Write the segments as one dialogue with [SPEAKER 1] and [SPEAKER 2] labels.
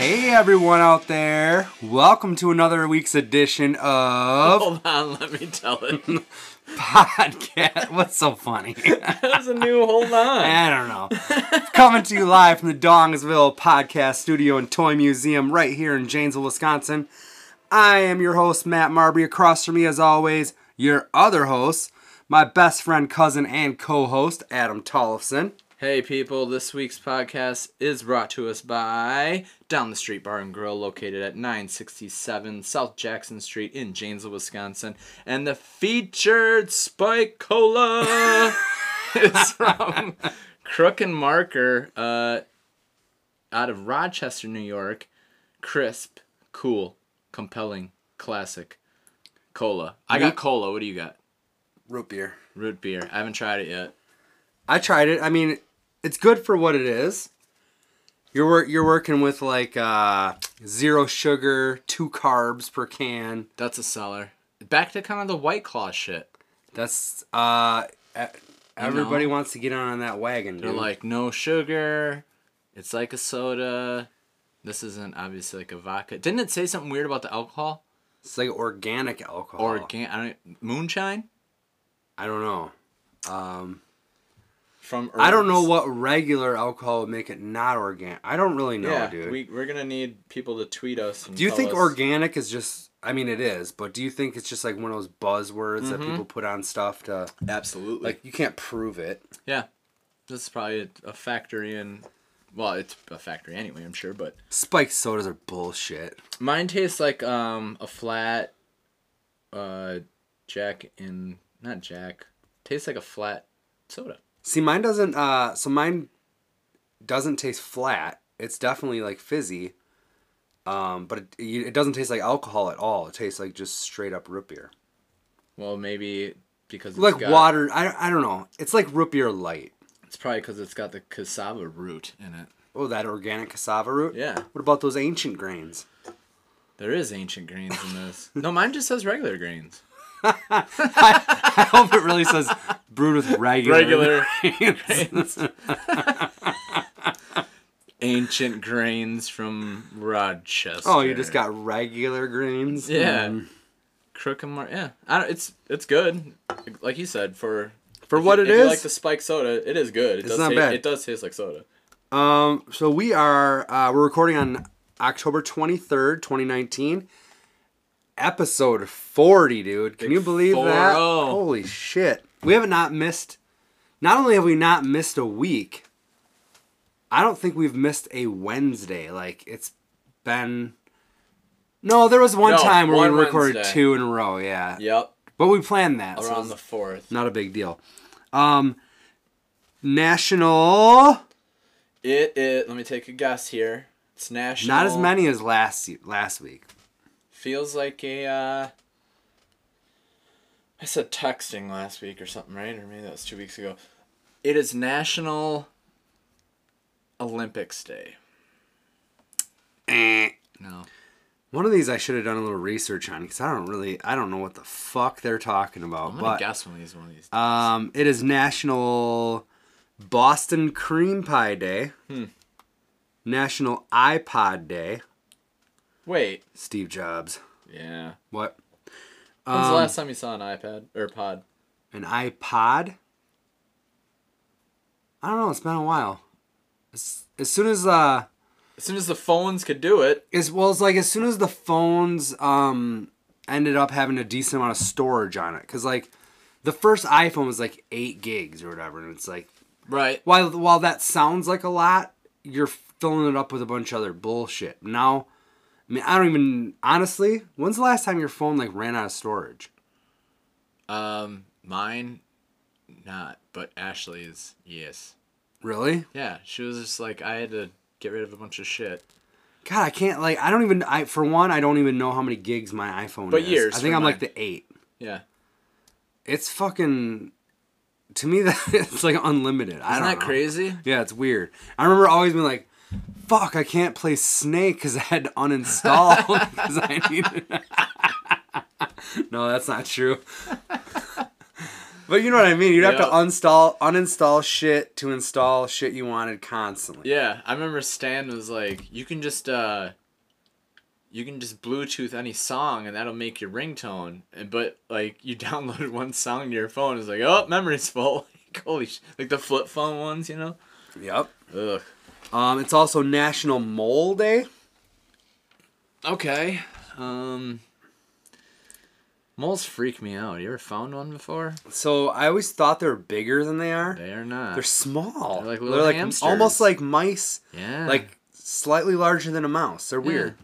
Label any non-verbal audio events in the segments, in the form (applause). [SPEAKER 1] Hey everyone out there! Welcome to another week's edition (laughs) of
[SPEAKER 2] Hold on, let me tell it.
[SPEAKER 1] Podcast. What's so funny?
[SPEAKER 2] (laughs) That was a new hold
[SPEAKER 1] (laughs)
[SPEAKER 2] on.
[SPEAKER 1] I don't know. Coming to you live from the Dongsville Podcast Studio and Toy Museum right here in Janesville, Wisconsin. I am your host, Matt Marby. Across from me, as always, your other host, my best friend, cousin, and co host, Adam Tollefson.
[SPEAKER 2] Hey people, this week's podcast is brought to us by Down the Street Bar and Grill, located at 967 South Jackson Street in Janesville, Wisconsin. And the featured Spike (laughs) Cola is from Crook and Marker uh, out of Rochester, New York. Crisp, cool, compelling, classic. Cola. I got cola. What do you got?
[SPEAKER 1] Root beer.
[SPEAKER 2] Root beer. I haven't tried it yet.
[SPEAKER 1] I tried it. I mean, it's good for what it is. You're wor- you're working with like uh, zero sugar, two carbs per can.
[SPEAKER 2] That's a seller. Back to kind of the White Claw shit.
[SPEAKER 1] That's uh, e- everybody wants to get on that wagon, dude.
[SPEAKER 2] They're like no sugar. It's like a soda. This isn't obviously like a vodka. Didn't it say something weird about the alcohol?
[SPEAKER 1] it's like organic alcohol.
[SPEAKER 2] Organ I don't moonshine
[SPEAKER 1] I don't know. Um,
[SPEAKER 2] from herbs.
[SPEAKER 1] I don't know what regular alcohol would make it not organic. I don't really know,
[SPEAKER 2] yeah,
[SPEAKER 1] dude.
[SPEAKER 2] we we're gonna need people to tweet us. and
[SPEAKER 1] do you
[SPEAKER 2] tell
[SPEAKER 1] think
[SPEAKER 2] us.
[SPEAKER 1] organic is just? I mean, it is, but do you think it's just like one of those buzzwords that
[SPEAKER 2] Mm-hmm.
[SPEAKER 1] people put on stuff to
[SPEAKER 2] Absolutely.
[SPEAKER 1] like? You can't prove it.
[SPEAKER 2] yeah, this is probably a, a factory in. Well, it's a factory anyway, I'm sure, but
[SPEAKER 1] Spiked sodas are bullshit.
[SPEAKER 2] Mine tastes like um a flat uh Jack in not Jack. Tastes like a flat soda.
[SPEAKER 1] See, mine doesn't. Uh, so mine doesn't taste flat. It's definitely like fizzy, um, but it, you- it doesn't taste like alcohol at all. It tastes like just straight up root beer,
[SPEAKER 2] Well, maybe because it's
[SPEAKER 1] like
[SPEAKER 2] got,
[SPEAKER 1] water. I, I don't know. It's like root beer light.
[SPEAKER 2] It's probably because it's got the cassava root in it.
[SPEAKER 1] Oh, that organic cassava root.
[SPEAKER 2] Yeah.
[SPEAKER 1] What about those ancient grains?
[SPEAKER 2] There is ancient grains
[SPEAKER 1] (laughs)
[SPEAKER 2] in this. no, mine just says regular grains.
[SPEAKER 1] I hope it really says brewed with regular.
[SPEAKER 2] Regular
[SPEAKER 1] (laughs) grains.
[SPEAKER 2] ancient grains from Rochester.
[SPEAKER 1] oh, you just got regular grains.
[SPEAKER 2] yeah.
[SPEAKER 1] Mm.
[SPEAKER 2] Crook and Mar- yeah. I don't, it's it's good. Like you said for
[SPEAKER 1] For what
[SPEAKER 2] it is.
[SPEAKER 1] it
[SPEAKER 2] if you
[SPEAKER 1] is.
[SPEAKER 2] like the spike soda, it is good. It does
[SPEAKER 1] not
[SPEAKER 2] ta-
[SPEAKER 1] bad.
[SPEAKER 2] It does taste like soda.
[SPEAKER 1] Um, so we are uh, we're recording on October twenty third, twenty nineteen, episode forty, dude. Can
[SPEAKER 2] Big
[SPEAKER 1] you believe that?
[SPEAKER 2] 4-0.
[SPEAKER 1] Holy shit! We have not missed. Not only have we not missed a week, I don't think we've missed a Wednesday. Like it's been. No, there was one
[SPEAKER 2] No,
[SPEAKER 1] time where
[SPEAKER 2] one
[SPEAKER 1] we recorded
[SPEAKER 2] Wednesday.
[SPEAKER 1] two in a row. Yeah,
[SPEAKER 2] Yep.
[SPEAKER 1] but we planned that. so
[SPEAKER 2] around
[SPEAKER 1] it's
[SPEAKER 2] the fourth
[SPEAKER 1] not a big deal. Um, national.
[SPEAKER 2] it is let me take a guess here it's national
[SPEAKER 1] Not as many as last se- last week.
[SPEAKER 2] feels like a uh i said texting last week or something right or maybe that was two weeks ago it is national olympics day
[SPEAKER 1] Eh.
[SPEAKER 2] no
[SPEAKER 1] One of these I should have done a little research on because I don't really I don't know what the fuck they're talking about.
[SPEAKER 2] i'm gonna
[SPEAKER 1] But
[SPEAKER 2] guess one of these one of these
[SPEAKER 1] um, it is National Boston Cream Pie Day.
[SPEAKER 2] Hmm.
[SPEAKER 1] National iPod Day.
[SPEAKER 2] wait
[SPEAKER 1] Steve Jobs.
[SPEAKER 2] yeah
[SPEAKER 1] What? Um,
[SPEAKER 2] when's the last time you saw an ipad or pod
[SPEAKER 1] An iPod? I don't know. It's been a while. As, as soon as uh,
[SPEAKER 2] as soon as the phones could do it
[SPEAKER 1] as well as like as soon as the phones um ended up having a decent amount of storage on it because like the first iphone was like eight gigs or whatever and it's like
[SPEAKER 2] right
[SPEAKER 1] while while that sounds like a lot you're filling it up with a bunch of other bullshit now i mean i don't even honestly when's the last time your phone like ran out of storage
[SPEAKER 2] um mine not but ashley's yes
[SPEAKER 1] really
[SPEAKER 2] Yeah, she was just like, I had to get rid of a bunch of shit.
[SPEAKER 1] god i can't like i don't even i for one i don't even know how many gigs my iphone
[SPEAKER 2] But
[SPEAKER 1] is
[SPEAKER 2] years
[SPEAKER 1] i think
[SPEAKER 2] for
[SPEAKER 1] i'm like
[SPEAKER 2] mine.
[SPEAKER 1] the eight
[SPEAKER 2] Yeah.
[SPEAKER 1] it's fucking to me (laughs) that it's like unlimited i
[SPEAKER 2] Isn't
[SPEAKER 1] don't
[SPEAKER 2] that
[SPEAKER 1] know.
[SPEAKER 2] crazy?
[SPEAKER 1] Yeah, it's weird. I remember always being like, "Fuck, I can't play Snake because I had to uninstall (laughs) because (laughs) I needed." no, that's not true. (laughs) But you know what I mean. You'd have
[SPEAKER 2] Yep.
[SPEAKER 1] to uninstall uninstall shit to install shit you wanted constantly.
[SPEAKER 2] Yeah, I remember Stan was like, "You can just uh, you can just Bluetooth any song, and that'll make your ringtone." And but like, you (laughs) downloaded one song to your phone, it's like, "Oh, memory's full." (laughs) like, holy sh- like the flip phone ones, you know?
[SPEAKER 1] Yep.
[SPEAKER 2] Ugh.
[SPEAKER 1] Um, it's also National Mole Day.
[SPEAKER 2] Okay. Um. Moles freak me out. You ever found one before?
[SPEAKER 1] So I always thought they were bigger than they are.
[SPEAKER 2] They are not.
[SPEAKER 1] They're small.
[SPEAKER 2] They're like little hamsters.
[SPEAKER 1] almost like mice,
[SPEAKER 2] yeah.
[SPEAKER 1] like slightly larger than a mouse. They're
[SPEAKER 2] Yeah.
[SPEAKER 1] weird.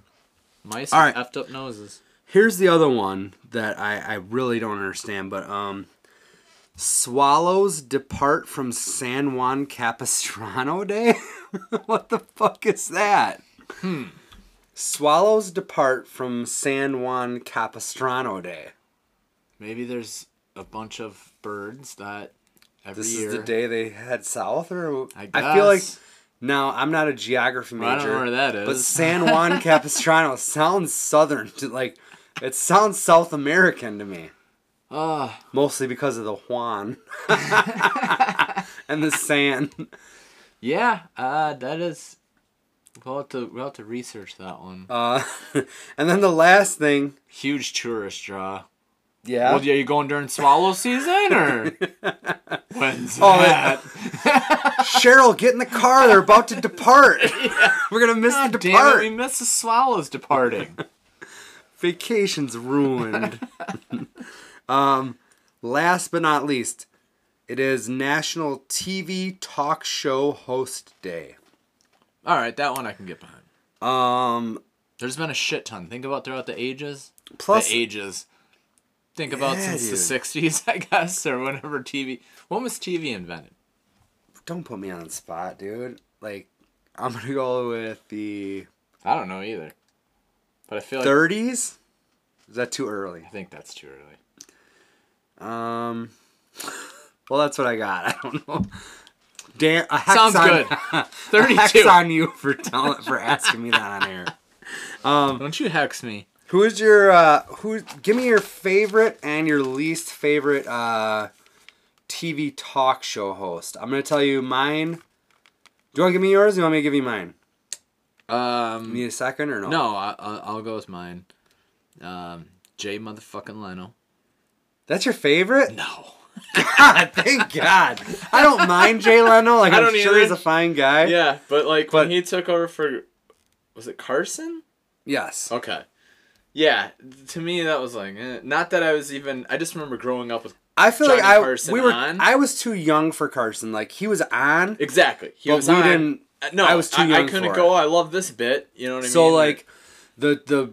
[SPEAKER 2] mice
[SPEAKER 1] All right.
[SPEAKER 2] with effed up noses.
[SPEAKER 1] Here's the other one that I, I really don't understand, but um, swallows depart from San Juan Capistrano Day. (laughs) what the fuck is that? Hmm. Swallows depart from San Juan Capistrano Day.
[SPEAKER 2] Maybe there's a bunch of birds that every
[SPEAKER 1] This
[SPEAKER 2] year.
[SPEAKER 1] is the day they head south, or
[SPEAKER 2] I
[SPEAKER 1] feel like
[SPEAKER 2] guess.
[SPEAKER 1] now I'm not a geography major.
[SPEAKER 2] Well, I don't know where that is.
[SPEAKER 1] But San
[SPEAKER 2] (laughs)
[SPEAKER 1] Juan Capistrano sounds southern, to, like it sounds South American to me.
[SPEAKER 2] Ah.
[SPEAKER 1] mostly because of the
[SPEAKER 2] (laughs)
[SPEAKER 1] Juan and the sand.
[SPEAKER 2] Yeah, uh, that is. We'll have to we'll have to research that one.
[SPEAKER 1] Uh, and then the last thing,
[SPEAKER 2] Huge tourist draw.
[SPEAKER 1] yeah.
[SPEAKER 2] Well, yeah, you going during swallow
[SPEAKER 1] (laughs)
[SPEAKER 2] season or when's
[SPEAKER 1] Oh,
[SPEAKER 2] (laughs) that?
[SPEAKER 1] Cheryl, get in the car. They're about to
[SPEAKER 2] (laughs)
[SPEAKER 1] depart. We're gonna miss the
[SPEAKER 2] Damn it,
[SPEAKER 1] Ah, depart.
[SPEAKER 2] we missed the swallows departing. (laughs)
[SPEAKER 1] Vacation's ruined. um, last but not least, it is National TV Talk Show Host Day.
[SPEAKER 2] All right, that one I can get behind.
[SPEAKER 1] Um,
[SPEAKER 2] There's been a shit ton. Think about throughout the ages.
[SPEAKER 1] plus
[SPEAKER 2] the ages. Think about
[SPEAKER 1] Yeah,
[SPEAKER 2] since
[SPEAKER 1] dude.
[SPEAKER 2] the '60s, (laughs) I guess, or whenever TV. When was TV invented?
[SPEAKER 1] don't put me on the spot, dude. Like, I'm gonna go with the
[SPEAKER 2] I don't know either. But I feel like
[SPEAKER 1] 30s. Is that too early?
[SPEAKER 2] I think that's too early.
[SPEAKER 1] Um. Well, that's what I got. (laughs) I don't know. Damn, a hex
[SPEAKER 2] Sounds
[SPEAKER 1] on, (laughs)
[SPEAKER 2] good.
[SPEAKER 1] a hex
[SPEAKER 2] Thirty-two.
[SPEAKER 1] on you for telling for asking me that on air.
[SPEAKER 2] Don't you hex me.
[SPEAKER 1] (laughs) Who is your uh? Who? Give me your favorite and your least favorite uh, TV talk show host. I'm gonna tell you mine. Do you want to give me yours? Or you want me to give you mine?
[SPEAKER 2] Um.
[SPEAKER 1] You need a second or no?
[SPEAKER 2] No, I, I- I'll go with mine. Um, Jay motherfucking Leno.
[SPEAKER 1] That's your favorite?
[SPEAKER 2] No.
[SPEAKER 1] (laughs) God, thank God. I don't mind Jay Leno. (laughs) Like
[SPEAKER 2] I
[SPEAKER 1] I'm
[SPEAKER 2] don't
[SPEAKER 1] sure
[SPEAKER 2] either.
[SPEAKER 1] he's a fine guy.
[SPEAKER 2] Yeah, but like
[SPEAKER 1] But-
[SPEAKER 2] when he took over for, was it Carson?
[SPEAKER 1] Yes.
[SPEAKER 2] Okay. Yeah, to me that was like, eh. not that I was even. I just remember growing up with
[SPEAKER 1] I feel like
[SPEAKER 2] Johnny
[SPEAKER 1] I
[SPEAKER 2] Carson
[SPEAKER 1] we were
[SPEAKER 2] on?
[SPEAKER 1] I was too young for Carson. Like he was on,
[SPEAKER 2] exactly. He
[SPEAKER 1] But
[SPEAKER 2] was
[SPEAKER 1] we
[SPEAKER 2] on-
[SPEAKER 1] didn't-
[SPEAKER 2] uh, No,
[SPEAKER 1] I was too
[SPEAKER 2] I,
[SPEAKER 1] young
[SPEAKER 2] couldn't
[SPEAKER 1] for
[SPEAKER 2] go. "Oh, I love this bit. You know what I
[SPEAKER 1] so
[SPEAKER 2] mean?
[SPEAKER 1] like the the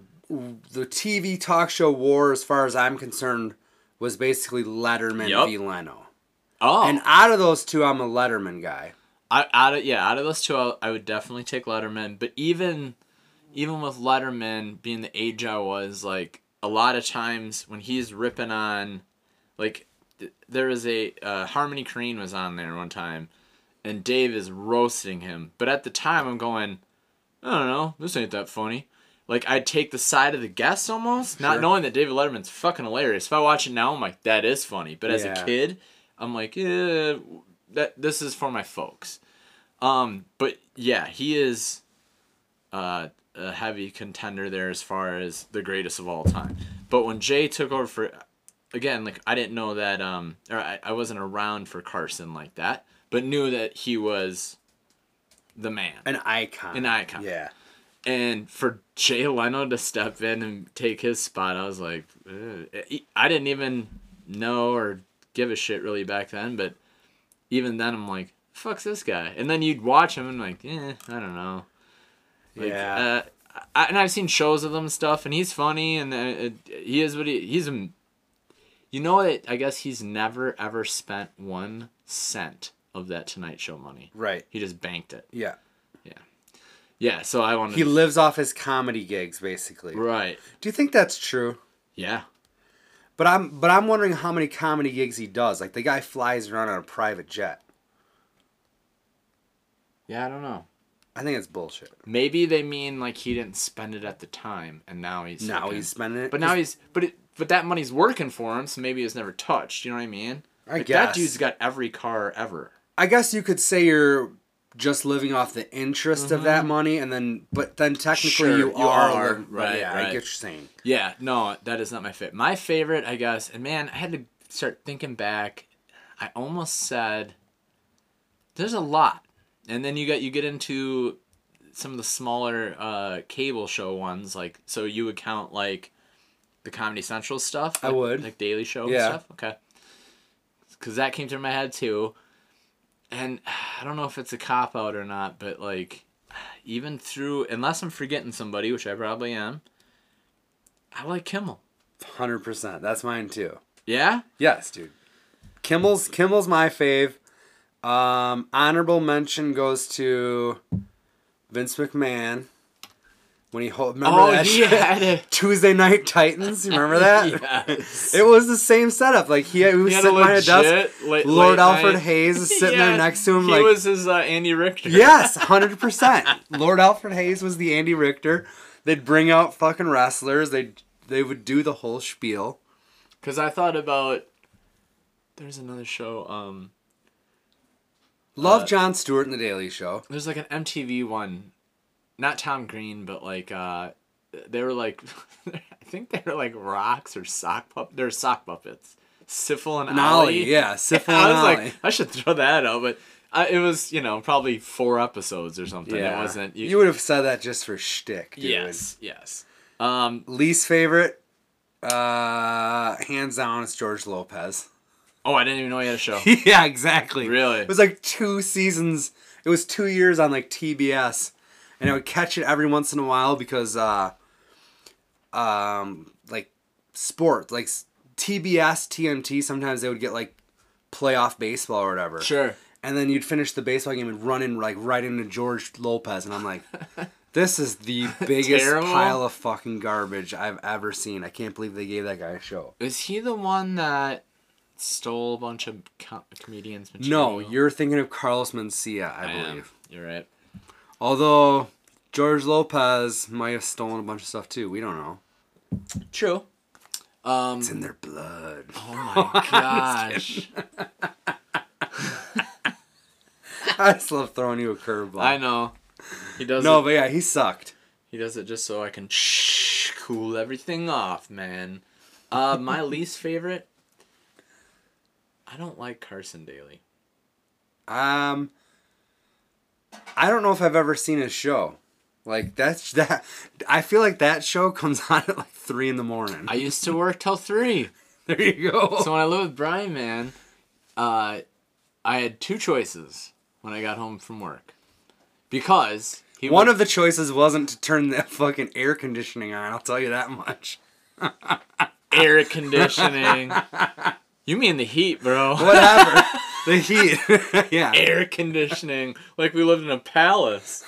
[SPEAKER 1] the TV talk show war, as far as I'm concerned, was basically Letterman
[SPEAKER 2] Yup.
[SPEAKER 1] v Leno.
[SPEAKER 2] oh,
[SPEAKER 1] And out of those two, I'm a Letterman guy.
[SPEAKER 2] I, out of yeah, out of those two, I, I would definitely take Letterman. But even, even with Letterman being the age I was, like a lot of times when he's ripping on, like th- there is a uh, Harmony Korine was on there one time, and Dave is roasting him. But at the time, I'm going, I don't know, this ain't that funny. Like I'd take the side of the guest almost, not
[SPEAKER 1] Sure.
[SPEAKER 2] knowing that David Letterman's fucking hilarious. If I watch it now, I'm like, that is funny. But as
[SPEAKER 1] Yeah.
[SPEAKER 2] a kid, I'm like, yeah, that this is for my folks. Um, but yeah, he is uh, a heavy contender there as far as the greatest of all time. But when Jay took over for, again, like I didn't know that, um, or I, I wasn't around for Carson like that, but knew that he was the man.
[SPEAKER 1] An icon.
[SPEAKER 2] An icon.
[SPEAKER 1] Yeah.
[SPEAKER 2] And for Jay Leno to step in and take his spot, I was like, "Ugh." E, I didn't even know or give a shit really back then. But even then, I'm like, "Fuck's this guy." And then you'd watch him and like, eh, I don't know. Like,
[SPEAKER 1] Yeah.
[SPEAKER 2] Uh, I, and I've seen shows of him and stuff, and he's funny, and uh, it, he is what he he's. A, you know what? I guess he's never ever spent one cent of that Tonight Show money.
[SPEAKER 1] Right.
[SPEAKER 2] He just banked it.
[SPEAKER 1] Yeah.
[SPEAKER 2] Yeah. So I wanted.
[SPEAKER 1] He
[SPEAKER 2] to,
[SPEAKER 1] lives off his comedy gigs, basically.
[SPEAKER 2] right.
[SPEAKER 1] Do you think that's true?
[SPEAKER 2] Yeah.
[SPEAKER 1] But I'm but I'm wondering how many comedy gigs he does. Like the guy flies around on a private jet.
[SPEAKER 2] Yeah, I don't know.
[SPEAKER 1] I think it's bullshit.
[SPEAKER 2] Maybe they mean like he didn't spend it at the time, and now he's
[SPEAKER 1] Now
[SPEAKER 2] fucking-
[SPEAKER 1] he's spending it.
[SPEAKER 2] But now he's but it but that money's working for him, so maybe it's never touched. You know what I mean?
[SPEAKER 1] I
[SPEAKER 2] Like,
[SPEAKER 1] guess
[SPEAKER 2] that dude's got every car ever.
[SPEAKER 1] I guess you could say you're just living off the interest of that money, and then but then technically
[SPEAKER 2] Mm-hmm. Sure,
[SPEAKER 1] you,
[SPEAKER 2] you
[SPEAKER 1] are,
[SPEAKER 2] are,
[SPEAKER 1] living-
[SPEAKER 2] right,
[SPEAKER 1] Yeah, I
[SPEAKER 2] right.
[SPEAKER 1] get what you're saying.
[SPEAKER 2] Yeah, no, that is not my favorite. My favorite, I guess, and man, I had to start thinking back. I almost said there's a lot, and then you got you get into some of the smaller uh, cable show ones, like so you would count like the Comedy Central stuff.
[SPEAKER 1] I
[SPEAKER 2] like-
[SPEAKER 1] would.
[SPEAKER 2] like Daily Show
[SPEAKER 1] Yeah.
[SPEAKER 2] and stuff. Okay, because that came to my head too, and (sighs) I don't know if it's a cop out or not, but like (sighs) even through unless I'm forgetting somebody, which I probably am. I like Kimmel.
[SPEAKER 1] Hundred percent. That's mine too.
[SPEAKER 2] Yeah?
[SPEAKER 1] Yes, dude. Kimmel's Kimmel's my fave. Um, honorable mention goes to Vince McMahon when he ho- remember
[SPEAKER 2] Oh,
[SPEAKER 1] that
[SPEAKER 2] he
[SPEAKER 1] shit?
[SPEAKER 2] had it.
[SPEAKER 1] (laughs) Tuesday Night Titans. You
[SPEAKER 2] (laughs)
[SPEAKER 1] remember (laughs) that? It was the same setup. Like he, he was
[SPEAKER 2] He had a
[SPEAKER 1] sitting behind a desk.
[SPEAKER 2] legit late-
[SPEAKER 1] Lord
[SPEAKER 2] late
[SPEAKER 1] Alfred
[SPEAKER 2] night-
[SPEAKER 1] Hayes is sitting there
[SPEAKER 2] (laughs) Yeah,
[SPEAKER 1] next to him.
[SPEAKER 2] He
[SPEAKER 1] like
[SPEAKER 2] was his uh, Andy Richter.
[SPEAKER 1] Yes, hundred percent. Lord Alfred Hayes was the Andy Richter. They'd bring out fucking wrestlers. They they would do the whole spiel.
[SPEAKER 2] Because I thought about. There's another show. Um, Uh,
[SPEAKER 1] Love John Stewart and the Daily Show.
[SPEAKER 2] There's like an MTV one. Not Tom Green, but like. Uh, they were like. (laughs) I think they were like rocks or sock puppets. They're sock puppets. Syphil and,
[SPEAKER 1] And
[SPEAKER 2] Ollie.
[SPEAKER 1] Ollie, yeah, Syphil
[SPEAKER 2] (laughs)
[SPEAKER 1] and
[SPEAKER 2] I was
[SPEAKER 1] Ollie.
[SPEAKER 2] like, I should throw that out, but I, it was, you know, probably four episodes or something. It wasn't.
[SPEAKER 1] You, would have said that just for shtick. Dude.
[SPEAKER 2] Yes, yes. Um,
[SPEAKER 1] Least favorite, uh, hands down, it's George Lopez. (laughs)
[SPEAKER 2] oh, I didn't even know he had a show.
[SPEAKER 1] yeah, exactly.
[SPEAKER 2] Really?
[SPEAKER 1] It was like two seasons. It was two years on like TBS, and I would catch it every once in a while because, uh, um, like sport, like s- TBS, TMT. Sometimes they would get like playoff baseball or whatever.
[SPEAKER 2] Sure.
[SPEAKER 1] And then you'd finish the baseball game and run in like right into George Lopez, and I'm
[SPEAKER 2] (laughs)
[SPEAKER 1] like. This is the biggest
[SPEAKER 2] Terrible.
[SPEAKER 1] pile of fucking garbage I've ever seen. I can't believe they gave that guy a show.
[SPEAKER 2] Is he the one that stole a bunch of com- comedians?
[SPEAKER 1] No,
[SPEAKER 2] Material?
[SPEAKER 1] you're thinking of Carlos Mencia, I
[SPEAKER 2] I
[SPEAKER 1] believe.
[SPEAKER 2] am. You're right.
[SPEAKER 1] Although George Lopez might have stolen a bunch of stuff too. We don't know.
[SPEAKER 2] True. Um,
[SPEAKER 1] It's in their blood. (laughs)
[SPEAKER 2] oh (laughs) my gosh.
[SPEAKER 1] I just love throwing you a curveball.
[SPEAKER 2] I know. He does.
[SPEAKER 1] No,
[SPEAKER 2] it,
[SPEAKER 1] but yeah, he sucked.
[SPEAKER 2] he does it just so I can shh, cool everything off, man. Uh,
[SPEAKER 1] (laughs)
[SPEAKER 2] my least favorite. I don't like Carson Daly.
[SPEAKER 1] Um, I don't know if I've ever seen his show. Like that's (laughs) that. I feel like that show comes (laughs) on at like three in the morning.
[SPEAKER 2] I
[SPEAKER 1] (laughs)
[SPEAKER 2] used to work till three.
[SPEAKER 1] there you go.
[SPEAKER 2] so when I lived with Brian, man, uh, I had two choices when I got home from work, because
[SPEAKER 1] (laughs)
[SPEAKER 2] he
[SPEAKER 1] One
[SPEAKER 2] would-
[SPEAKER 1] of the choices wasn't to turn that (laughs) fucking air conditioning on. I'll tell you that much. (laughs)
[SPEAKER 2] air conditioning. you mean the heat, bro?
[SPEAKER 1] Whatever. the heat. (laughs) yeah.
[SPEAKER 2] Air conditioning, like we lived in
[SPEAKER 1] (laughs)
[SPEAKER 2] a palace.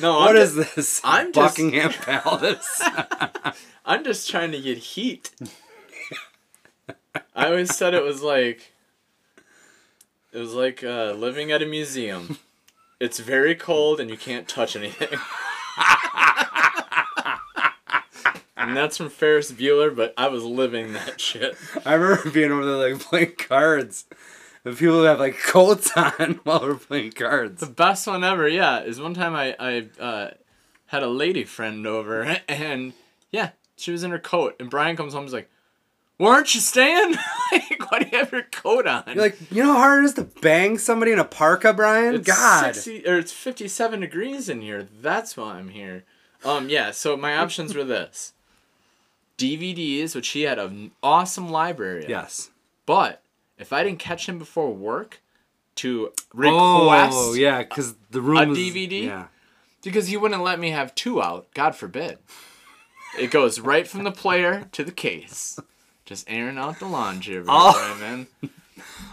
[SPEAKER 2] No,
[SPEAKER 1] What
[SPEAKER 2] I'm
[SPEAKER 1] is
[SPEAKER 2] ju-
[SPEAKER 1] this?
[SPEAKER 2] I'm just-
[SPEAKER 1] Buckingham Palace.
[SPEAKER 2] I'm just trying to get heat. I always said it was like, it was like uh, living at a museum. It's very cold and you can't touch anything. and that's from Ferris Bueller, but I was living that shit.
[SPEAKER 1] I remember (laughs) being over there like playing cards. The people that have like coats (laughs) on while we're playing cards.
[SPEAKER 2] Best one ever, yeah. Is one time I I uh, had a lady friend over and yeah, she was in her coat and Brian comes home and is like, "Weren't you staying? (laughs) like, why do you have your coat on?"
[SPEAKER 1] You're like, you know how hard it is to bang somebody in a parka, Brian?
[SPEAKER 2] It's
[SPEAKER 1] God.
[SPEAKER 2] 60 or it's 57 degrees in here. That's why I'm here. Um, yeah,
[SPEAKER 1] (laughs)
[SPEAKER 2] so my options were this DVDs, which he had an awesome library. of.
[SPEAKER 1] Yes.
[SPEAKER 2] But if I didn't catch him before work to request,
[SPEAKER 1] Oh, yeah, because the room
[SPEAKER 2] a
[SPEAKER 1] was-
[SPEAKER 2] DVD?
[SPEAKER 1] Yeah.
[SPEAKER 2] because he wouldn't let me have two out, God forbid. It goes right from the player to the case. Just airing out the laundry,
[SPEAKER 1] (laughs) Oh.
[SPEAKER 2] everybody, man.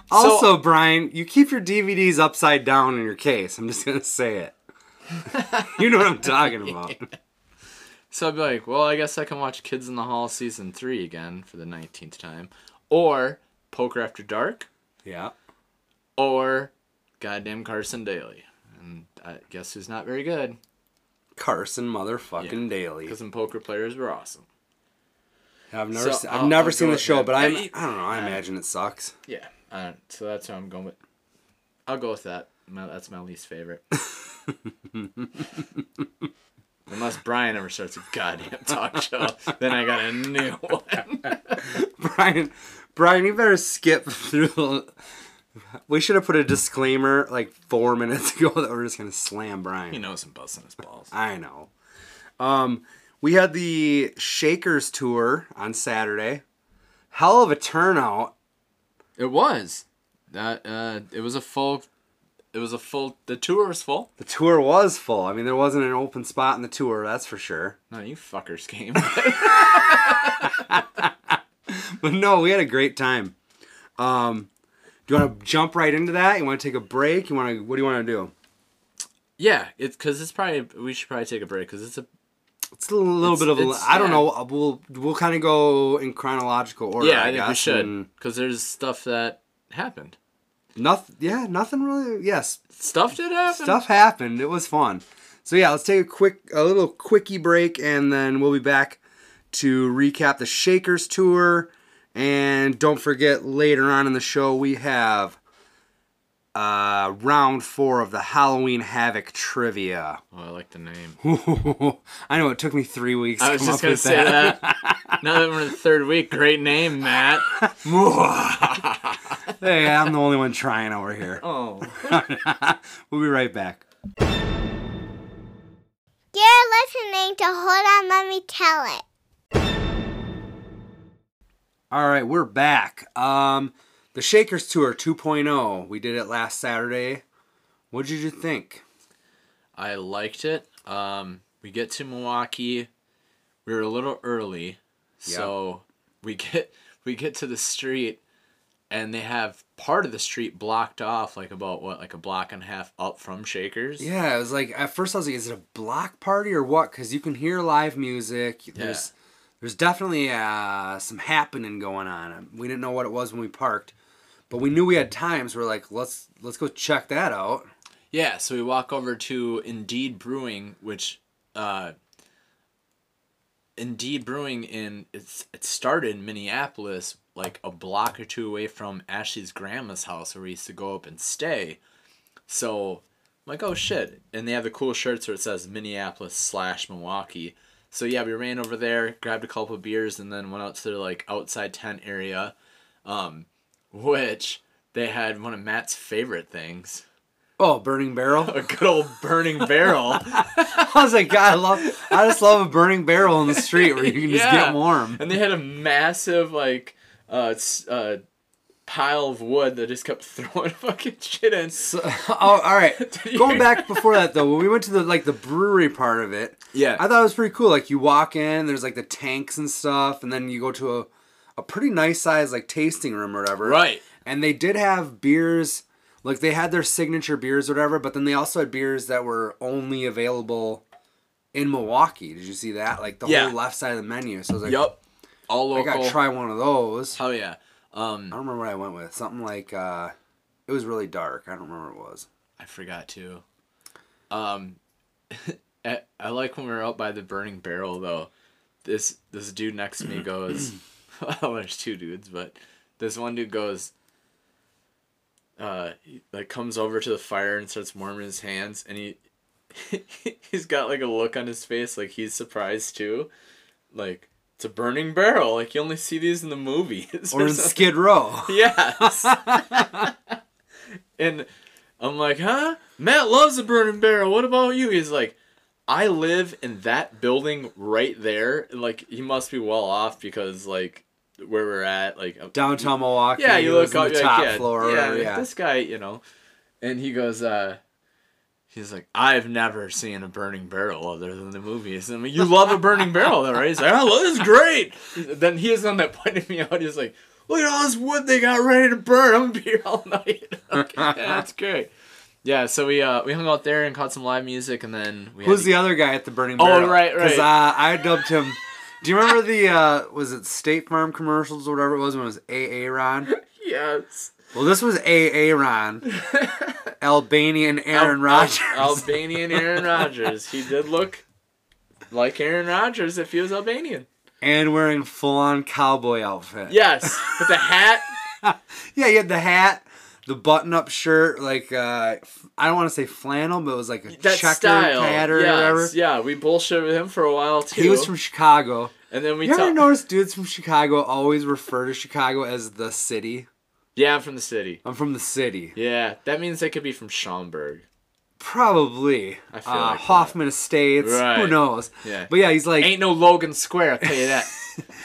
[SPEAKER 1] Also, Brian, you keep your DVDs upside down in your case. I'm just gonna say
[SPEAKER 2] (laughs)
[SPEAKER 1] it. you know what I'm talking about.
[SPEAKER 2] So I'd be like, well, I guess I can watch Kids in the Hall season three again for the nineteenth time, or Poker After Dark,
[SPEAKER 1] Yeah.
[SPEAKER 2] or Goddamn Carson Daly. And I guess who's not very good?
[SPEAKER 1] Carson motherfucking Daly.
[SPEAKER 2] Because some poker players were awesome.
[SPEAKER 1] I've never,
[SPEAKER 2] So,
[SPEAKER 1] se- I've
[SPEAKER 2] I'll-
[SPEAKER 1] never
[SPEAKER 2] I'll
[SPEAKER 1] seen
[SPEAKER 2] go
[SPEAKER 1] the
[SPEAKER 2] with
[SPEAKER 1] show,
[SPEAKER 2] that.
[SPEAKER 1] but I'm, I
[SPEAKER 2] I-
[SPEAKER 1] don't know. I imagine it sucks.
[SPEAKER 2] Yeah. Uh, so that's how I'm going with. I'll go with that. My, that's my least favorite. Unless Brian ever starts a goddamn talk show, then I got a new one.
[SPEAKER 1] Brian, Brian, you better skip through. the- We should have put a disclaimer like four minutes (laughs) ago that we're just gonna slam Brian.
[SPEAKER 2] He knows I'm busting his balls.
[SPEAKER 1] I know. Um, we had the Shakers tour on Saturday. Hell of a turnout.
[SPEAKER 2] It was. That uh, it was a full. It was a full. The tour was full.
[SPEAKER 1] The tour was full. I mean, there wasn't an open spot in the tour, that's for sure. (laughs)
[SPEAKER 2] No, you fuckers came.
[SPEAKER 1] But no, we had a great time. Um, do you want to jump right into that? You want to take a break? You want to? What do you want to do?
[SPEAKER 2] yeah, it's because it's probably we should probably take a break because it's a
[SPEAKER 1] It's a little
[SPEAKER 2] It's-
[SPEAKER 1] bit of a.
[SPEAKER 2] it's-
[SPEAKER 1] I don't
[SPEAKER 2] yeah.
[SPEAKER 1] know. uh, We'll we'll kind of go in chronological order.
[SPEAKER 2] yeah.
[SPEAKER 1] I,
[SPEAKER 2] I think
[SPEAKER 1] guess.
[SPEAKER 2] we
[SPEAKER 1] and
[SPEAKER 2] should because there's stuff that happened.
[SPEAKER 1] Nothing. Yeah, nothing really. Yes,
[SPEAKER 2] Stuff did happen.
[SPEAKER 1] stuff happened. It was fun. So yeah, let's take a quick, a little quickie break, and then we'll be back to recap the Shakers tour. And don't forget, later on in the show, we have uh, round four of the Halloween Havoc trivia. (laughs)
[SPEAKER 2] Oh, I like the name.
[SPEAKER 1] I know it took me three weeks.
[SPEAKER 2] I
[SPEAKER 1] to
[SPEAKER 2] was
[SPEAKER 1] come
[SPEAKER 2] just
[SPEAKER 1] up
[SPEAKER 2] gonna
[SPEAKER 1] with
[SPEAKER 2] say that. now that we're in the third week, great name, Matt.
[SPEAKER 1] (laughs) hey, I'm the only one trying over here.
[SPEAKER 2] Oh.
[SPEAKER 1] (laughs) We'll be right back.
[SPEAKER 3] You're listening to Hold On Let Me Tell It.
[SPEAKER 1] All right, we're back. Um, the Shakers tour 2.0. We did it last Saturday. What did you think?
[SPEAKER 2] I liked it. Um, we get to Milwaukee. We were a little early, so we get (laughs) we get to the street, and they have part of the street blocked off, like about what, like a block and a half up from Shakers.
[SPEAKER 1] Yeah, it was like at first I was like, is it a block party or what? Because you can hear live music. There's there's definitely uh, some happening going on. We didn't know what it was when we parked, but we knew we had times. we're like, let's let's go check that out.
[SPEAKER 2] Yeah, so we walk over to Indeed Brewing, which uh Indeed Brewing in it's it started in Minneapolis, like a block or two away from Ashley's grandma's house where we used to go up and stay. So I'm like, oh shit. And they have the cool shirts where it says Minneapolis slash Milwaukee. So yeah, we ran over there, grabbed a couple of beers, and then went out to the like outside tent area. Um, which they had one of Matt's favorite things
[SPEAKER 1] Oh, burning
[SPEAKER 2] (laughs)
[SPEAKER 1] barrel!
[SPEAKER 2] a good old burning barrel.
[SPEAKER 1] I was like, God, I love. I just love a burning barrel in the street where (laughs) you can just
[SPEAKER 2] Yeah.
[SPEAKER 1] get warm.
[SPEAKER 2] and they had a massive like uh, s- uh pile of wood that just kept (laughs) throwing fucking shit in.
[SPEAKER 1] So, (laughs) oh, all
[SPEAKER 2] (laughs)
[SPEAKER 1] right. Going back before that though, when we went to the like the brewery part of it,
[SPEAKER 2] Yeah.
[SPEAKER 1] I thought it was pretty cool. Like you walk in, there's like the tanks and stuff, and then you go to a, a pretty nice size like tasting room or whatever.
[SPEAKER 2] right.
[SPEAKER 1] And they did have beers, like they had their signature beers or whatever, but then they also had beers that were only available in Milwaukee. Did you see that? Like the
[SPEAKER 2] Yeah.
[SPEAKER 1] whole left side of the menu. So I was like,
[SPEAKER 2] Yup. All
[SPEAKER 1] I
[SPEAKER 2] local.
[SPEAKER 1] gotta try one of those. I
[SPEAKER 2] Oh yeah. Um,
[SPEAKER 1] don't remember what I went with. Something like uh, it was really dark. I don't remember what it was.
[SPEAKER 2] I forgot to. Um, (laughs) I, I like when we were out by the burning barrel though. This this dude next
[SPEAKER 1] (clears throat)
[SPEAKER 2] to me goes. (laughs) well, there's two dudes, but this one dude goes. Uh, he, like comes over to the fire and starts warming his hands, and he. (laughs) he's got like a look on his face, like he's surprised too, like it's a burning barrel. Like you only see these in the movies (laughs)
[SPEAKER 1] Or in
[SPEAKER 2] something.
[SPEAKER 1] Skid Row.
[SPEAKER 2] (laughs) Yes. and I'm like, huh? Matt loves a burning barrel. What about you? He's like, I live in that building right there. And like, he must be well off because like where we're at, like I'm-
[SPEAKER 1] downtown Milwaukee.
[SPEAKER 2] Yeah, you
[SPEAKER 1] it was
[SPEAKER 2] look
[SPEAKER 1] in
[SPEAKER 2] up
[SPEAKER 1] the
[SPEAKER 2] you're
[SPEAKER 1] top
[SPEAKER 2] like, yeah,
[SPEAKER 1] floor.
[SPEAKER 2] yeah,
[SPEAKER 1] Yeah,
[SPEAKER 2] like,
[SPEAKER 1] yeah.
[SPEAKER 2] This guy, you know, and he goes, uh. He's like, I've never seen a burning barrel other than the movies. And I'm like, you love a burning barrel, though, right? He's like, oh, this is great. Then he is the one that pointed me out. He's like, look at all this wood they got ready to burn. I'm gonna be here all night. (laughs) okay, yeah, that's great. Yeah, so we uh, we hung out there and caught some live music, and then we
[SPEAKER 1] Who's
[SPEAKER 2] had
[SPEAKER 1] the other guy at the Burning
[SPEAKER 2] Oh,
[SPEAKER 1] Barrel?
[SPEAKER 2] right, right.
[SPEAKER 1] uh, I dubbed him. Do you remember the uh, was it State Farm commercials or whatever it was when it was AA Ron?
[SPEAKER 2] the yes
[SPEAKER 1] Well, this was AA Ron,
[SPEAKER 2] (laughs)
[SPEAKER 1] Albanian Aaron
[SPEAKER 2] Al-
[SPEAKER 1] Rodgers.
[SPEAKER 2] Al-
[SPEAKER 1] (laughs)
[SPEAKER 2] Albanian Aaron Rodgers. He did look like Aaron Rodgers if he was Albanian.
[SPEAKER 1] and wearing full on cowboy outfit.
[SPEAKER 2] Yes, with the hat
[SPEAKER 1] yeah, he had the hat, the button-up shirt, like uh, f- I don't want to say flannel, but it was like a
[SPEAKER 2] That
[SPEAKER 1] checker
[SPEAKER 2] style.
[SPEAKER 1] pattern
[SPEAKER 2] yes,
[SPEAKER 1] or whatever.
[SPEAKER 2] Yeah, we bullshit with him for a while too.
[SPEAKER 1] He was from Chicago.
[SPEAKER 2] and then we
[SPEAKER 1] You ever
[SPEAKER 2] talked.
[SPEAKER 1] notice dudes from Chicago always refer to Chicago as the city?
[SPEAKER 2] Yeah, I'm from the city.
[SPEAKER 1] I'm from the city.
[SPEAKER 2] Yeah, that means they could be from Schaumburg.
[SPEAKER 1] Probably.
[SPEAKER 2] I feel
[SPEAKER 1] uh,
[SPEAKER 2] like that.
[SPEAKER 1] Hoffman Estates. Who
[SPEAKER 2] Right.
[SPEAKER 1] knows?
[SPEAKER 2] Yeah.
[SPEAKER 1] But yeah, he's like,
[SPEAKER 2] Ain't no Logan Square, I'll tell you
[SPEAKER 1] (laughs)
[SPEAKER 2] that.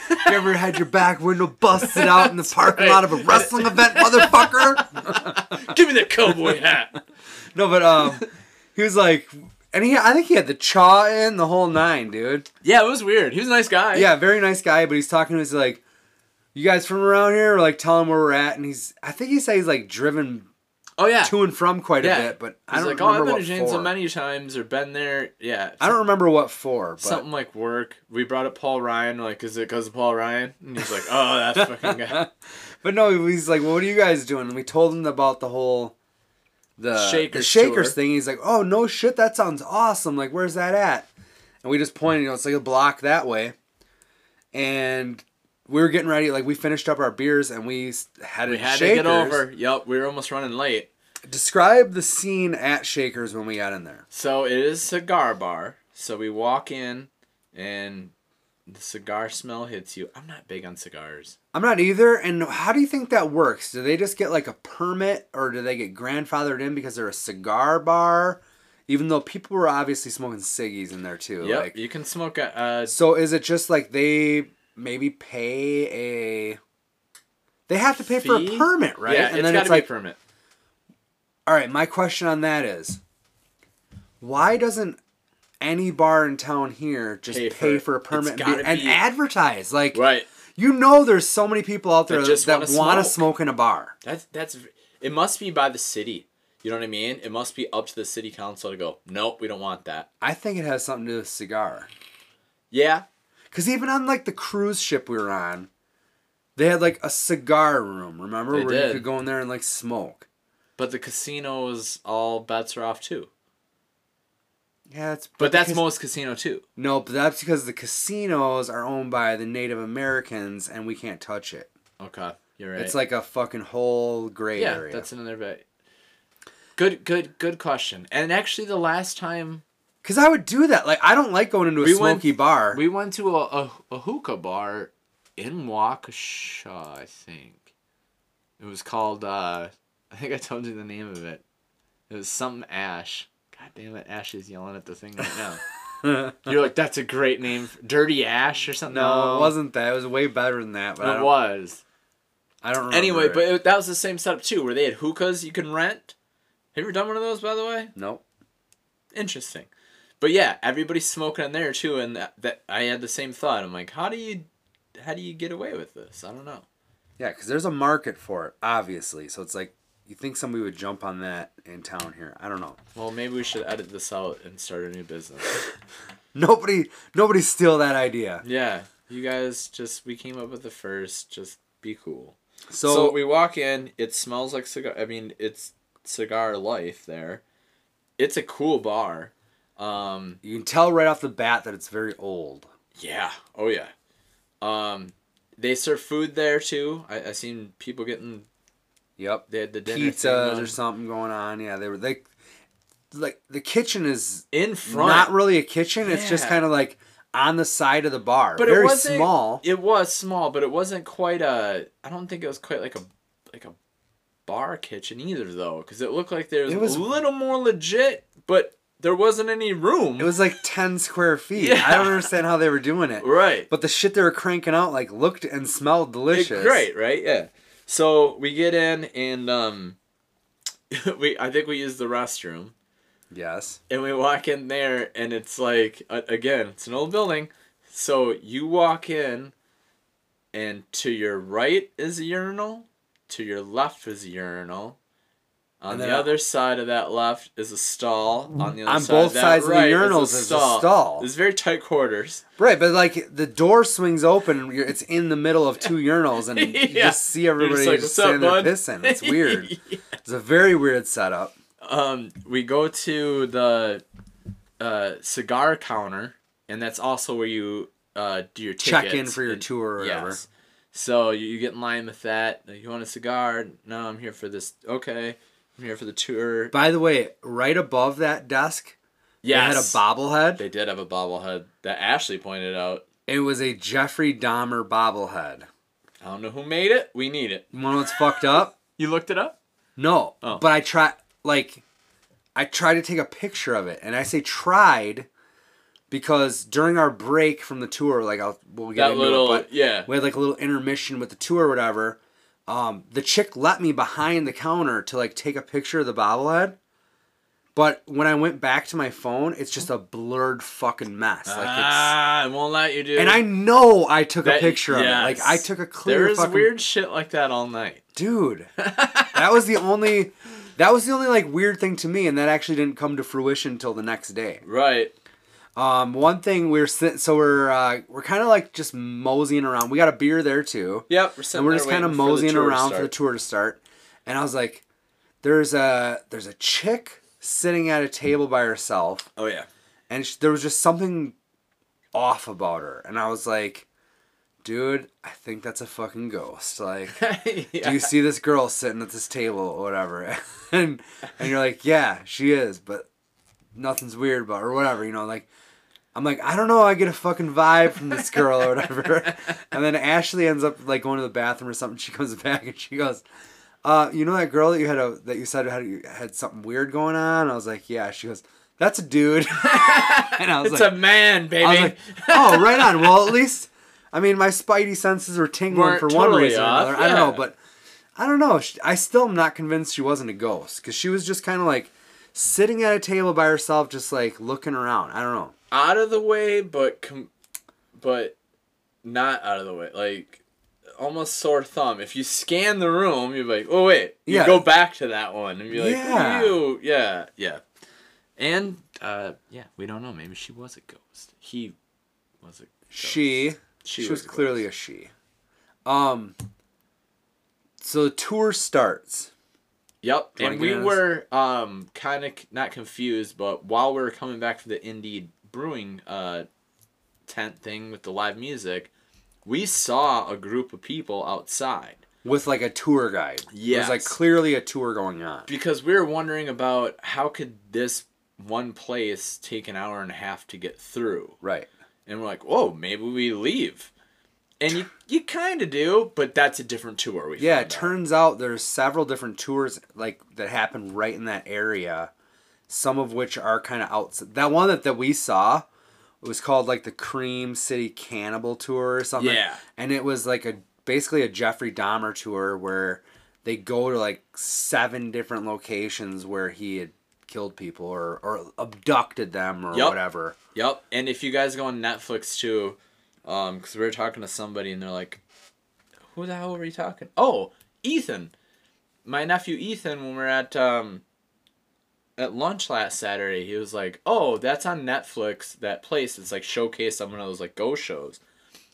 [SPEAKER 1] you ever had your back window busted out
[SPEAKER 2] (laughs)
[SPEAKER 1] in the parking
[SPEAKER 2] right.
[SPEAKER 1] lot of a wrestling event, motherfucker?
[SPEAKER 2] (laughs) Give me the cowboy hat.
[SPEAKER 1] No, but um, he was like, and he, I think he had the chaw in the whole nine, dude.
[SPEAKER 2] Yeah, it was weird. He was a nice guy.
[SPEAKER 1] Yeah, very nice guy, but he's talking to us like, you guys from around here? Or, like, tell him where we're at, and he's, I think he said he's like driven
[SPEAKER 2] Oh yeah.
[SPEAKER 1] to and from quite
[SPEAKER 2] yeah.
[SPEAKER 1] a bit, but I
[SPEAKER 2] He's
[SPEAKER 1] don't
[SPEAKER 2] like, oh,
[SPEAKER 1] remember
[SPEAKER 2] I've been
[SPEAKER 1] what
[SPEAKER 2] to Jane's
[SPEAKER 1] for.
[SPEAKER 2] many times or been there. Yeah.
[SPEAKER 1] I don't remember what for, but
[SPEAKER 2] something like work. We brought up Paul Ryan. Like, is it because of Paul Ryan? And he's like,
[SPEAKER 1] (laughs)
[SPEAKER 2] oh, that fucking guy.
[SPEAKER 1] but no, he's like, well, what are you guys doing? And we told him about the whole the
[SPEAKER 2] Shakers
[SPEAKER 1] the shakers
[SPEAKER 2] tour.
[SPEAKER 1] thing. He's like, oh no shit, that sounds awesome. Like, where's that at? And we just pointed, you know, it's like a block that way, and we were getting ready. Like we finished up our beers and we s- headed
[SPEAKER 2] We had
[SPEAKER 1] shakers.
[SPEAKER 2] to get over. Yep, we were almost running late.
[SPEAKER 1] Describe the scene at Shakers when we got in there.
[SPEAKER 2] So it is cigar bar. So we walk in, and the cigar smell hits you. I'm not big on cigars.
[SPEAKER 1] I'm not either. And how do you think that works? Do they just get like a permit or do they get grandfathered in because they're a cigar bar? Even though people were obviously smoking ciggies in there too.
[SPEAKER 2] Yep,
[SPEAKER 1] Like,
[SPEAKER 2] you can smoke a. Uh,
[SPEAKER 1] so is it just like they maybe pay a. They have to pay for a
[SPEAKER 2] Fee?
[SPEAKER 1] permit, right?
[SPEAKER 2] Yeah,
[SPEAKER 1] and
[SPEAKER 2] it's
[SPEAKER 1] then
[SPEAKER 2] got
[SPEAKER 1] it's
[SPEAKER 2] to be
[SPEAKER 1] like,
[SPEAKER 2] a permit.
[SPEAKER 1] all right, my question on that is why doesn't any bar in town here just pay,
[SPEAKER 2] Pay for
[SPEAKER 1] for
[SPEAKER 2] it.
[SPEAKER 1] a
[SPEAKER 2] It's
[SPEAKER 1] permit and,
[SPEAKER 2] gotta
[SPEAKER 1] be- and
[SPEAKER 2] be-
[SPEAKER 1] advertise? Like,
[SPEAKER 2] Right.
[SPEAKER 1] you know, there's so many people out there
[SPEAKER 2] That just
[SPEAKER 1] that,
[SPEAKER 2] wanna
[SPEAKER 1] want to
[SPEAKER 2] smoke.
[SPEAKER 1] smoke in a bar.
[SPEAKER 2] That's that's. v- It must be by the city. You know what I mean? It must be up to the city council to go. Nope, we don't want that.
[SPEAKER 1] I think it has something to do with cigar.
[SPEAKER 2] Yeah,
[SPEAKER 1] Because even on like the cruise ship we were on, they had like a cigar room, remember?
[SPEAKER 2] They
[SPEAKER 1] Where you
[SPEAKER 2] did.
[SPEAKER 1] could go in there and like smoke.
[SPEAKER 2] but the casino was all bets are off too.
[SPEAKER 1] Yeah, it's
[SPEAKER 2] But that's
[SPEAKER 1] because-
[SPEAKER 2] most casino too.
[SPEAKER 1] No, but that's because the casinos are owned by the Native Americans and we can't touch it.
[SPEAKER 2] Okay, you're right.
[SPEAKER 1] It's like a fucking whole gray
[SPEAKER 2] yeah,
[SPEAKER 1] area.
[SPEAKER 2] that's another bet. Good, good, good question. And actually, the last time
[SPEAKER 1] Because I would do that. Like I don't like going into a
[SPEAKER 2] We went-
[SPEAKER 1] smoky bar.
[SPEAKER 2] we went to a, a, a hookah bar in Waukesha, I think it was called. uh I think I told you the name of it. It was something Ash. God damn it, Ash is yelling at the thing right now.
[SPEAKER 1] (laughs) no,
[SPEAKER 2] You're like, that's a great name, for- Dirty Ash or something.
[SPEAKER 1] it wasn't that. It was way better than that. But I
[SPEAKER 2] It
[SPEAKER 1] don't,
[SPEAKER 2] was.
[SPEAKER 1] I don't remember.
[SPEAKER 2] Anyway,
[SPEAKER 1] it.
[SPEAKER 2] but it, that was the same setup too, where they had hookahs you can rent. Have you ever done one of those, by the way?
[SPEAKER 1] nope.
[SPEAKER 2] Interesting. But yeah, everybody's smoking in there too, and that, that I had the same thought. I'm like, how do you, how do you get away with this? I don't know.
[SPEAKER 1] Yeah, because there's a market for it, obviously. So it's like you think somebody would jump on that in town here. I don't know. (laughs)
[SPEAKER 2] Well, maybe we should edit this out and start a new business.
[SPEAKER 1] Nobody, nobody steal that idea.
[SPEAKER 2] yeah, you guys just we came up with the first. Just be cool.
[SPEAKER 1] So,
[SPEAKER 2] So, we walk in. It smells like cigar. I mean, it's cigar life there. It's a cool bar. Um,
[SPEAKER 1] you can tell right off the bat that it's very old.
[SPEAKER 2] yeah. Oh yeah. Um, they serve food there too. I I seen people getting
[SPEAKER 1] Yep.
[SPEAKER 2] they had the dinner thing
[SPEAKER 1] Pizzas
[SPEAKER 2] on.
[SPEAKER 1] or something going on. Yeah, they were they like the kitchen is
[SPEAKER 2] in front.
[SPEAKER 1] not really a kitchen. It's just
[SPEAKER 2] Yeah.
[SPEAKER 1] kind of like on the side of the bar,
[SPEAKER 2] but
[SPEAKER 1] very
[SPEAKER 2] it wasn't,
[SPEAKER 1] small.
[SPEAKER 2] It was small, but it wasn't quite a. I don't think it was quite like a like a bar kitchen either though, because it looked like there was,
[SPEAKER 1] It was-
[SPEAKER 2] a little more legit, but there wasn't any room.
[SPEAKER 1] It was like ten square feet.
[SPEAKER 2] Yeah.
[SPEAKER 1] I don't understand how they were doing it.
[SPEAKER 2] (laughs) right.
[SPEAKER 1] But the shit they were cranking out like looked and smelled
[SPEAKER 2] It-
[SPEAKER 1] delicious.
[SPEAKER 2] great, right? Yeah. So we get in and um, (laughs) we I think we use the restroom.
[SPEAKER 1] Yes.
[SPEAKER 2] and we walk in there and it's like a- again it's an old building so you walk in and to your right is a urinal to your left is a urinal on
[SPEAKER 1] And
[SPEAKER 2] the
[SPEAKER 1] then-
[SPEAKER 2] other side of that left is a stall on the other
[SPEAKER 1] On
[SPEAKER 2] side
[SPEAKER 1] both
[SPEAKER 2] of that
[SPEAKER 1] sides of the
[SPEAKER 2] right
[SPEAKER 1] urinals
[SPEAKER 2] is a
[SPEAKER 1] is a
[SPEAKER 2] stall,
[SPEAKER 1] stall.
[SPEAKER 2] it's very tight quarters
[SPEAKER 1] Right, but like the door swings open, and you're- it's in the middle of two urinals,
[SPEAKER 2] (laughs)
[SPEAKER 1] and you
[SPEAKER 2] Yeah.
[SPEAKER 1] just see
[SPEAKER 2] You're
[SPEAKER 1] everybody
[SPEAKER 2] just
[SPEAKER 1] just,
[SPEAKER 2] like, "What's up,
[SPEAKER 1] standing there pissing.
[SPEAKER 2] bud?" (laughs)
[SPEAKER 1] It's weird. It's a very weird setup.
[SPEAKER 2] um we go to the uh cigar counter and that's also where you uh do your
[SPEAKER 1] Check in
[SPEAKER 2] tickets
[SPEAKER 1] for your
[SPEAKER 2] and-
[SPEAKER 1] tour or whatever.
[SPEAKER 2] So you, you get in line with that. Like, You want a cigar? No, I'm here for this. Okay, I'm here for the tour.
[SPEAKER 1] By the way, right above that desk, they had a
[SPEAKER 2] Yes.
[SPEAKER 1] bobblehead.
[SPEAKER 2] They did have a bobblehead that Ashley pointed out.
[SPEAKER 1] It was a Jeffrey Dahmer bobblehead.
[SPEAKER 2] I don't know who made it. We need it.
[SPEAKER 1] You know what's fucked
[SPEAKER 2] (laughs)
[SPEAKER 1] up?
[SPEAKER 2] You looked it up?
[SPEAKER 1] No,
[SPEAKER 2] Oh.
[SPEAKER 1] but I try like I tried to take a picture of it, and I say tried because during our break from the tour, like I'll we'll get
[SPEAKER 2] That
[SPEAKER 1] into
[SPEAKER 2] little-
[SPEAKER 1] it, but
[SPEAKER 2] yeah.
[SPEAKER 1] we had like a little intermission with the tour, or whatever. Um, the chick let me behind the counter to like take a picture of the bobblehead. But when I went back to my phone, it's just a blurred fucking mess. Like it's,
[SPEAKER 2] ah, it won't let you do.
[SPEAKER 1] and I know I took a picture of it. Like
[SPEAKER 2] yes.
[SPEAKER 1] I took a clear
[SPEAKER 2] There is
[SPEAKER 1] fucking
[SPEAKER 2] weird shit like that all night. (laughs)
[SPEAKER 1] dude. that was the only that was the only like weird thing to me and that actually didn't come to fruition until the next day.
[SPEAKER 2] Right.
[SPEAKER 1] Um one thing we're sit- so we're uh, we're kind of like just moseying around. We got a beer there too.
[SPEAKER 2] Yep. We're sitting
[SPEAKER 1] And we're
[SPEAKER 2] there
[SPEAKER 1] just kind of
[SPEAKER 2] waiting for the
[SPEAKER 1] moseying
[SPEAKER 2] tour to
[SPEAKER 1] around for the
[SPEAKER 2] start.
[SPEAKER 1] tour to start. And I was like there's a there's a chick sitting at a table by herself
[SPEAKER 2] Oh yeah.
[SPEAKER 1] and sh there was just something off about her and I was like dude, I think that's a fucking ghost. Like
[SPEAKER 2] (laughs)
[SPEAKER 1] do you see this girl sitting at this table or whatever (laughs) and and you're like yeah she is but nothing's weird about her or whatever you know like i'm like i don't know i get a fucking vibe from this girl or whatever and then ashley ends up like going to the bathroom or something she comes back and she goes uh, you know that girl that you had a that you said had you had something weird going on i was like yeah she goes that's a dude (laughs) and i was
[SPEAKER 2] It's
[SPEAKER 1] like
[SPEAKER 2] a man, baby.
[SPEAKER 1] I was like, oh, right on. Well, at least, I mean, my spidey senses were tingling
[SPEAKER 2] Weren't
[SPEAKER 1] for one
[SPEAKER 2] totally
[SPEAKER 1] reason or
[SPEAKER 2] off,
[SPEAKER 1] another. I don't know,
[SPEAKER 2] yeah.
[SPEAKER 1] but I don't know. She- I still am not convinced she wasn't a ghost because she was just kind of like sitting at a table by herself, just like looking around. I don't know.
[SPEAKER 2] out of the way, but com- but not out of the way. Like almost sore thumb. If you scan the room, you're like, oh wait, you
[SPEAKER 1] Yeah.
[SPEAKER 2] go back to that one and be like,
[SPEAKER 1] Yeah.
[SPEAKER 2] ew, yeah, yeah. And uh, yeah, we don't know. Maybe she was a ghost. He was a.
[SPEAKER 1] She she,
[SPEAKER 2] She
[SPEAKER 1] was,
[SPEAKER 2] was a
[SPEAKER 1] clearly a she. Um. So the tour starts.
[SPEAKER 2] Yep,
[SPEAKER 1] wanna
[SPEAKER 2] and
[SPEAKER 1] get
[SPEAKER 2] we
[SPEAKER 1] into
[SPEAKER 2] were um kind of not confused, but while we were coming back for the indie brewing uh tent thing with the live music, we saw a group of people outside.
[SPEAKER 1] With like a tour guide. There's like
[SPEAKER 2] Yes.
[SPEAKER 1] clearly a tour going on.
[SPEAKER 2] because we were wondering about how could this one place take an hour and a half to get through
[SPEAKER 1] Right.
[SPEAKER 2] and we're like whoa maybe we leave and you, you kind of do but that's a different tour we
[SPEAKER 1] Yeah, it
[SPEAKER 2] found out.
[SPEAKER 1] turns out there's several different tours like that happen right in that area. Some of which are kind of outside. That one that, that we saw was called like the Cream City Cannibal Tour or something.
[SPEAKER 2] Yeah.
[SPEAKER 1] and it was like a basically a Jeffrey Dahmer tour where they go to like seven different locations where he had killed people or or abducted them or
[SPEAKER 2] Yup.
[SPEAKER 1] whatever.
[SPEAKER 2] yep and if you guys go on netflix too um because we were talking to somebody and they're like who the hell were you talking oh ethan my nephew ethan when we were at um at lunch last Saturday, he was like, "Oh, that's on Netflix. That place. It's like showcased on one of those like ghost shows."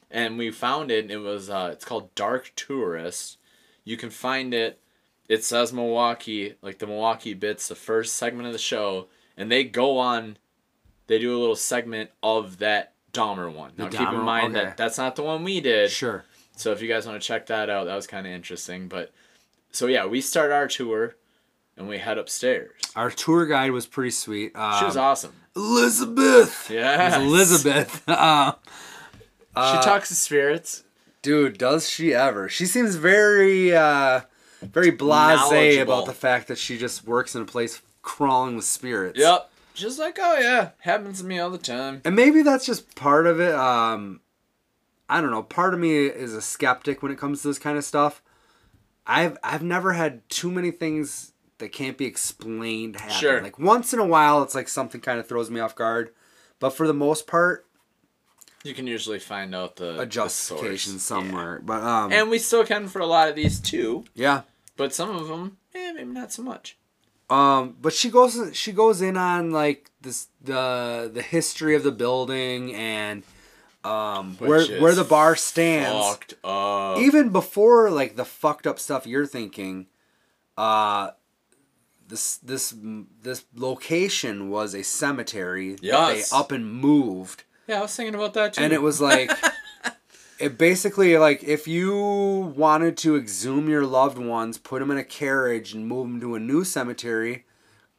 [SPEAKER 2] And we found it. And it was uh, it's called Dark Tourist. You can find it. It says Milwaukee, like the Milwaukee bits, the first segment of the show, and they go on. They do a little segment of that Dahmer one. Now keep in
[SPEAKER 1] Dahmer-
[SPEAKER 2] mind
[SPEAKER 1] okay.
[SPEAKER 2] that that's not the one we did.
[SPEAKER 1] Sure.
[SPEAKER 2] So if you guys want to check that out, that was kind of interesting. But so yeah, we start our tour, and we head upstairs.
[SPEAKER 1] Our tour guide was pretty sweet. Um,
[SPEAKER 2] She was awesome.
[SPEAKER 1] Elizabeth.
[SPEAKER 2] Yes.
[SPEAKER 1] (laughs) Elizabeth. Uh, Um,
[SPEAKER 2] she talks to spirits.
[SPEAKER 1] Dude, does she ever? She seems very uh very blasé
[SPEAKER 2] Knowledgeable.
[SPEAKER 1] about the fact that she just works in a place crawling with spirits.
[SPEAKER 2] Yep. Just like, oh yeah, happens to me all the time.
[SPEAKER 1] And maybe that's just part of it. Um I don't know. Part of me is a skeptic when it comes to this kind of stuff. I've I've never had too many things that can't be explained happen.
[SPEAKER 2] Sure.
[SPEAKER 1] Like once in a while it's like something kind of throws me off guard, but for the most part,
[SPEAKER 2] You can usually find out the
[SPEAKER 1] a
[SPEAKER 2] the
[SPEAKER 1] justification
[SPEAKER 2] source.
[SPEAKER 1] somewhere. But um
[SPEAKER 2] Yeah. And we still can for a lot of these too,
[SPEAKER 1] yeah.
[SPEAKER 2] but some of them, eh, maybe not so much.
[SPEAKER 1] Um, but she goes she goes in on like this the the history of the building and um
[SPEAKER 2] Which
[SPEAKER 1] where
[SPEAKER 2] is
[SPEAKER 1] where the bar stands.
[SPEAKER 2] Fucked up.
[SPEAKER 1] Even before like the fucked up stuff you're thinking, uh this this this location was a cemetery that
[SPEAKER 2] Yes.
[SPEAKER 1] they up and moved
[SPEAKER 2] (laughs)
[SPEAKER 4] (laughs)
[SPEAKER 2] Yeah, I was thinking about that too.
[SPEAKER 1] and it was like It basically like if you wanted to exhume your loved ones, put them in a carriage and move them to a new cemetery,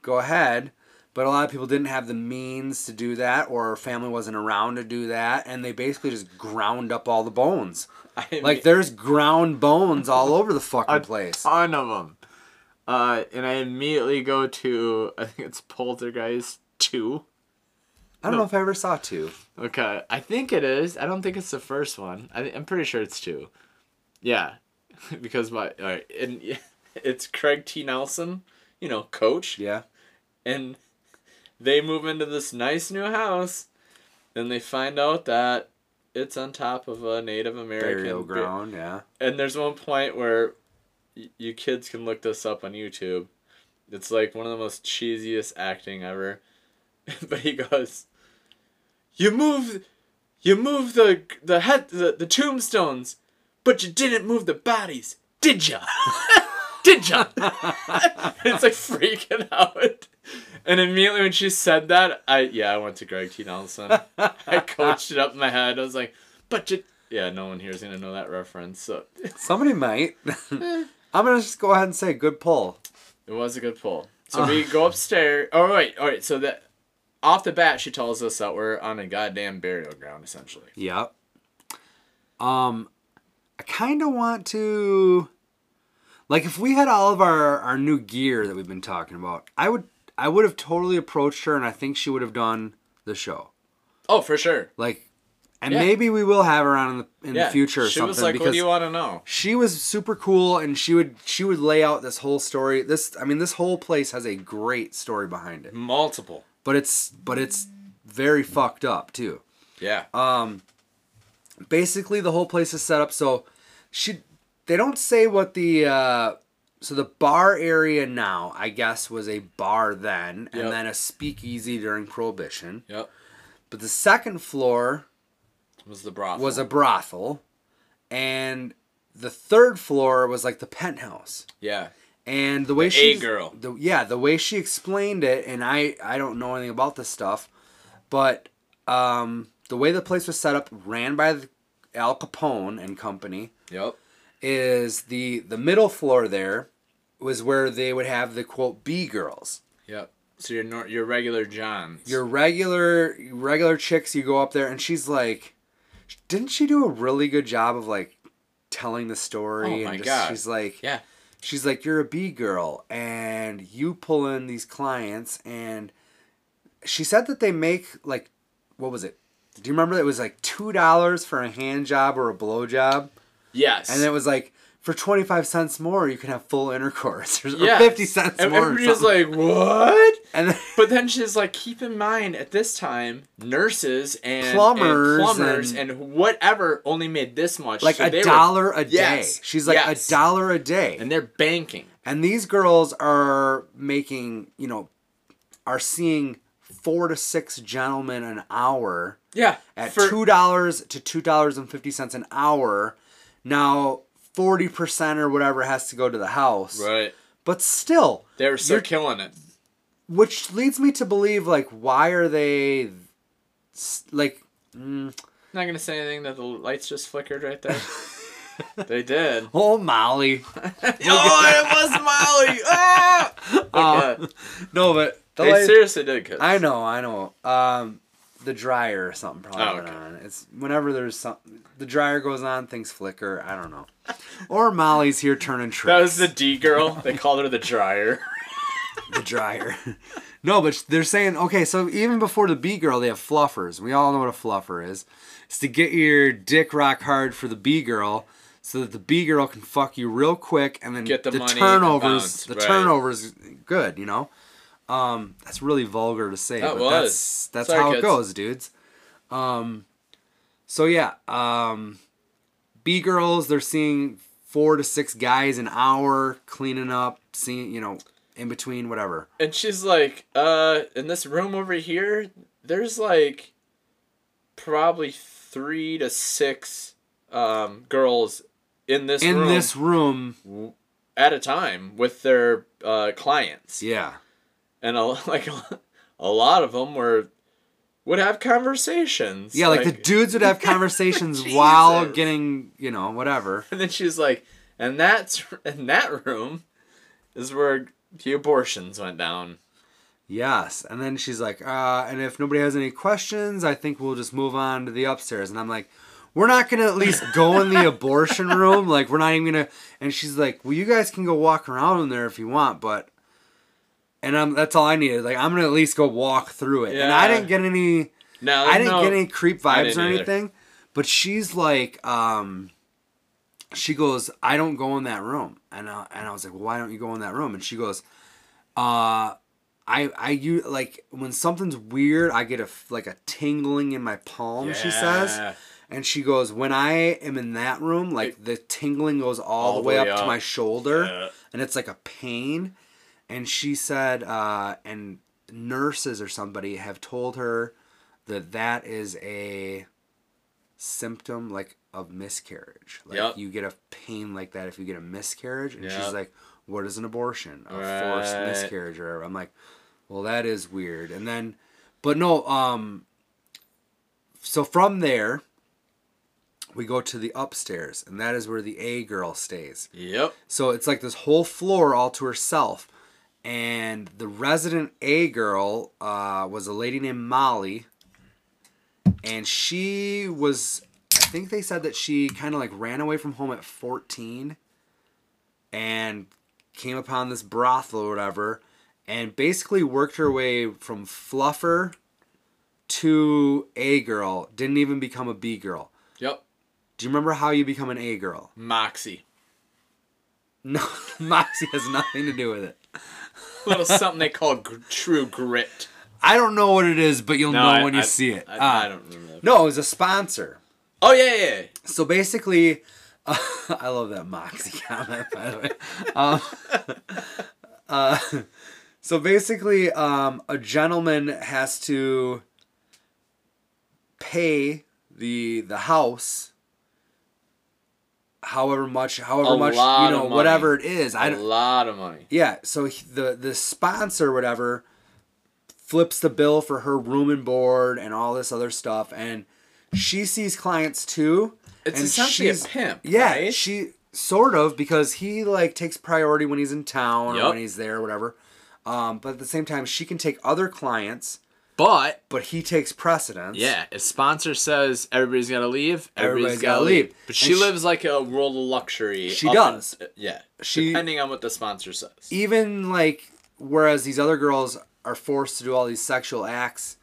[SPEAKER 1] go ahead. But a lot of people didn't have the means to do that, or family wasn't around to do that, and they basically just ground up all the bones.
[SPEAKER 4] I mean,
[SPEAKER 1] Like there's ground bones all
[SPEAKER 4] (laughs)
[SPEAKER 1] over the fucking place.
[SPEAKER 2] ton of them. Uh, and I immediately go to I think it's Poltergeist two.
[SPEAKER 1] I don't know if I ever saw two.
[SPEAKER 2] Okay, I think it is. I don't think it's the first one. I, I'm pretty sure it's two. Yeah, (laughs) because my all right, and (laughs) it's Craig T. Nelson, you know, coach,
[SPEAKER 1] Yeah.
[SPEAKER 2] and they move into this nice new house, and they find out that it's on top of a Native American
[SPEAKER 1] Burial
[SPEAKER 2] bu-
[SPEAKER 1] ground. Yeah.
[SPEAKER 2] and there's one point where y- you kids can look this up on YouTube. It's like one of the most cheesiest acting ever. (laughs) but he goes, "You move, you move the the head the, the tombstones, but you didn't move the bodies, did ya? (laughs) did ya?" (laughs) it's like freaking out. And immediately when she said that, I yeah I went to Greg T. Nelson. I coached it up in my head. I was like, "But you." Yeah, no one here is gonna know that reference. So
[SPEAKER 1] Somebody might. (laughs)
[SPEAKER 4] Eh.
[SPEAKER 1] I'm gonna just go ahead and say good pull.
[SPEAKER 2] It was a good pull. So we go upstairs. Oh wait, all right. So that off the bat, she tells us that we're on a goddamn burial ground, essentially.
[SPEAKER 1] Yep. Um, I kind of want to, like, if we had all of our our new gear that we've been talking about, I would I would have totally approached her, and I think she would have done the show.
[SPEAKER 2] Oh, for sure.
[SPEAKER 1] Like, and
[SPEAKER 2] Yeah.
[SPEAKER 1] maybe we will have her on in the in
[SPEAKER 2] Yeah.
[SPEAKER 1] the future or
[SPEAKER 2] she
[SPEAKER 1] something
[SPEAKER 2] was like,
[SPEAKER 1] because
[SPEAKER 2] "What do you want to know?"
[SPEAKER 1] she was super cool, and she would she would lay out this whole story. This I mean, this whole place has a great story behind it,
[SPEAKER 2] Multiple.
[SPEAKER 1] but it's but it's very fucked up too.
[SPEAKER 2] Yeah.
[SPEAKER 1] Uh, basically the whole place is set up so she they don't say what the uh so the bar area now i guess was a bar then and
[SPEAKER 2] Yep.
[SPEAKER 1] then a speakeasy during prohibition
[SPEAKER 2] yep.
[SPEAKER 1] but the second floor
[SPEAKER 2] Was the brothel?
[SPEAKER 1] was a brothel and the third floor was like the penthouse
[SPEAKER 2] yeah.
[SPEAKER 1] and the way
[SPEAKER 2] The
[SPEAKER 1] she
[SPEAKER 2] A-girl.
[SPEAKER 1] the, yeah the way she explained it and i i don't know anything about this stuff but um the way the place was set up ran by the al capone and company
[SPEAKER 2] Yep.
[SPEAKER 1] is the the middle floor there was where they would have the quote B girls.
[SPEAKER 2] Yep. So your nor- your regular Johns.
[SPEAKER 1] Your regular regular chicks you go up there and she's like didn't she do a really good job of like telling the story
[SPEAKER 2] Oh
[SPEAKER 1] and
[SPEAKER 2] my
[SPEAKER 1] just
[SPEAKER 2] God.
[SPEAKER 1] she's like
[SPEAKER 2] yeah.
[SPEAKER 1] she's like you're a B girl and you pull in these clients and she said that they make like what was it? Do you remember it was like two dollars for a hand job or a blow job?
[SPEAKER 2] Yes.
[SPEAKER 1] And it was like, for 25 cents more, you can have full intercourse. (laughs) Or
[SPEAKER 2] Yes.
[SPEAKER 1] 50 cents
[SPEAKER 2] And
[SPEAKER 1] more. or
[SPEAKER 2] everybody's
[SPEAKER 1] something.
[SPEAKER 2] like, "What?"
[SPEAKER 1] and then,
[SPEAKER 2] But then she's like, keep in mind at this time, nurses and and
[SPEAKER 1] Plumbers
[SPEAKER 2] plumbers
[SPEAKER 1] and-
[SPEAKER 2] and, whatever only made this much.
[SPEAKER 1] like
[SPEAKER 2] So they
[SPEAKER 1] a
[SPEAKER 2] were-
[SPEAKER 1] dollar a day.
[SPEAKER 2] Yes.
[SPEAKER 1] She's like,
[SPEAKER 2] Yes.
[SPEAKER 1] a dollar a day.
[SPEAKER 2] and they're banking.
[SPEAKER 1] and these girls are making, you know, are seeing four to six gentlemen an hour
[SPEAKER 2] Yeah.
[SPEAKER 1] at
[SPEAKER 2] for-
[SPEAKER 1] $2 to $2.50 an hour. Now, 40% or whatever has to go to the house.
[SPEAKER 2] Right.
[SPEAKER 1] But still,
[SPEAKER 2] They were still
[SPEAKER 1] You're-
[SPEAKER 2] killing it.
[SPEAKER 1] which leads me to believe like why are they s- like mm,
[SPEAKER 2] Not gonna say anything that the lights just flickered right there. (laughs) they did.
[SPEAKER 1] oh molly
[SPEAKER 2] (laughs) oh, it was Molly. (laughs) Ah!
[SPEAKER 1] Uh,
[SPEAKER 2] Okay.
[SPEAKER 1] no
[SPEAKER 2] (laughs)
[SPEAKER 1] but the
[SPEAKER 2] they
[SPEAKER 1] light-
[SPEAKER 2] seriously did. Cause
[SPEAKER 1] i know i know um the dryer or something probably
[SPEAKER 2] Oh,
[SPEAKER 1] went
[SPEAKER 2] okay.
[SPEAKER 1] on it's whenever there's some the dryer goes on things flicker i don't know or molly's here turning tricks
[SPEAKER 2] That was the D girl. (laughs) They called her the dryer.
[SPEAKER 1] the dryer no but they're saying okay so even before the b girl they have fluffers we all know what a fluffer is it's to get your dick rock hard for the b girl so that the b girl can fuck you real quick and then
[SPEAKER 2] Get the money and bounce,
[SPEAKER 1] turnovers the
[SPEAKER 2] right.
[SPEAKER 1] turnovers good you know um that's really vulgar to say
[SPEAKER 2] That
[SPEAKER 1] but
[SPEAKER 2] was.
[SPEAKER 1] that's that's
[SPEAKER 2] Sorry,
[SPEAKER 1] how it
[SPEAKER 2] kids.
[SPEAKER 1] goes dudes um so yeah um b girls they're seeing four to six guys an hour cleaning up seeing you know in between whatever
[SPEAKER 2] And she's like, uh, in this room over here, there's like probably three to six um, girls in this
[SPEAKER 1] in
[SPEAKER 2] room
[SPEAKER 1] this room.
[SPEAKER 2] at a time with their uh, clients.
[SPEAKER 1] Yeah.
[SPEAKER 2] (laughs) And a, like a, lot of them were would have conversations.
[SPEAKER 1] Yeah, like, the dudes would have conversations while
[SPEAKER 2] Jesus.
[SPEAKER 1] getting, you know, whatever.
[SPEAKER 2] (laughs) And then she's like, and that's and that room is where the abortions went down.
[SPEAKER 1] Yes. And then she's like, uh, and if nobody has any questions, I think we'll just move on to the upstairs. And I'm like, we're not going to at least go in the
[SPEAKER 2] (laughs)
[SPEAKER 1] abortion room. Like, we're not even going to. And she's like, well, you guys can go walk around in there if you want, but. And I'm, that's all I needed. Like, I'm going to at least go walk through it. And I
[SPEAKER 2] Yeah.
[SPEAKER 1] didn't get any.
[SPEAKER 2] No,
[SPEAKER 1] I didn't
[SPEAKER 2] no-
[SPEAKER 1] get any creep vibes
[SPEAKER 2] didn't
[SPEAKER 1] or
[SPEAKER 2] either.
[SPEAKER 1] anything. But she's like, um, she goes, I don't go in that room, and I, and I was like, well, why don't you go in that room? And she goes, uh, I I you like when something's weird, I get a f- like a tingling in my palm. She says,
[SPEAKER 2] Yeah.
[SPEAKER 1] and she goes, when I am in that room, like the tingling goes all, the way, up, to my shoulder,
[SPEAKER 2] Yeah.
[SPEAKER 1] and it's like a pain. And she said, uh, and nurses or somebody have told her that that is a symptom like of miscarriage. Like
[SPEAKER 2] Yep.
[SPEAKER 1] you get a pain like that if you get a miscarriage. And
[SPEAKER 2] Yep.
[SPEAKER 1] she's like, "What is an abortion? A forced
[SPEAKER 2] Right.
[SPEAKER 1] miscarriage?" Or I'm like, "Well, that is weird." And then, but no. Um. So from there, we go to the upstairs, and that is where the A girl stays.
[SPEAKER 2] Yep.
[SPEAKER 1] So it's like this whole floor all to herself. And the resident A girl uh, was a lady named Molly. And she was, I think they said that she kind of like ran away from home at 14 and came upon this brothel or whatever and basically worked her way from fluffer to A girl. Didn't even become a B girl.
[SPEAKER 2] Yep.
[SPEAKER 1] Do you remember how you become an A girl? (laughs)
[SPEAKER 2] Moxie.
[SPEAKER 1] No, Moxie has nothing to do with it. (laughs)
[SPEAKER 2] Little something they call gr- true grit.
[SPEAKER 1] I don't know what it is, but you'll know
[SPEAKER 2] I-
[SPEAKER 1] when you
[SPEAKER 2] I-
[SPEAKER 1] see it.
[SPEAKER 2] I,
[SPEAKER 1] Uh,
[SPEAKER 2] I don't remember. That.
[SPEAKER 1] No, it was a sponsor.
[SPEAKER 2] Oh yeah, yeah, yeah.
[SPEAKER 1] So basically, (laughs) uh, I love that Moxie (laughs) comment, by the way. Um, (laughs) uh, so basically, um, a gentleman has to pay the the house however much however
[SPEAKER 2] A
[SPEAKER 1] much you
[SPEAKER 2] lot of
[SPEAKER 1] know
[SPEAKER 2] money.
[SPEAKER 1] whatever it is I
[SPEAKER 2] A
[SPEAKER 1] don't,
[SPEAKER 2] lot of money.
[SPEAKER 1] Yeah, so he- the the sponsor whatever flips the bill for her room and board and all this other stuff and she sees clients too.
[SPEAKER 2] It's
[SPEAKER 1] and
[SPEAKER 2] essentially a
[SPEAKER 1] she's-
[SPEAKER 2] pimp.
[SPEAKER 1] Yeah,
[SPEAKER 2] right?
[SPEAKER 1] she sort of because he like takes priority when he's in town or
[SPEAKER 2] Yup.
[SPEAKER 1] when he's there whatever. Um, but at the same time she can take other clients,
[SPEAKER 4] But
[SPEAKER 1] but he takes precedence.
[SPEAKER 4] yeah, if sponsor says everybody's gotta leave,
[SPEAKER 1] Everybody's
[SPEAKER 4] everybody's gotta,
[SPEAKER 1] gotta
[SPEAKER 4] leave.
[SPEAKER 1] leave.
[SPEAKER 2] But
[SPEAKER 1] And
[SPEAKER 2] she
[SPEAKER 1] she-
[SPEAKER 2] lives like a world of luxury.
[SPEAKER 1] She
[SPEAKER 2] up
[SPEAKER 1] does.
[SPEAKER 2] in- uh, yeah.
[SPEAKER 1] She- e
[SPEAKER 2] depending on what the sponsor says.
[SPEAKER 1] even like whereas these other girls are forced to do all these sexual acts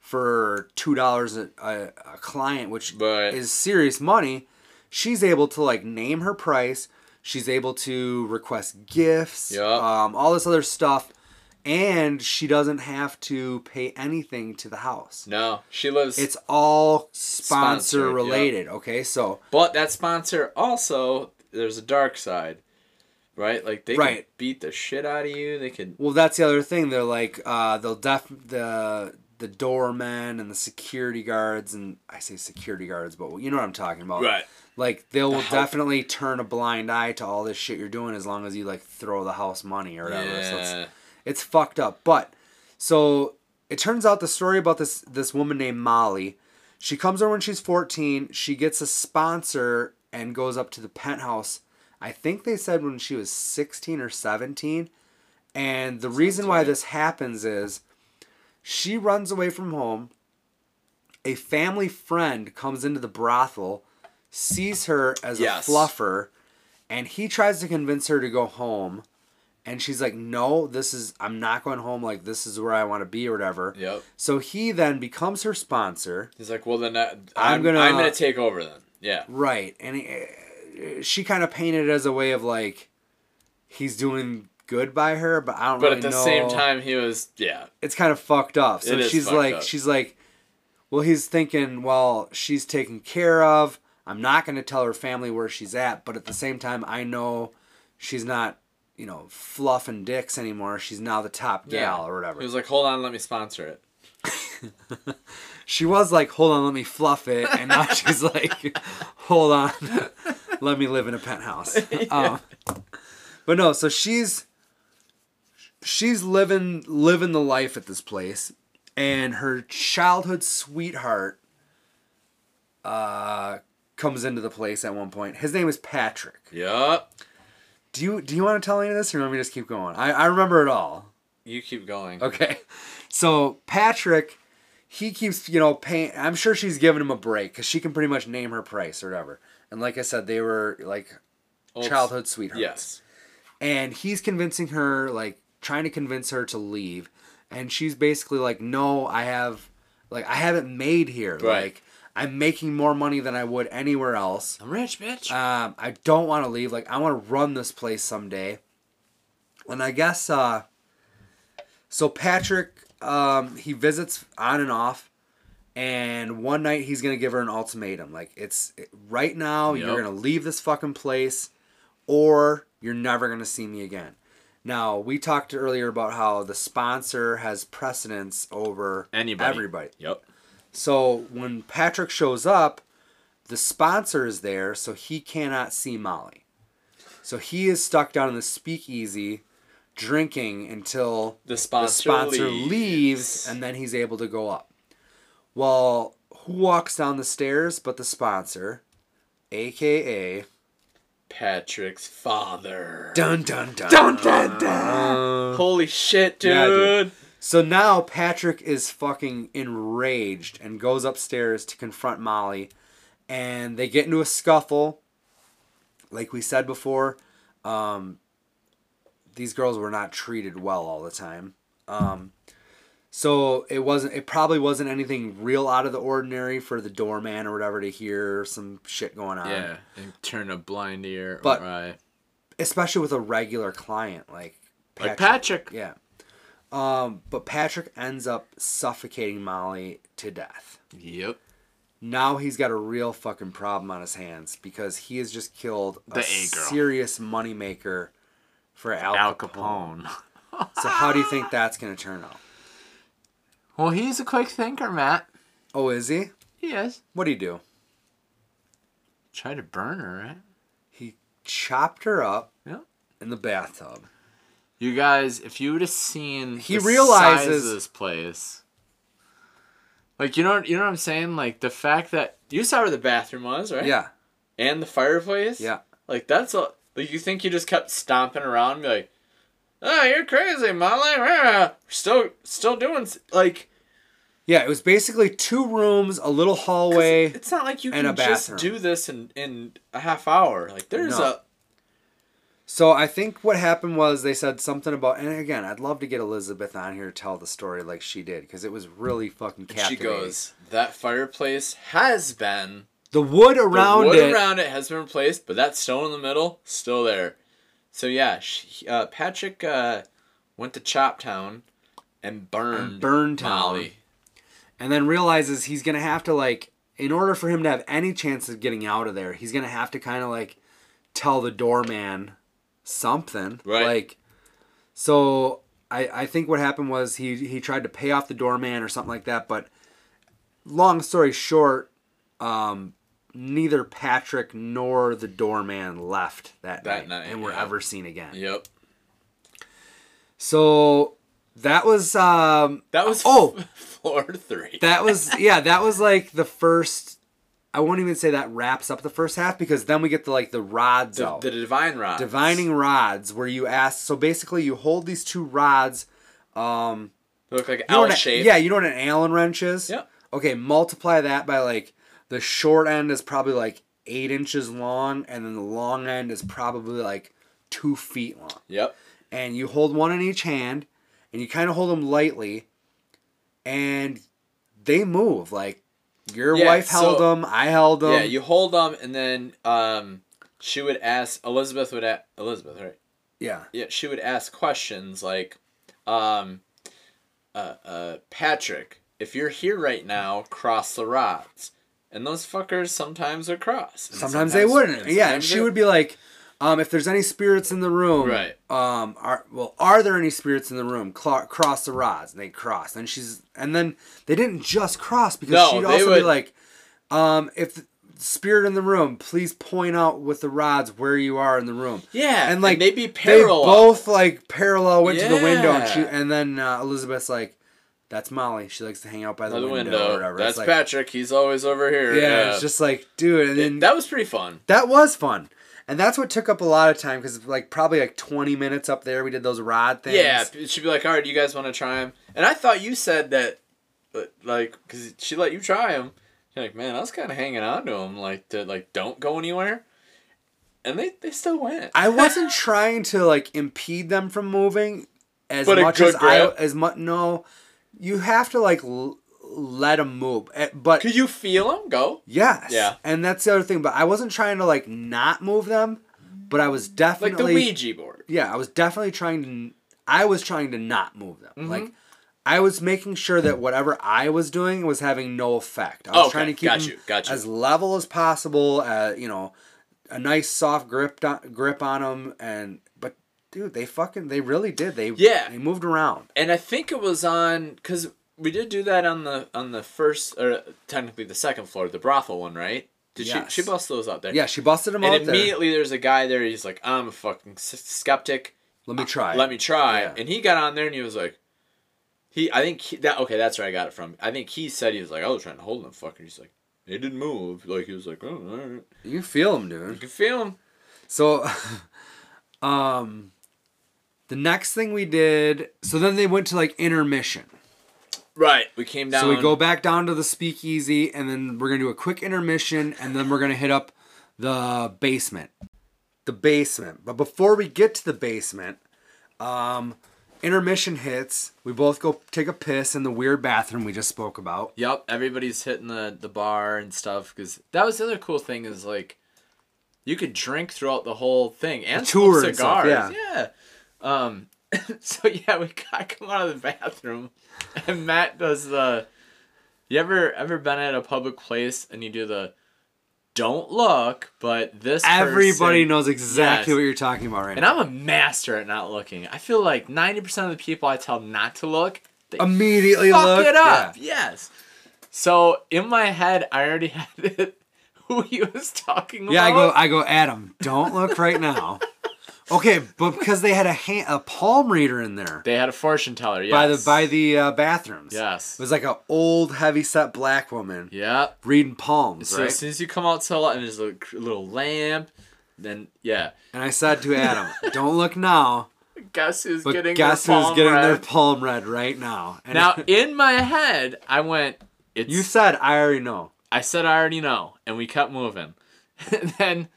[SPEAKER 1] for two dollars a, a a client, which
[SPEAKER 2] But-
[SPEAKER 1] is serious money, she's able to like name her price. She's able to request gifts,
[SPEAKER 2] Yup.
[SPEAKER 1] um, all this other stuff, and she doesn't have to pay anything to the house.
[SPEAKER 2] No, she lives.
[SPEAKER 1] It's all
[SPEAKER 2] Sponsored,
[SPEAKER 1] sponsor
[SPEAKER 2] yup.
[SPEAKER 1] related. Okay, so
[SPEAKER 2] but that sponsor also there's a dark side, right? Like they can
[SPEAKER 1] Right.
[SPEAKER 2] beat the shit out of you. They can.
[SPEAKER 1] Well, that's the other thing. They're like, uh, they'll def the the doormen and the security guards, and I say security guards, but you know what I'm talking about, Like they will
[SPEAKER 2] help.
[SPEAKER 1] definitely turn a blind eye to all this shit you're doing as long as you like throw the house money or whatever. So it's,
[SPEAKER 2] Yeah.
[SPEAKER 1] it's fucked up. But so it turns out the story about this this woman named Molly. She comes over when she's 14. She gets a sponsor and goes up to the penthouse. I think they said when she was 16 or 17. And the reason why this happens is she runs away from home. A family friend comes into the brothel, sees her as
[SPEAKER 2] Yes.
[SPEAKER 1] a fluffer, and he tries to convince her to go home. And she's like, no, this is, I'm not going home. Like, this is where I want to be or whatever.
[SPEAKER 2] Yep.
[SPEAKER 1] So he then becomes her sponsor.
[SPEAKER 2] He's like, well then I, I'm,
[SPEAKER 1] I'm gonna-
[SPEAKER 2] I'm gonna take over then. Yeah.
[SPEAKER 1] Right. And he, uh, she kind of painted it as a way of like, he's doing good by her, but I don't
[SPEAKER 2] But
[SPEAKER 1] really
[SPEAKER 2] at the
[SPEAKER 1] know.
[SPEAKER 2] same time, he was yeah.
[SPEAKER 1] it's kind of fucked up. So
[SPEAKER 2] It is
[SPEAKER 1] she's
[SPEAKER 2] fucked
[SPEAKER 1] like,
[SPEAKER 2] up.
[SPEAKER 1] she's like, well, he's thinking, well, she's taken care of. I'm not going to tell her family where she's at, but at the same time, I know she's not, you know, fluffing dicks anymore. She's now the top gal or whatever.
[SPEAKER 2] He was like, hold on, let me sponsor it.
[SPEAKER 1] she was like, hold on, let me fluff it. And now she's like, hold on, let me live in a penthouse. Um, but no, so she's she's living living the life at this place. and her childhood sweetheart uh, comes into the place at one point. His name is Patrick.
[SPEAKER 2] Yup.
[SPEAKER 1] Do you do you want to tell any of this, or let me to just keep going? I, I remember it all.
[SPEAKER 2] You keep going.
[SPEAKER 1] Okay, so Patrick, he keeps you know paying. I'm sure she's giving him a break because she can pretty much name her price or whatever. And like I said, they were like
[SPEAKER 2] Old-
[SPEAKER 1] childhood sweethearts
[SPEAKER 2] Yes.
[SPEAKER 1] and he's convincing her like trying to convince her to leave and she's basically like no i have like i haven't made here
[SPEAKER 2] Right.
[SPEAKER 1] like i'm making more money than i would anywhere else
[SPEAKER 4] I'm rich, bitch.
[SPEAKER 1] um, i don't want to leave like i want to run this place someday and i guess uh so patrick um he visits on and off and one night he's gonna give her an ultimatum like it's right now you're
[SPEAKER 4] Yep.
[SPEAKER 1] gonna leave this fucking place or you're never going to see me again. Now, we talked earlier about how the sponsor has precedence over
[SPEAKER 2] Anybody.
[SPEAKER 1] everybody.
[SPEAKER 2] Yup.
[SPEAKER 1] So when Patrick shows up, the sponsor is there, so he cannot see Molly. So he is stuck down in the speakeasy drinking until
[SPEAKER 2] The
[SPEAKER 1] the
[SPEAKER 2] sponsor,
[SPEAKER 1] sponsor leaves. and then he's able to go up. Well, who walks down the stairs but the sponsor, aka
[SPEAKER 2] Patrick's father.
[SPEAKER 1] Dun Dun Dun.
[SPEAKER 2] Holy shit, dude.
[SPEAKER 1] Yeah, dude. So now Patrick is fucking enraged and goes upstairs to confront Molly, and they get into a scuffle. Like we said before, um, these girls were not treated well all the time. Um, so it wasn't. It probably wasn't anything real out of the ordinary for the doorman or whatever to hear some shit going on.
[SPEAKER 4] yeah, and turn a blind ear.
[SPEAKER 1] But-
[SPEAKER 4] or eye.
[SPEAKER 1] Especially with a regular client like
[SPEAKER 4] like Patrick.
[SPEAKER 1] Yeah. Um, but Patrick ends up suffocating Molly to death.
[SPEAKER 4] Yep.
[SPEAKER 1] Now he's got a real fucking problem on his hands because he has just killed a
[SPEAKER 4] The A-girl.
[SPEAKER 1] serious moneymaker for Al,
[SPEAKER 4] Al
[SPEAKER 1] Capone.
[SPEAKER 4] Capone. (laughs)
[SPEAKER 1] So how do you think that's gonna turn out?
[SPEAKER 4] Well, he's a quick thinker, Matt.
[SPEAKER 1] Oh, is he?
[SPEAKER 4] He is.
[SPEAKER 1] What'd he do?
[SPEAKER 4] Tried to burn her, right?
[SPEAKER 1] He chopped her up
[SPEAKER 4] Yeah.
[SPEAKER 1] in the bathtub.
[SPEAKER 4] You guys, if you would have seen
[SPEAKER 1] He
[SPEAKER 4] the
[SPEAKER 1] realizes-
[SPEAKER 4] size of this place. Like you know you know what I'm saying? Like the fact that
[SPEAKER 2] You saw where the bathroom was, right?
[SPEAKER 1] Yeah,
[SPEAKER 2] And the fireplace?
[SPEAKER 1] yeah.
[SPEAKER 2] Like that's all. Like you think you just kept stomping around, and be like, "Oh, you're crazy, Molly. (laughs) Rah. Still, still doing s- like."
[SPEAKER 1] Yeah, it was basically two rooms, a little
[SPEAKER 2] 'cause
[SPEAKER 1] hallway.
[SPEAKER 2] It's not like you
[SPEAKER 1] and a
[SPEAKER 2] can just
[SPEAKER 1] bathroom.
[SPEAKER 2] do this in in a half hour. Like there's
[SPEAKER 1] No. So I think what happened was they said something about, and again, I'd love to get Elizabeth on here to tell the story like she did because it was really fucking
[SPEAKER 2] a. She
[SPEAKER 1] captivating.
[SPEAKER 2] goes. That fireplace has been
[SPEAKER 1] the wood
[SPEAKER 2] the
[SPEAKER 1] around
[SPEAKER 2] wood
[SPEAKER 1] it.
[SPEAKER 2] around it has been replaced, but that stone in the middle still there. So yeah, she, uh, Patrick uh, went to Choptown and burned
[SPEAKER 1] And burned town.
[SPEAKER 2] Molly.
[SPEAKER 1] and then realizes he's gonna have to like, in order for him to have any chance of getting out of there, he's gonna have to kind of like tell the doorman something.
[SPEAKER 2] Right.
[SPEAKER 1] Like, so I I think what happened was he he tried to pay off the doorman or something like that, but long story short, um, neither Patrick nor the doorman left that,
[SPEAKER 2] That
[SPEAKER 1] night,
[SPEAKER 2] night,
[SPEAKER 1] and were
[SPEAKER 2] yeah.
[SPEAKER 1] ever seen again.
[SPEAKER 2] Yep.
[SPEAKER 1] So that was um
[SPEAKER 2] That was
[SPEAKER 1] oh
[SPEAKER 2] (laughs) floor three.
[SPEAKER 1] that was yeah that was like the first. I won't even say that wraps up the first half because then we get the like the rods
[SPEAKER 2] The,
[SPEAKER 1] out.
[SPEAKER 2] the divine rod.
[SPEAKER 1] divining rods where you ask so basically you hold these two rods um
[SPEAKER 2] They look like
[SPEAKER 1] you know
[SPEAKER 2] L
[SPEAKER 1] what a-
[SPEAKER 2] shape.
[SPEAKER 1] yeah you know what an allen wrench is
[SPEAKER 2] Yep.
[SPEAKER 1] okay multiply that by like the short end is probably like eight inches long and then the long end is probably like two feet long
[SPEAKER 2] Yep.
[SPEAKER 1] and you hold one in each hand and you kind of hold them lightly and they move like your
[SPEAKER 2] Yeah,
[SPEAKER 1] wife held
[SPEAKER 2] so-
[SPEAKER 1] them i held them
[SPEAKER 2] yeah, you hold them, and then um, she would ask Elizabeth would a- Elizabeth right?
[SPEAKER 1] yeah
[SPEAKER 2] Yeah, she would ask questions like, um, uh, uh, Patrick, if you're here right now, cross the rods. And those fuckers sometimes would cross. and
[SPEAKER 1] sometimes, they wouldn't.
[SPEAKER 2] and
[SPEAKER 1] Yeah, and
[SPEAKER 2] sometimes
[SPEAKER 1] she
[SPEAKER 2] they-
[SPEAKER 1] would be like, um, if there's any spirits in the room,
[SPEAKER 2] Right.
[SPEAKER 1] Um, are well, are there any spirits in the room? Cla cross the rods, and they cross. And she's, and then they didn't just cross because
[SPEAKER 2] No,
[SPEAKER 1] she'd
[SPEAKER 2] they
[SPEAKER 1] also be
[SPEAKER 2] would-
[SPEAKER 1] like, um, if the spirit in the room, please point out with the rods where you are in the room.
[SPEAKER 2] Yeah,
[SPEAKER 1] and like
[SPEAKER 2] and they'd be
[SPEAKER 1] They
[SPEAKER 2] parallel.
[SPEAKER 1] both like parallel went to the window, and she,
[SPEAKER 2] Yeah.
[SPEAKER 1] and then uh, Elizabeth's like, That's Molly. She likes to hang out by the,
[SPEAKER 2] By the
[SPEAKER 1] window,
[SPEAKER 2] window.
[SPEAKER 1] or whatever.
[SPEAKER 2] That's
[SPEAKER 1] it's like,
[SPEAKER 2] Patrick. He's always over here.
[SPEAKER 1] Yeah, it's just like, dude, and then
[SPEAKER 2] that was pretty fun.
[SPEAKER 1] That was fun. And that's what took up a lot of time because like probably like 20 minutes up there we did those rod things.
[SPEAKER 2] Yeah, it should be like, all right, you guys want to try them? And I thought you said that, uh, like, because she let you try them. You're like, man, I was kind of hanging on to them, like, to, like, don't go anywhere. And they, they still went.
[SPEAKER 1] I wasn't (laughs) trying to like impede them from moving as
[SPEAKER 2] But a
[SPEAKER 1] much
[SPEAKER 2] good
[SPEAKER 1] as I
[SPEAKER 2] grab?
[SPEAKER 1] as much no you have to like l- let them move. Eh, But
[SPEAKER 2] Could you feel them go?
[SPEAKER 1] yes.
[SPEAKER 2] Yeah.
[SPEAKER 1] And that's the other thing, but I wasn't trying to like not move them, but I was definitely
[SPEAKER 2] Like the Ouija board.
[SPEAKER 1] yeah, I was definitely trying to. n- I was trying to not move them.
[SPEAKER 2] Mm-hmm.
[SPEAKER 1] Like, I was making sure that whatever I was doing was having no effect. I was
[SPEAKER 2] Okay,
[SPEAKER 1] trying to keep
[SPEAKER 2] got
[SPEAKER 1] them
[SPEAKER 2] you, got you.
[SPEAKER 1] as level as possible. Uh, you know, a nice soft grip on, grip on them, and but dude, they fucking they really did. They
[SPEAKER 2] Yeah.
[SPEAKER 1] they moved around.
[SPEAKER 2] and I think it was on because we did do that on the on the first or technically the second floor, the brothel one, right? Did
[SPEAKER 1] Yes.
[SPEAKER 2] she she bust those out there?
[SPEAKER 1] Yeah, she busted them
[SPEAKER 2] And
[SPEAKER 1] out there.
[SPEAKER 2] immediately there's a guy there. He's like, I'm a fucking s- skeptic.
[SPEAKER 1] Let me try.
[SPEAKER 2] uh, Let me try.
[SPEAKER 1] Yeah.
[SPEAKER 2] And he got on there and he was like, he I think he, that okay that's where I got it from. I think he said he was like I was trying to hold them fucker. He's like they didn't move. Like he was like oh all right.
[SPEAKER 1] You feel them, dude.
[SPEAKER 2] you can feel them.
[SPEAKER 1] So, (laughs) um, the next thing we did. So then they went to like intermission.
[SPEAKER 2] Right. We came down.
[SPEAKER 1] So we go back down to the speakeasy, and then we're gonna do a quick intermission, and then we're gonna hit up the basement. The basement. But before we get to the basement, um, intermission hits. We both go take a piss in the weird bathroom we just spoke about.
[SPEAKER 2] Yep, everybody's hitting the, the bar and stuff because that was the other cool thing is like you could drink throughout the whole thing and
[SPEAKER 1] tour
[SPEAKER 2] tour
[SPEAKER 1] and
[SPEAKER 2] cigars.
[SPEAKER 1] stuff,
[SPEAKER 2] yeah. Um, (laughs) so yeah, we got come out of the bathroom and Matt does the. You ever ever been at a public place and you do the, don't look, but this
[SPEAKER 1] Everybody
[SPEAKER 2] person-
[SPEAKER 1] knows exactly
[SPEAKER 2] Yes.
[SPEAKER 1] what you're talking about right
[SPEAKER 2] And
[SPEAKER 1] now.
[SPEAKER 2] I'm a master at not looking. I feel like ninety percent of the people I tell not to look, they
[SPEAKER 1] Immediately
[SPEAKER 2] fuck
[SPEAKER 1] look
[SPEAKER 2] it up.
[SPEAKER 1] yeah.
[SPEAKER 2] Yes. So in my head, I already (laughs) had it who he was talking
[SPEAKER 1] Yeah, I go.
[SPEAKER 2] about.
[SPEAKER 1] I go. Adam, don't look right now. Okay, but because they had a hand, a palm reader in there.
[SPEAKER 2] They had a fortune teller. Yes.
[SPEAKER 1] by the by the uh, bathrooms.
[SPEAKER 2] Yes.
[SPEAKER 1] it was like an old, heavy set black woman
[SPEAKER 2] Yep.
[SPEAKER 1] reading palms,
[SPEAKER 2] So
[SPEAKER 1] right?
[SPEAKER 2] as soon as you come out to the light, and there's a little- little lamp, then yeah,
[SPEAKER 1] And I said to Adam, "Don't look
[SPEAKER 2] (laughs)
[SPEAKER 1] now,
[SPEAKER 2] guess who's
[SPEAKER 1] but
[SPEAKER 2] getting
[SPEAKER 1] guess
[SPEAKER 2] their
[SPEAKER 1] who's
[SPEAKER 2] palm
[SPEAKER 1] getting their
[SPEAKER 2] read?
[SPEAKER 1] palm read right now?" And
[SPEAKER 2] Now in my head, I went.
[SPEAKER 1] (laughs)
[SPEAKER 2] It's
[SPEAKER 1] you said, "I already know."
[SPEAKER 2] I said I already know, and we kept moving. (laughs) and then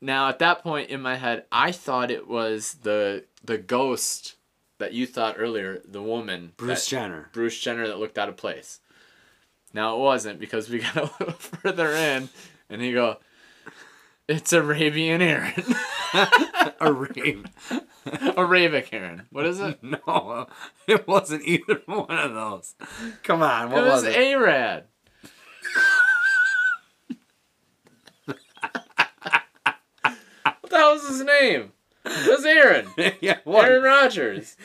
[SPEAKER 2] now at that point in my head, I thought it was the the ghost that you thought earlier, the woman
[SPEAKER 1] Bruce
[SPEAKER 2] that-
[SPEAKER 1] Jenner. (laughs)
[SPEAKER 2] Bruce Jenner that looked out of place. Now it wasn't because we (laughs) got a little further in, and he go, "It's Arabian Aaron, (laughs)
[SPEAKER 1] A rave.
[SPEAKER 2] Arabic Aaron. What is it?
[SPEAKER 1] (laughs) No, it wasn't either (laughs) one of those. Come on,
[SPEAKER 2] it
[SPEAKER 1] what was
[SPEAKER 2] was
[SPEAKER 1] it? (laughs)
[SPEAKER 2] Arad. what the hell is his name? It was Aaron.
[SPEAKER 1] (laughs) yeah,
[SPEAKER 2] Aaron
[SPEAKER 1] what?
[SPEAKER 2] Rodgers.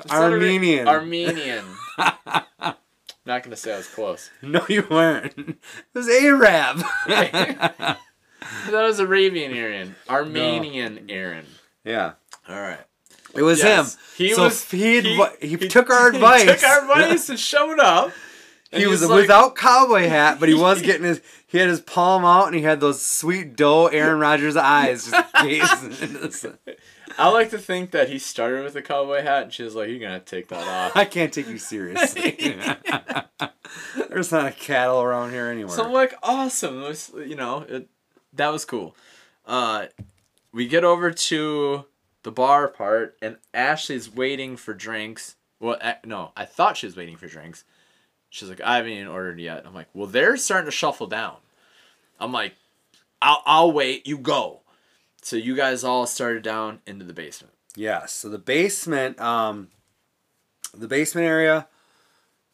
[SPEAKER 2] It's not a-
[SPEAKER 1] Armenian. (laughs)
[SPEAKER 2] Armenian. Not gonna say I was close.
[SPEAKER 1] No, you weren't. It was
[SPEAKER 2] (laughs)
[SPEAKER 1] Arab.
[SPEAKER 2] I thought it was Arabian Aaron. Armenian Aaron.
[SPEAKER 1] yeah,
[SPEAKER 2] All right.
[SPEAKER 1] it was
[SPEAKER 2] Yes.
[SPEAKER 1] him.
[SPEAKER 2] He
[SPEAKER 1] so
[SPEAKER 2] was-
[SPEAKER 1] He,
[SPEAKER 2] he-
[SPEAKER 1] advi- he, took our
[SPEAKER 2] (laughs) He
[SPEAKER 1] advice.
[SPEAKER 2] took our advice and showed up. And
[SPEAKER 1] he was
[SPEAKER 2] like-
[SPEAKER 1] without cowboy hat, but he
[SPEAKER 2] (laughs)
[SPEAKER 1] was getting his he had his palm out and he had those sweet doe
[SPEAKER 2] (laughs)
[SPEAKER 1] Aaron Rodgers eyes just gazing into the sun.
[SPEAKER 2] I like to think that he started with a cowboy hat, and she was like, "You're gonna have to take that off."
[SPEAKER 1] I can't take you
[SPEAKER 2] (laughs)
[SPEAKER 1] seriously. (laughs) There's not a cattle around here anywhere.
[SPEAKER 2] So I'm like, awesome. It was, you know, it, that was cool. Uh, we get over to the bar part, and Ashley's waiting for drinks. Well, a- no, I thought she was waiting for drinks. She's like, I haven't even ordered yet. I'm like, well, they're starting to shuffle down. I'm like, I'll, I'll wait. You go. So you guys all started down into the basement.
[SPEAKER 1] Yeah, so the basement, um, the basement area.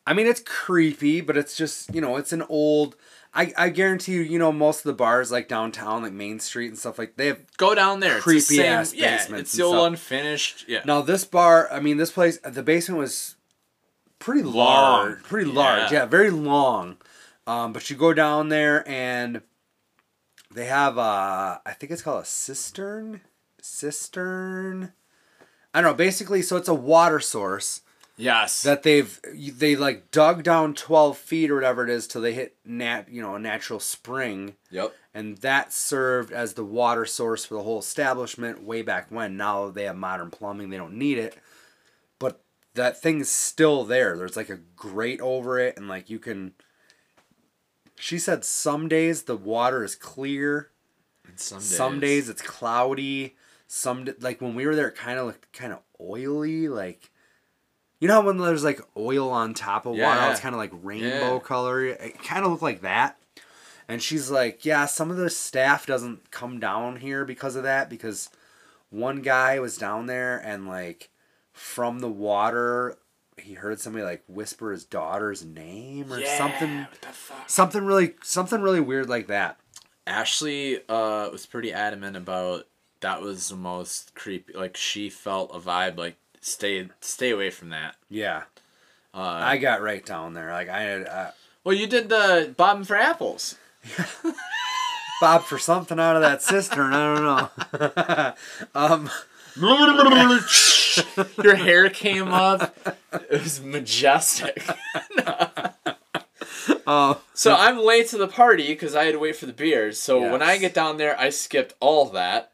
[SPEAKER 1] I mean, it's creepy, but it's just you know, it's an old. I I guarantee you, you know, most of the bars like downtown, like Main Street and stuff like they have
[SPEAKER 2] Go down there. It's the
[SPEAKER 1] Creepy
[SPEAKER 2] same-
[SPEAKER 1] ass
[SPEAKER 2] Yeah,
[SPEAKER 1] basements
[SPEAKER 2] it's
[SPEAKER 1] and
[SPEAKER 2] still
[SPEAKER 1] stuff.
[SPEAKER 2] unfinished. Yeah.
[SPEAKER 1] Now this bar, I mean, this place, the basement was pretty large,
[SPEAKER 2] Large,
[SPEAKER 1] pretty
[SPEAKER 2] yeah.
[SPEAKER 1] large, yeah, very long. Um, but you go down there and they have, uh, I think it's called a cistern, cistern. I don't know. Basically, so it's a water source
[SPEAKER 4] Yes.
[SPEAKER 1] that they've they like dug down 12 feet or whatever it is till they hit nat you know a natural spring
[SPEAKER 4] yep.
[SPEAKER 1] and that served as the water source for the whole establishment way back when now they have modern plumbing they don't need it but that thing's still there there's like a grate over it and like you can she said some days the water is clear
[SPEAKER 4] Some
[SPEAKER 1] some days it's cloudy some d- like when we were there it kind of looked kind of oily like you know how when there's like oil on top of water how it's
[SPEAKER 4] Yeah.
[SPEAKER 1] kind of like rainbow color it kind of looked like that and she's like yeah some of the staff doesn't come down here because of that because one guy was down there and like from the water he heard somebody like whisper his daughter's name or something
[SPEAKER 4] What the fuck?
[SPEAKER 1] something really something really weird like that
[SPEAKER 4] Ashley uh, was pretty adamant about that was the most creepy. Like she felt a vibe like stay stay away from that.
[SPEAKER 1] yeah
[SPEAKER 4] Uh,
[SPEAKER 1] i got right down there like i uh,
[SPEAKER 4] well, you did the bobbing for apples.
[SPEAKER 1] Bob for something out of that cistern. I don't know. (laughs) um,
[SPEAKER 4] Your hair came up. It was majestic. (laughs)
[SPEAKER 1] oh,
[SPEAKER 2] So I'm late to the party because I had to wait for the beers. So when I
[SPEAKER 1] Yes.
[SPEAKER 2] get down there, I skipped all that.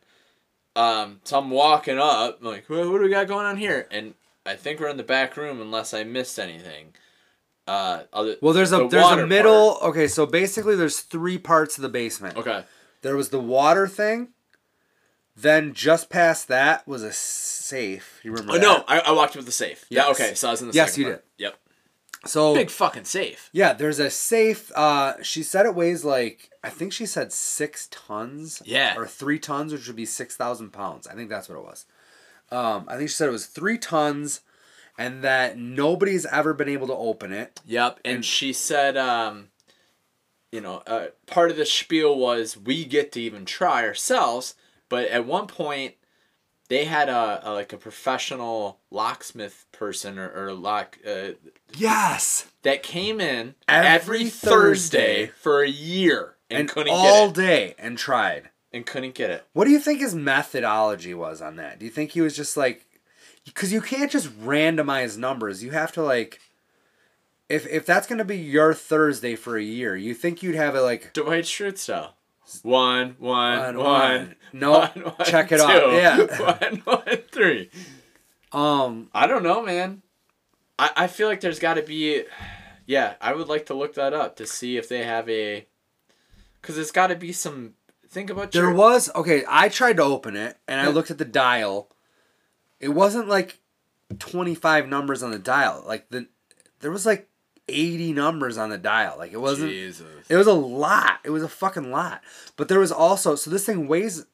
[SPEAKER 2] Um, so I'm walking up, I'm like, what, what do we got going on here? And I think we're in the back room unless I missed anything. Uh, other,
[SPEAKER 1] well, there's a
[SPEAKER 2] the
[SPEAKER 1] there's
[SPEAKER 2] water
[SPEAKER 1] a middle. Okay, so basically, there's three parts of the basement.
[SPEAKER 2] part. Okay.
[SPEAKER 1] There was the water thing. Then just past that was a safe. You remember?
[SPEAKER 2] Oh
[SPEAKER 1] that?
[SPEAKER 2] no, I, I walked with the safe. Yeah.
[SPEAKER 1] Yes.
[SPEAKER 2] Okay. So I was in the.
[SPEAKER 1] Yes,
[SPEAKER 2] second
[SPEAKER 1] you Oh.
[SPEAKER 2] part. Yep.
[SPEAKER 1] So
[SPEAKER 4] Big fucking safe.
[SPEAKER 1] yeah, there's a safe. Uh, she said it weighs like I think she said six tons.
[SPEAKER 4] Yeah.
[SPEAKER 1] Or three tons, which would be six thousand pounds. I think that's what it was. Um, I think she said it was three tons, and that nobody's ever been able to open it.
[SPEAKER 4] Yep.
[SPEAKER 2] And she said, um, you know, uh, part of the spiel was we get to even try ourselves. But at one point, they had a, a like a professional locksmith person or, or lock uh,
[SPEAKER 1] Yes.
[SPEAKER 2] that came in
[SPEAKER 1] Every
[SPEAKER 2] every, Thursday,
[SPEAKER 1] Thursday.
[SPEAKER 2] for a year and,
[SPEAKER 1] and
[SPEAKER 2] couldn't
[SPEAKER 1] all
[SPEAKER 2] get it.
[SPEAKER 1] day and tried.
[SPEAKER 2] And couldn't get it.
[SPEAKER 1] What do you think his methodology was on that? Do you think he was just like, because you can't just randomize numbers. You have to like, if if that's gonna be your Thursday for a year, you think you'd have it like
[SPEAKER 2] Dwight Schrute style. One,
[SPEAKER 1] One,
[SPEAKER 2] one, one,
[SPEAKER 1] one. No,
[SPEAKER 2] one, (laughs) one,
[SPEAKER 1] check it
[SPEAKER 2] two.
[SPEAKER 1] off. Yeah.
[SPEAKER 2] (laughs) one, one, three.
[SPEAKER 1] um
[SPEAKER 2] I don't know, man. I, I feel like there's got to be. Yeah, I would like to look that up to see if they have a. Because there's got to be some. Think about
[SPEAKER 1] there
[SPEAKER 2] your.
[SPEAKER 1] was okay. I tried to open it and I looked at the dial. It wasn't like twenty five numbers on the dial. Like the there was like eighty numbers on the dial. Like it wasn't.
[SPEAKER 4] Jesus.
[SPEAKER 1] It was a lot. It was a fucking lot. But there was also so this thing weighs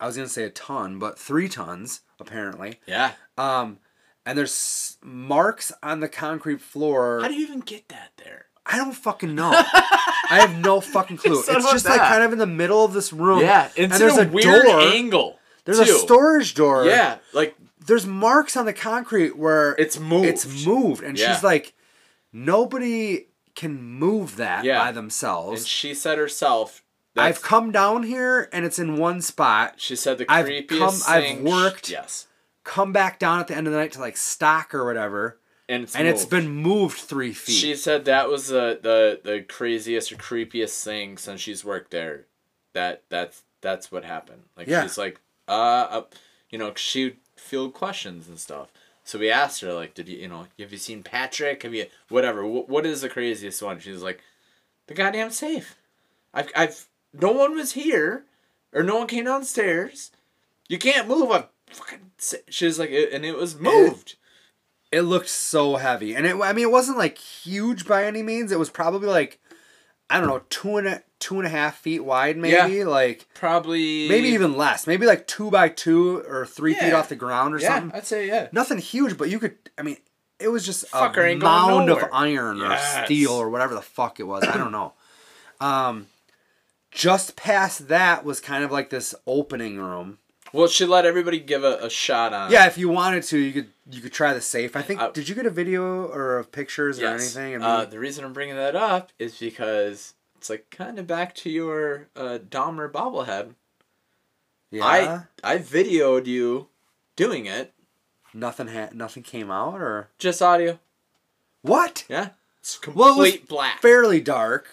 [SPEAKER 1] I was gonna say a ton, but three tons apparently.
[SPEAKER 4] Yeah.
[SPEAKER 1] Um, and there's marks on the concrete floor.
[SPEAKER 4] How do you even get that there?
[SPEAKER 1] I don't fucking know. I have
[SPEAKER 2] (laughs)
[SPEAKER 1] no fucking clue.
[SPEAKER 4] said
[SPEAKER 1] It's
[SPEAKER 4] about
[SPEAKER 1] just like
[SPEAKER 4] that.
[SPEAKER 1] kind of in the middle of this room.
[SPEAKER 4] Yeah, it's
[SPEAKER 1] and
[SPEAKER 4] in
[SPEAKER 1] there's
[SPEAKER 4] a,
[SPEAKER 1] a,
[SPEAKER 4] weird
[SPEAKER 1] door.
[SPEAKER 4] angle.
[SPEAKER 1] there's a
[SPEAKER 4] too.
[SPEAKER 1] storage door.
[SPEAKER 2] Yeah, like
[SPEAKER 1] There's marks on the concrete where
[SPEAKER 2] it's moved.
[SPEAKER 1] it's moved, and
[SPEAKER 2] Yeah.
[SPEAKER 1] she's like, nobody can move that
[SPEAKER 2] Yeah.
[SPEAKER 1] by themselves.
[SPEAKER 2] And she said herself.
[SPEAKER 1] I've
[SPEAKER 2] that's-
[SPEAKER 1] come down here and it's in one spot.
[SPEAKER 2] She said the
[SPEAKER 1] I've
[SPEAKER 2] creepiest
[SPEAKER 1] come- I've
[SPEAKER 2] thing-
[SPEAKER 1] worked.
[SPEAKER 2] Yes.
[SPEAKER 1] Come back down at the end of the night to like stock or whatever,
[SPEAKER 2] And it's
[SPEAKER 1] and it's
[SPEAKER 2] moved.
[SPEAKER 1] been moved three feet.
[SPEAKER 2] She said that was the, the the craziest or creepiest thing since she's worked there. That that's that's what happened. Like
[SPEAKER 1] Yeah.
[SPEAKER 2] she's like, uh, uh, you know, she field questions and stuff. So we asked her like, did you you know have you seen Patrick? Have you whatever? What, what is the craziest one? She's like, the goddamn safe. I've I've no one was here, or no one came downstairs. You can't move. I fucking. sa-" She was like, "It- and it was moved.
[SPEAKER 1] it looked so heavy, and it I mean it wasn't like huge by any means. It was probably like I don't know two and a, two and a half feet wide, maybe like
[SPEAKER 2] Probably
[SPEAKER 1] maybe even less, maybe like two by two or three feet
[SPEAKER 2] Yeah.
[SPEAKER 1] off the ground or
[SPEAKER 2] yeah.
[SPEAKER 1] something.
[SPEAKER 2] I'd say yeah.
[SPEAKER 1] Nothing huge, but you could. I mean, it was just
[SPEAKER 2] Fucker
[SPEAKER 1] a
[SPEAKER 2] ain't going
[SPEAKER 1] mound of
[SPEAKER 2] nowhere.
[SPEAKER 1] iron or
[SPEAKER 2] Yes.
[SPEAKER 1] steel or whatever the fuck it was. I don't know. Um, just past that was kind of like this opening room.
[SPEAKER 2] Well, she let everybody give a, a shot on. it.
[SPEAKER 1] Yeah, if you wanted to, you could you could try the safe. I think.
[SPEAKER 2] I-
[SPEAKER 1] did you get a video or of pictures or
[SPEAKER 2] Uh, Yes.
[SPEAKER 1] anything? I mean,
[SPEAKER 2] uh, the reason I'm bringing that up is because it's like kind of back to your uh, Dahmer bobblehead.
[SPEAKER 1] yeah.
[SPEAKER 2] I I videoed you doing it,
[SPEAKER 1] Nothing ha- nothing came out or
[SPEAKER 2] Just audio.
[SPEAKER 1] what?
[SPEAKER 4] Yeah.
[SPEAKER 2] It's
[SPEAKER 1] Well,
[SPEAKER 2] complete
[SPEAKER 1] it was
[SPEAKER 2] black.
[SPEAKER 1] fairly dark.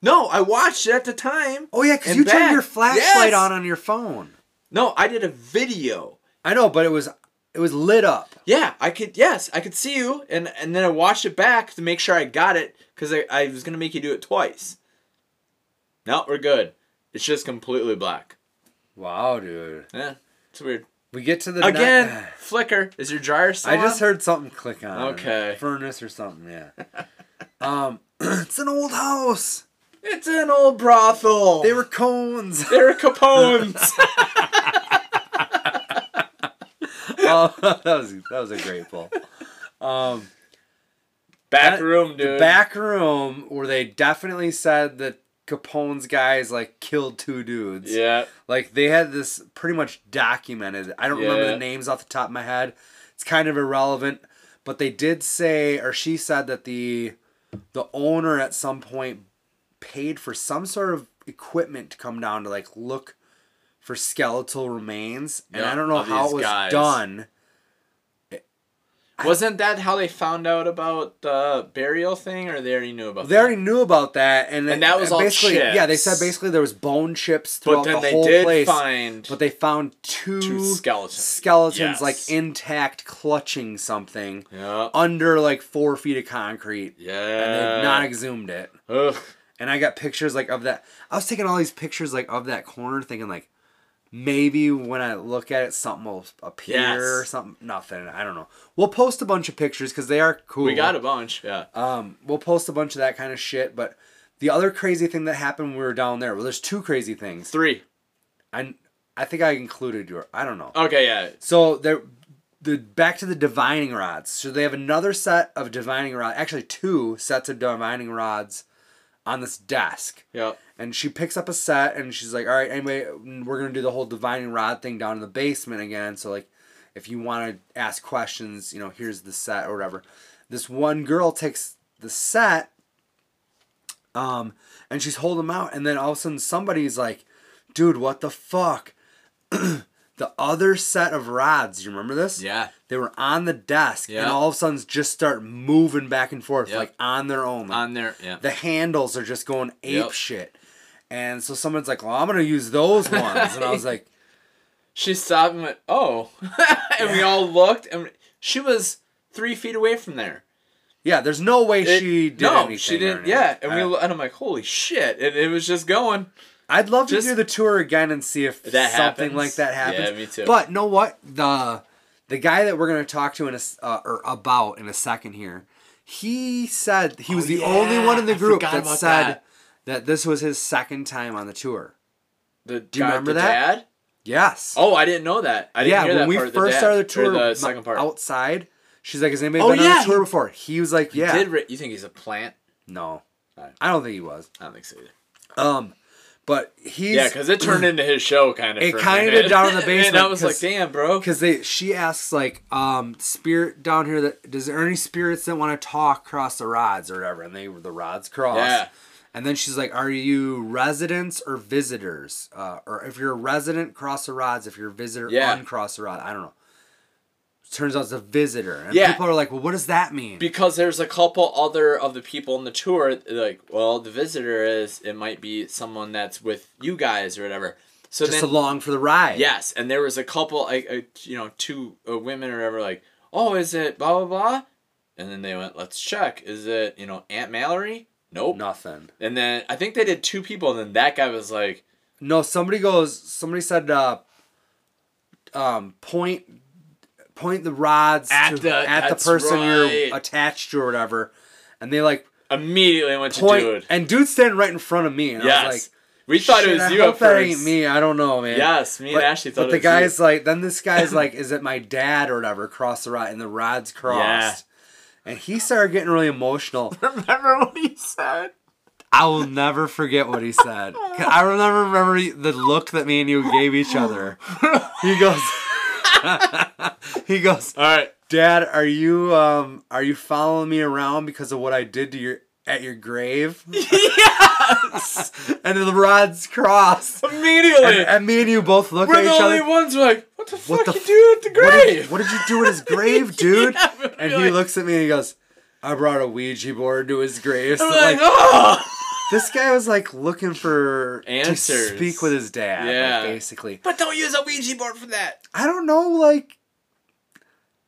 [SPEAKER 4] No, I watched it at the time.
[SPEAKER 1] Oh yeah, because
[SPEAKER 4] And
[SPEAKER 1] you turned
[SPEAKER 4] back.
[SPEAKER 1] your flashlight
[SPEAKER 4] Yes!
[SPEAKER 1] on on your phone.
[SPEAKER 4] No, I did a video.
[SPEAKER 1] I know, but it was it was lit up.
[SPEAKER 4] Yeah, I could. Yes, I could see you, and and then I watched it back to make sure I got it because I, I was gonna make you do it twice. No, we're good. It's just completely black.
[SPEAKER 1] Wow, dude.
[SPEAKER 4] Yeah, it's weird.
[SPEAKER 1] We get to the ni-
[SPEAKER 4] Again, Flickr is your dryer
[SPEAKER 1] (sighs)
[SPEAKER 4] still
[SPEAKER 1] I just
[SPEAKER 4] on?
[SPEAKER 1] heard something click on.
[SPEAKER 4] Okay.
[SPEAKER 1] Furnace or something,
[SPEAKER 2] (laughs)
[SPEAKER 1] yeah. um (clears throat) it's an old house.
[SPEAKER 4] It's an old
[SPEAKER 2] (laughs)
[SPEAKER 4] brothel.
[SPEAKER 1] They were cones. (laughs)
[SPEAKER 4] They're Capones.
[SPEAKER 1] oh, that was that was a great pull. Um
[SPEAKER 2] back room, dude.
[SPEAKER 1] the back room where they definitely said that Capone's guys like killed two dudes.
[SPEAKER 2] Yeah.
[SPEAKER 1] Like they had this pretty much documented. I don't remember
[SPEAKER 2] Yeah.
[SPEAKER 1] the names off the top of my head. It's kind of irrelevant, but they did say or she said that the the owner at some point paid for some sort of equipment to come down to like look for skeletal remains and
[SPEAKER 2] Yeah,
[SPEAKER 1] I don't know
[SPEAKER 2] of
[SPEAKER 1] how
[SPEAKER 2] these
[SPEAKER 1] it was
[SPEAKER 2] guys.
[SPEAKER 1] done.
[SPEAKER 2] (laughs) Wasn't that how they found out about the burial thing, or they already knew about?
[SPEAKER 1] They
[SPEAKER 2] that?
[SPEAKER 1] already knew about that and,
[SPEAKER 2] And that was all
[SPEAKER 1] basically yeah, they
[SPEAKER 2] chips.
[SPEAKER 1] said basically there was bone chips throughout
[SPEAKER 2] But then
[SPEAKER 1] the
[SPEAKER 2] they
[SPEAKER 1] whole
[SPEAKER 2] did
[SPEAKER 1] place.
[SPEAKER 2] find.
[SPEAKER 1] but they found two,
[SPEAKER 2] Two skeletons.
[SPEAKER 1] skeletons,
[SPEAKER 2] Yes.
[SPEAKER 1] like intact, clutching something
[SPEAKER 2] yeah.
[SPEAKER 1] under like four feet of concrete, and
[SPEAKER 2] Yeah.
[SPEAKER 1] they've not exhumed it.
[SPEAKER 2] Ugh.
[SPEAKER 1] And I got pictures like of that. I was taking all these pictures like of that corner, thinking like maybe when I look at it, something will appear or
[SPEAKER 2] Yes.
[SPEAKER 1] something. Nothing. I don't know. We'll post a bunch of pictures because they are cool.
[SPEAKER 2] We got a bunch. Yeah.
[SPEAKER 1] Um, we'll post a bunch of that kind of shit, but. The other crazy thing that happened when we were down there, well, there's two crazy things.
[SPEAKER 2] Three.
[SPEAKER 1] I, I think I included your, I don't know.
[SPEAKER 2] Okay. Yeah.
[SPEAKER 1] So they're the back to the divining rods. So they have another set of divining rod, actually two sets of divining rods on this desk.
[SPEAKER 2] Yeah.
[SPEAKER 1] And she picks up a set and she's like, "All right, anyway, we're going to do the whole divining rod thing down in the basement again. So like if you want to ask questions, you know, here's the set or whatever." This one girl takes the set um and she's holding them out and then all of a sudden somebody's like, "Dude, what the fuck?" (clears throat) the other set of rods, you remember this?
[SPEAKER 4] yeah.
[SPEAKER 1] They were on the desk
[SPEAKER 4] Yeah.
[SPEAKER 1] and all of a sudden just start moving back and forth
[SPEAKER 4] Yep.
[SPEAKER 1] like on their own. Like,
[SPEAKER 4] On there. Yeah.
[SPEAKER 1] the handles are just going ape
[SPEAKER 4] Yep.
[SPEAKER 1] shit. And so someone's like, "Well, I'm gonna use those ones," and I was like, (laughs)
[SPEAKER 2] She stopped and went, "Oh," (laughs) and we all looked, and she was three feet away from there.
[SPEAKER 1] "Yeah, there's no way
[SPEAKER 2] It-
[SPEAKER 1] she did
[SPEAKER 2] no,
[SPEAKER 1] anything."
[SPEAKER 2] she
[SPEAKER 1] or
[SPEAKER 2] didn't.
[SPEAKER 1] anything." Uh,
[SPEAKER 2] Yeah, and we
[SPEAKER 1] I-
[SPEAKER 2] lo- and I'm like, "Holy shit!" And it was just going.
[SPEAKER 1] I'd love to
[SPEAKER 2] just-
[SPEAKER 1] do the tour again and see if
[SPEAKER 2] That
[SPEAKER 1] something
[SPEAKER 2] happens.
[SPEAKER 1] like that happens.
[SPEAKER 2] Yeah, me too.
[SPEAKER 1] But know what the the guy that we're gonna talk to in a s- uh, or about in a second here, he said he was the only one in the
[SPEAKER 2] Oh, I
[SPEAKER 1] group
[SPEAKER 2] forgot
[SPEAKER 1] that
[SPEAKER 2] about
[SPEAKER 1] said
[SPEAKER 2] that.
[SPEAKER 1] that. this was his second time on the tour.
[SPEAKER 2] The
[SPEAKER 1] you
[SPEAKER 2] guy-
[SPEAKER 1] remember
[SPEAKER 2] the
[SPEAKER 1] that?
[SPEAKER 2] Dad?
[SPEAKER 1] Yes.
[SPEAKER 2] Oh, I didn't know that. I didn't
[SPEAKER 1] yeah,
[SPEAKER 2] hear
[SPEAKER 1] when
[SPEAKER 2] that
[SPEAKER 1] we
[SPEAKER 2] part,
[SPEAKER 1] first
[SPEAKER 2] dad-
[SPEAKER 1] started the
[SPEAKER 2] or
[SPEAKER 1] tour oh,
[SPEAKER 2] the
[SPEAKER 1] m-
[SPEAKER 2] second part.
[SPEAKER 1] outside, she's like, "Has anybody
[SPEAKER 2] Oh,
[SPEAKER 1] been on
[SPEAKER 2] yeah,
[SPEAKER 1] a tour
[SPEAKER 2] he-
[SPEAKER 1] before?" He was like, "Yeah."
[SPEAKER 2] Did Ri- you think he's a plant?
[SPEAKER 1] No,
[SPEAKER 2] Alright.
[SPEAKER 1] I don't think he was.
[SPEAKER 2] I don't think so either.
[SPEAKER 1] Um, but he's
[SPEAKER 2] Yeah, because
[SPEAKER 1] (laughs)
[SPEAKER 2] it turned into his show kind of.
[SPEAKER 1] It kinda down in the
[SPEAKER 2] (laughs) and I
[SPEAKER 1] basement,
[SPEAKER 2] was like,
[SPEAKER 1] 'cause-
[SPEAKER 2] "Damn, bro."
[SPEAKER 1] because they she asks like um spirit down here that does there any spirits that want to talk cross the rods or whatever, and they were the rods cross.
[SPEAKER 2] Yeah.
[SPEAKER 1] And then she's like, "Are you residents or visitors? Uh, or if you're a resident, cross the rods. If you're a visitor,
[SPEAKER 2] Yeah.
[SPEAKER 1] uncross the rod. I don't know." Turns out it's a visitor, and
[SPEAKER 2] Yeah.
[SPEAKER 1] people are like, "Well, what does that mean?"
[SPEAKER 2] Because there's a couple other of the people in the tour, like, well, the visitor is it might be someone that's with you guys or whatever. So
[SPEAKER 1] just
[SPEAKER 2] then
[SPEAKER 1] along for the ride.
[SPEAKER 2] Yes, and there was a couple, like uh, you know, two uh, women or whatever, like, oh, is it blah blah blah, and then they went, let's check, is it you know Aunt Mallory? Nope.
[SPEAKER 1] Nothing.
[SPEAKER 2] And then I think they did two people, and then that guy was like,
[SPEAKER 1] No, somebody goes. Somebody said, uh, um, point, point the rods
[SPEAKER 2] At
[SPEAKER 1] to,
[SPEAKER 2] the-
[SPEAKER 1] at the
[SPEAKER 2] that's
[SPEAKER 1] person
[SPEAKER 2] right.
[SPEAKER 1] you're attached to or whatever, and they like
[SPEAKER 2] immediately went to
[SPEAKER 1] point,
[SPEAKER 2] dude.
[SPEAKER 1] and dude's standing right in front of me, and I
[SPEAKER 2] yes.
[SPEAKER 1] was
[SPEAKER 2] we
[SPEAKER 1] like,
[SPEAKER 2] thought
[SPEAKER 1] "Shit,
[SPEAKER 2] it was
[SPEAKER 1] I
[SPEAKER 2] you
[SPEAKER 1] hope
[SPEAKER 2] at
[SPEAKER 1] that
[SPEAKER 2] first.
[SPEAKER 1] ain't me. I don't know, man.
[SPEAKER 2] Yes, me
[SPEAKER 1] But-
[SPEAKER 2] and Ashley thought
[SPEAKER 1] But
[SPEAKER 2] it
[SPEAKER 1] the
[SPEAKER 2] was
[SPEAKER 1] guy's
[SPEAKER 2] you.
[SPEAKER 1] like, then this
[SPEAKER 2] (laughs)
[SPEAKER 1] guy's like, is it my dad or whatever? Cross the rod, and the rods crossed. And he started getting really emotional.
[SPEAKER 2] (laughs)
[SPEAKER 1] (laughs)
[SPEAKER 2] Remember what he said?
[SPEAKER 1] I will never forget what he said. 'Cause I remember remember the look that me and you gave each other. He goes He goes, (laughs)
[SPEAKER 2] All right.
[SPEAKER 1] "Dad, are you
[SPEAKER 2] (laughs)
[SPEAKER 1] um are you following me around because of what I did to your at your grave?"
[SPEAKER 4] yes!
[SPEAKER 1] and the rods crossed.
[SPEAKER 2] Immediately.
[SPEAKER 1] And, and me and you both look
[SPEAKER 2] We're
[SPEAKER 1] at
[SPEAKER 2] the
[SPEAKER 1] each
[SPEAKER 2] only
[SPEAKER 1] other.
[SPEAKER 2] ones who are like, what the
[SPEAKER 1] What
[SPEAKER 2] fuck
[SPEAKER 1] the
[SPEAKER 2] you do at the
[SPEAKER 1] What
[SPEAKER 2] grave?
[SPEAKER 1] did, what did you do at his
[SPEAKER 2] (laughs)
[SPEAKER 1] grave, dude?
[SPEAKER 2] we'd be
[SPEAKER 1] and he
[SPEAKER 2] like-
[SPEAKER 1] looks at me and he goes, I brought a Ouija board to his grave. So
[SPEAKER 2] I'm like,
[SPEAKER 1] like,
[SPEAKER 2] oh.
[SPEAKER 1] this guy was like looking for
[SPEAKER 2] Answers.
[SPEAKER 1] to speak with his dad. Yeah,
[SPEAKER 2] Yeah.
[SPEAKER 1] basically.
[SPEAKER 2] But don't use a Ouija board for that.
[SPEAKER 1] I don't know, like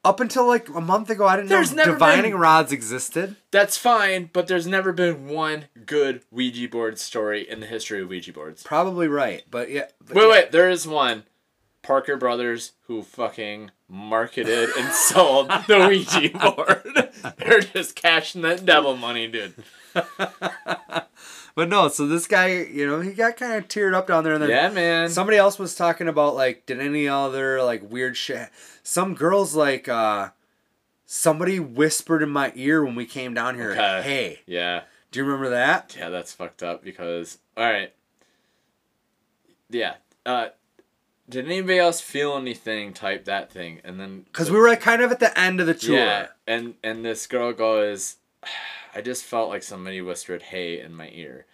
[SPEAKER 1] up until like a month ago, I didn't
[SPEAKER 2] There's
[SPEAKER 1] know
[SPEAKER 2] never
[SPEAKER 1] divining
[SPEAKER 2] been-
[SPEAKER 1] rods existed.
[SPEAKER 2] That's fine, but there's never been one good Ouija board story in the history of Ouija boards.
[SPEAKER 1] Probably right, but yeah. But
[SPEAKER 2] Wait, wait, there is one. Parker Brothers who fucking marketed and (laughs) sold
[SPEAKER 1] (laughs)
[SPEAKER 2] the Ouija board. (laughs) They're just cashing that devil money, dude.
[SPEAKER 1] But no, so this guy, you know, he got kind of teared up down there, and then
[SPEAKER 2] Yeah, man.
[SPEAKER 1] somebody else was talking about like, did any other like weird shit? Some girls like, uh somebody whispered in my ear when we came down here,
[SPEAKER 2] Okay.
[SPEAKER 1] "Hey,
[SPEAKER 2] yeah.
[SPEAKER 1] do you remember that?"
[SPEAKER 2] Yeah, that's fucked up because all right. Yeah. Uh did anybody else feel anything type that thing and then
[SPEAKER 1] Because we were like, kind of at the end of the tour.
[SPEAKER 2] Yeah. And and this girl goes (sighs) I just felt like somebody whispered hey in my ear.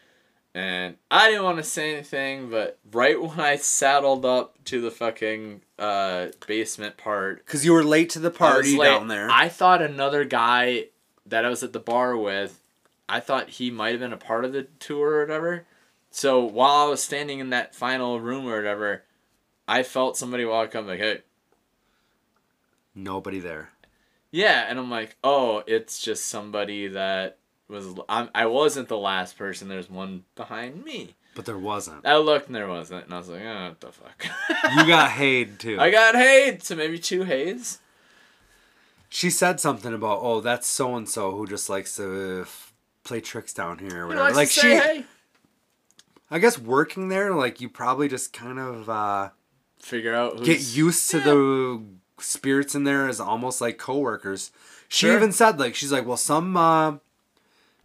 [SPEAKER 2] And I didn't want to say anything, but right when I saddled up to the fucking uh basement part
[SPEAKER 1] Because you were late to the
[SPEAKER 2] I was
[SPEAKER 1] party
[SPEAKER 2] like-
[SPEAKER 1] down there.
[SPEAKER 2] I thought another guy that I was at the bar with, I thought he might have been a part of the tour or whatever. So while I was standing in that final room or whatever, I felt somebody walk up like, "Hey,
[SPEAKER 1] Nobody there.
[SPEAKER 2] yeah," and I'm like, "Oh, it's just somebody that was." I'm, I wasn't the last person. There's one behind me.
[SPEAKER 1] But there
[SPEAKER 2] (laughs)
[SPEAKER 1] wasn't.
[SPEAKER 2] I looked and there wasn't, and I was like, "Oh, what the fuck." (laughs)
[SPEAKER 1] You got hayed too.
[SPEAKER 2] I got hayed, so maybe two hays.
[SPEAKER 1] she said something about, oh, that's so and so who just likes to f- play tricks down here or whatever.
[SPEAKER 2] You know, like
[SPEAKER 1] like
[SPEAKER 2] say
[SPEAKER 1] she,
[SPEAKER 2] hey.
[SPEAKER 1] I guess working there, like you probably just kind of uh,
[SPEAKER 2] Figure out who's
[SPEAKER 1] get used to the spirits in there as almost like coworkers. She
[SPEAKER 2] Sure.
[SPEAKER 1] even said like she's like, well, some uh,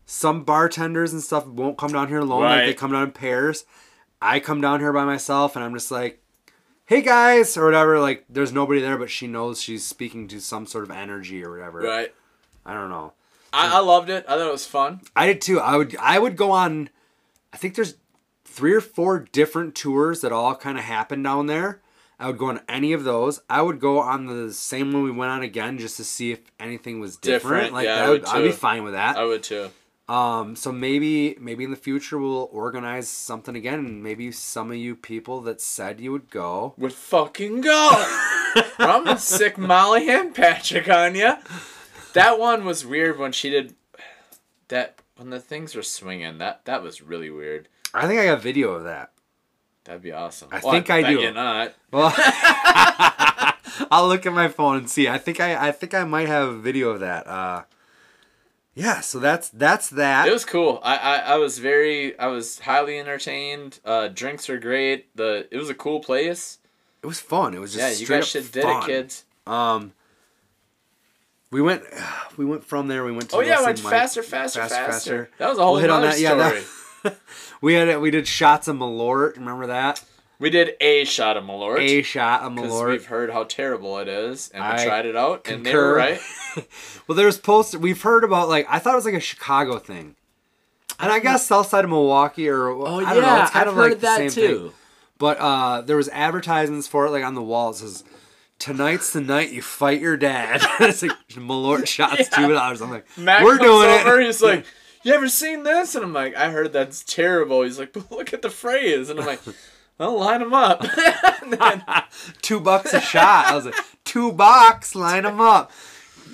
[SPEAKER 1] some bartenders and stuff won't come down here alone. Like they
[SPEAKER 2] Right.
[SPEAKER 1] come down in pairs. I come down here by myself, and I'm just like, hey guys or whatever. Like there's nobody there, but she knows she's speaking to some sort of energy or whatever.
[SPEAKER 2] right.
[SPEAKER 1] I don't know.
[SPEAKER 2] I, I loved it. I thought it was fun.
[SPEAKER 1] I did too. I would I would go on I think there's three or four different tours that all kind of happen down there. I would go on any of those. I would go on the same one we went on again just to see if anything was different.
[SPEAKER 2] Different,
[SPEAKER 1] Like
[SPEAKER 2] yeah,
[SPEAKER 1] that
[SPEAKER 2] I
[SPEAKER 1] would,
[SPEAKER 2] would
[SPEAKER 1] I'd be
[SPEAKER 2] too.
[SPEAKER 1] fine with that.
[SPEAKER 2] I would too.
[SPEAKER 1] Um so maybe maybe in the future we'll organize something again and maybe some of you people that said you would go.
[SPEAKER 2] would
[SPEAKER 1] (laughs)
[SPEAKER 2] fucking go. I'm gonna sick Molly and Patrick on ya. That one was weird when she did that when the things were swinging. That that was really weird.
[SPEAKER 1] I think I got video of that.
[SPEAKER 2] That'd be awesome.
[SPEAKER 1] I think I
[SPEAKER 2] bet
[SPEAKER 1] do.
[SPEAKER 2] You not.
[SPEAKER 1] Well (laughs) I'll look at my phone and see. I think I I think I might have a video of that. Uh yeah, so that's that's that.
[SPEAKER 2] It was cool. I, I I was very I was highly entertained. Uh, drinks were great. The it was a cool place.
[SPEAKER 1] It was fun. It was just
[SPEAKER 2] Yeah, you guys
[SPEAKER 1] straight up
[SPEAKER 2] should did
[SPEAKER 1] fun.
[SPEAKER 2] it, kids.
[SPEAKER 1] Um, we went, (sighs) we went from there. We went to
[SPEAKER 2] Oh yeah,
[SPEAKER 1] Leslie
[SPEAKER 2] went
[SPEAKER 1] Mike.
[SPEAKER 2] faster, faster,
[SPEAKER 1] Faster,
[SPEAKER 2] faster,
[SPEAKER 1] faster.
[SPEAKER 2] That was a whole
[SPEAKER 1] We'll hit on
[SPEAKER 2] nother
[SPEAKER 1] that. Yeah, that-
[SPEAKER 2] story.
[SPEAKER 1] (laughs) We had it. We did shots of Malort. Remember that?
[SPEAKER 2] we did a shot of Malort.
[SPEAKER 1] A shot of
[SPEAKER 2] Because
[SPEAKER 1] Malort.
[SPEAKER 2] we've heard how terrible it is, and we
[SPEAKER 1] I
[SPEAKER 2] tried it out, and they were
[SPEAKER 1] concur.
[SPEAKER 2] right.
[SPEAKER 1] Well, there was posted. We've heard about like I thought it was like a Chicago thing, and I guess south side of Milwaukee or oh I don't know, it's kind of like the same thing. But uh, there was advertisements for it, like on the wall. It says, "Tonight's the night you fight your dad." (laughs) it's like
[SPEAKER 2] (laughs)
[SPEAKER 1] Malort shots
[SPEAKER 2] Yeah.
[SPEAKER 1] two dollars. I'm like,
[SPEAKER 2] Matt
[SPEAKER 1] we're doing
[SPEAKER 2] over,
[SPEAKER 1] it.
[SPEAKER 2] He's like, "You ever seen this?" And I'm like, "I heard that's terrible." He's like, "But look at the phrase," and
[SPEAKER 1] (laughs)
[SPEAKER 2] I'm like, "I'll line them up." (laughs) And then-
[SPEAKER 1] (laughs) two bucks a shot. I was
[SPEAKER 2] (laughs)
[SPEAKER 1] like, two bucks, line them up.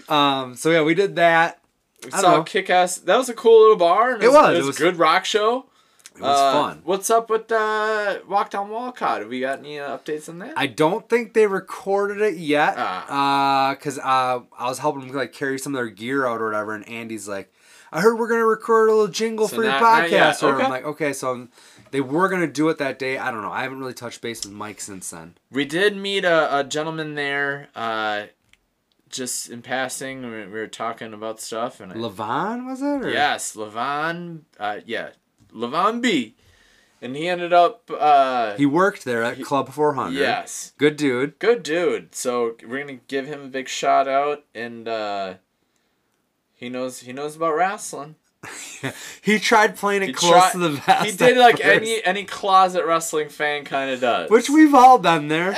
[SPEAKER 1] Um, so yeah, we did that.
[SPEAKER 2] we
[SPEAKER 1] I
[SPEAKER 2] saw
[SPEAKER 1] know.
[SPEAKER 2] kick ass. That was a cool little bar. and
[SPEAKER 1] It was,
[SPEAKER 2] It
[SPEAKER 1] it
[SPEAKER 2] was,
[SPEAKER 1] was-
[SPEAKER 2] a good rock show.
[SPEAKER 1] It was
[SPEAKER 2] Uh,
[SPEAKER 1] fun.
[SPEAKER 2] What's up with uh, Walk Down Walcott? Have we got any uh, updates on that?
[SPEAKER 1] I don't think they recorded it yet,
[SPEAKER 2] Ah.
[SPEAKER 1] because uh, I was helping them like carry some of their gear out or whatever, and Andy's like, "I heard we're gonna record a little jingle
[SPEAKER 2] So
[SPEAKER 1] for your
[SPEAKER 2] not- not
[SPEAKER 1] podcast,"
[SPEAKER 2] yet.
[SPEAKER 1] or I'm
[SPEAKER 2] Okay.
[SPEAKER 1] like, "Okay," so I'm- they were gonna do it that day. I don't know. I haven't really touched base with Mike since then.
[SPEAKER 2] We did meet a, a gentleman there, uh, just in passing. We, we were talking about stuff, and I,
[SPEAKER 1] Levon was it? Or?
[SPEAKER 2] yes, Levon, uh, yeah, Levon B, and he ended up, uh,
[SPEAKER 1] He worked there at Club 400.
[SPEAKER 2] yes,
[SPEAKER 1] Good dude.
[SPEAKER 2] good dude. So we're gonna give him a big shout out, and uh, he knows he knows about wrestling.
[SPEAKER 1] he tried playing it
[SPEAKER 2] He
[SPEAKER 1] close
[SPEAKER 2] tried-
[SPEAKER 1] to the vest.
[SPEAKER 2] He did
[SPEAKER 1] at
[SPEAKER 2] like
[SPEAKER 1] first,
[SPEAKER 2] any any closet wrestling fan kind of does.
[SPEAKER 1] which we've all been there.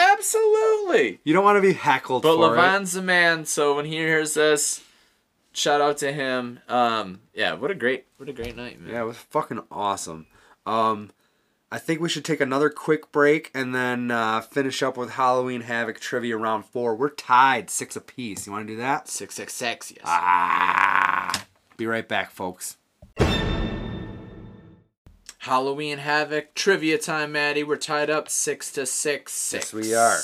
[SPEAKER 2] absolutely.
[SPEAKER 1] You don't want to be heckled
[SPEAKER 2] But
[SPEAKER 1] for it.
[SPEAKER 2] Levon's the man. So when he hears this, shout out to him. Um, yeah, what a great what a great night, man.
[SPEAKER 1] Yeah, it was fucking awesome. Um, I think we should take another quick break and then uh, finish up with Halloween Havoc trivia round four. We're tied six apiece. You want to do that?
[SPEAKER 4] Six six six. Yes.
[SPEAKER 1] Ah, be right back, folks.
[SPEAKER 4] Halloween Havoc trivia time, Maddie. We're tied up six to six
[SPEAKER 1] Yes,
[SPEAKER 4] six.
[SPEAKER 1] we are.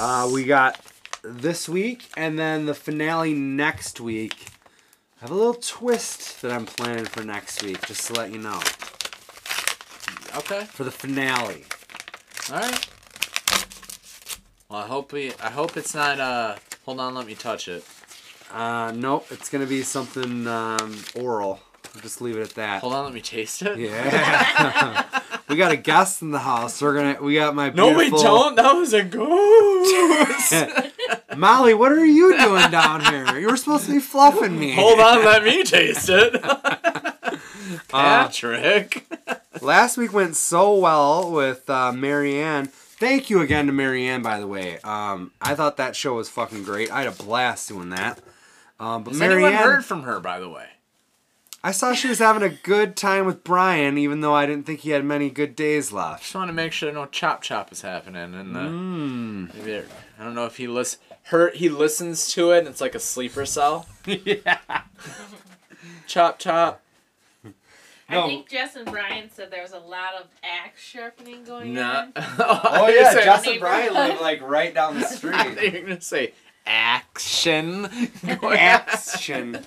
[SPEAKER 1] Uh, we got this week and then the finale next week. I have a little twist that I'm planning for next week, just to let you know.
[SPEAKER 4] Okay.
[SPEAKER 1] For the finale.
[SPEAKER 4] All right. Well, I hope we. I hope it's not. Uh, hold on. Let me touch it.
[SPEAKER 1] Uh, nope, it's gonna be something um, oral. I'll just leave it at that.
[SPEAKER 4] Hold on. Let me taste it.
[SPEAKER 1] Yeah. (laughs) we got a guest in the house. We're gonna. We got my.
[SPEAKER 2] No, we
[SPEAKER 1] beautiful-
[SPEAKER 2] don't. That was a
[SPEAKER 1] (laughs)
[SPEAKER 2] ghost.
[SPEAKER 1] Molly, what are you doing down here? You were supposed to be fluffing me.
[SPEAKER 2] Hold on, let me taste it. Patrick.
[SPEAKER 1] Last week went so well with uh, Marianne. Thank you again to Marianne, by the way. Um, I thought that show was fucking great. I had a blast doing that. Um, but
[SPEAKER 4] Has
[SPEAKER 1] Marianne,
[SPEAKER 4] anyone heard from her, by the way?
[SPEAKER 1] I saw she was having a good time with Brian, even though I didn't think he had many good days left.
[SPEAKER 4] Just want to make sure no chop chop is happening. And uh,
[SPEAKER 1] Mm-hmm. Hmm.
[SPEAKER 2] (laughs)
[SPEAKER 4] maybe there- I don't know if he list her. He listens to it, and it's like a sleeper cell.
[SPEAKER 1] Oh,
[SPEAKER 4] yeah. chop chop.
[SPEAKER 1] No.
[SPEAKER 5] I think Jess and Brian said there was a lot of axe sharpening going
[SPEAKER 4] Nah. (laughs)
[SPEAKER 5] on.
[SPEAKER 4] oh
[SPEAKER 5] Justin and Brian live,
[SPEAKER 1] like right down the
[SPEAKER 4] (laughs) I thought you were gonna say "Ah."
[SPEAKER 1] (laughs)
[SPEAKER 4] (laughs)
[SPEAKER 2] (laughs)
[SPEAKER 4] action.
[SPEAKER 1] action.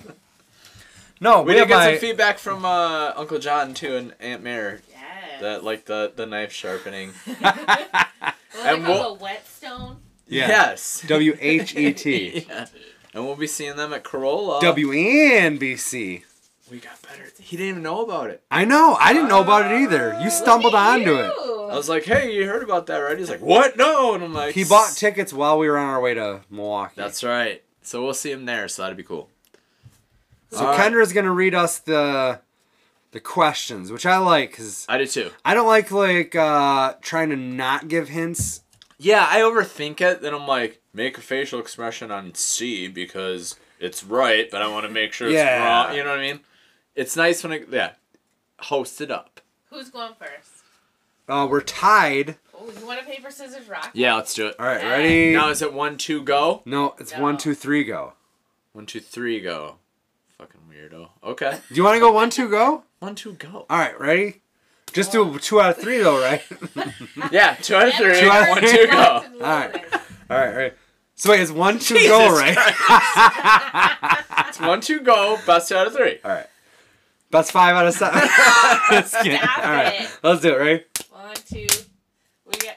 [SPEAKER 1] No,
[SPEAKER 2] We
[SPEAKER 1] we
[SPEAKER 2] did
[SPEAKER 1] have
[SPEAKER 2] get
[SPEAKER 1] my,
[SPEAKER 2] some feedback from uh, Uncle John too and Aunt Mare
[SPEAKER 5] Yes.
[SPEAKER 2] that
[SPEAKER 5] (laughs)
[SPEAKER 2] like the the knife sharpening. (laughs)
[SPEAKER 5] What do
[SPEAKER 2] and
[SPEAKER 5] they
[SPEAKER 2] we'll-
[SPEAKER 5] call it, a whetstone?
[SPEAKER 1] (laughs) Yeah.
[SPEAKER 2] Yes.
[SPEAKER 1] (laughs) W H E T
[SPEAKER 2] (laughs) Yeah. And we'll be seeing them at Corolla.
[SPEAKER 1] (laughs) W N B C.
[SPEAKER 2] We got better. He didn't even know about it.
[SPEAKER 1] I know. I didn't know about it either. You stumbled onto it.
[SPEAKER 2] I was like, "Hey, you heard about that, right?" He's like, "What? No!" And I'm like,
[SPEAKER 1] He bought tickets while we were on our way to Milwaukee.
[SPEAKER 4] That's right. So we'll see him there. So that'd be cool.
[SPEAKER 1] so
[SPEAKER 4] all right.
[SPEAKER 1] Kendra's gonna read us the the questions, which I like because
[SPEAKER 4] I do too.
[SPEAKER 1] I don't like like uh trying to not give hints.
[SPEAKER 2] Yeah, I overthink it. Then I'm like, make a facial expression on C because it's right, but I want to make sure it's
[SPEAKER 1] Yeah.
[SPEAKER 2] wrong. You know what I mean? It's nice when it, yeah, host it up.
[SPEAKER 5] Who's going first?
[SPEAKER 1] Uh, we're tied.
[SPEAKER 5] Oh, you want a paper, scissors, rock?
[SPEAKER 4] Yeah, let's do it.
[SPEAKER 1] All right, ready?
[SPEAKER 2] Now is it one, two, go?
[SPEAKER 1] No, it's one, two, three, go.
[SPEAKER 2] One, two, three, go. Fucking weirdo. Okay.
[SPEAKER 1] Do you want to go one, two, go?
[SPEAKER 2] One, two, go.
[SPEAKER 1] All right, ready? Just do two out of three though, right? (laughs)
[SPEAKER 2] Yeah, two out of three.
[SPEAKER 1] Two out of
[SPEAKER 2] One,
[SPEAKER 1] three.
[SPEAKER 2] two, go.
[SPEAKER 5] All
[SPEAKER 1] right. All right, all right. So wait, it's one, two, go,
[SPEAKER 2] Jesus
[SPEAKER 1] right?
[SPEAKER 2] (laughs) It's one, two, go. Best out of three.
[SPEAKER 1] All right. (laughs) That's five out of
[SPEAKER 2] (laughs)
[SPEAKER 1] seven. Just kidding.
[SPEAKER 5] Stop
[SPEAKER 1] All right.
[SPEAKER 5] it.
[SPEAKER 1] Let's do it, right?
[SPEAKER 5] One, two. We
[SPEAKER 2] (laughs)
[SPEAKER 5] got.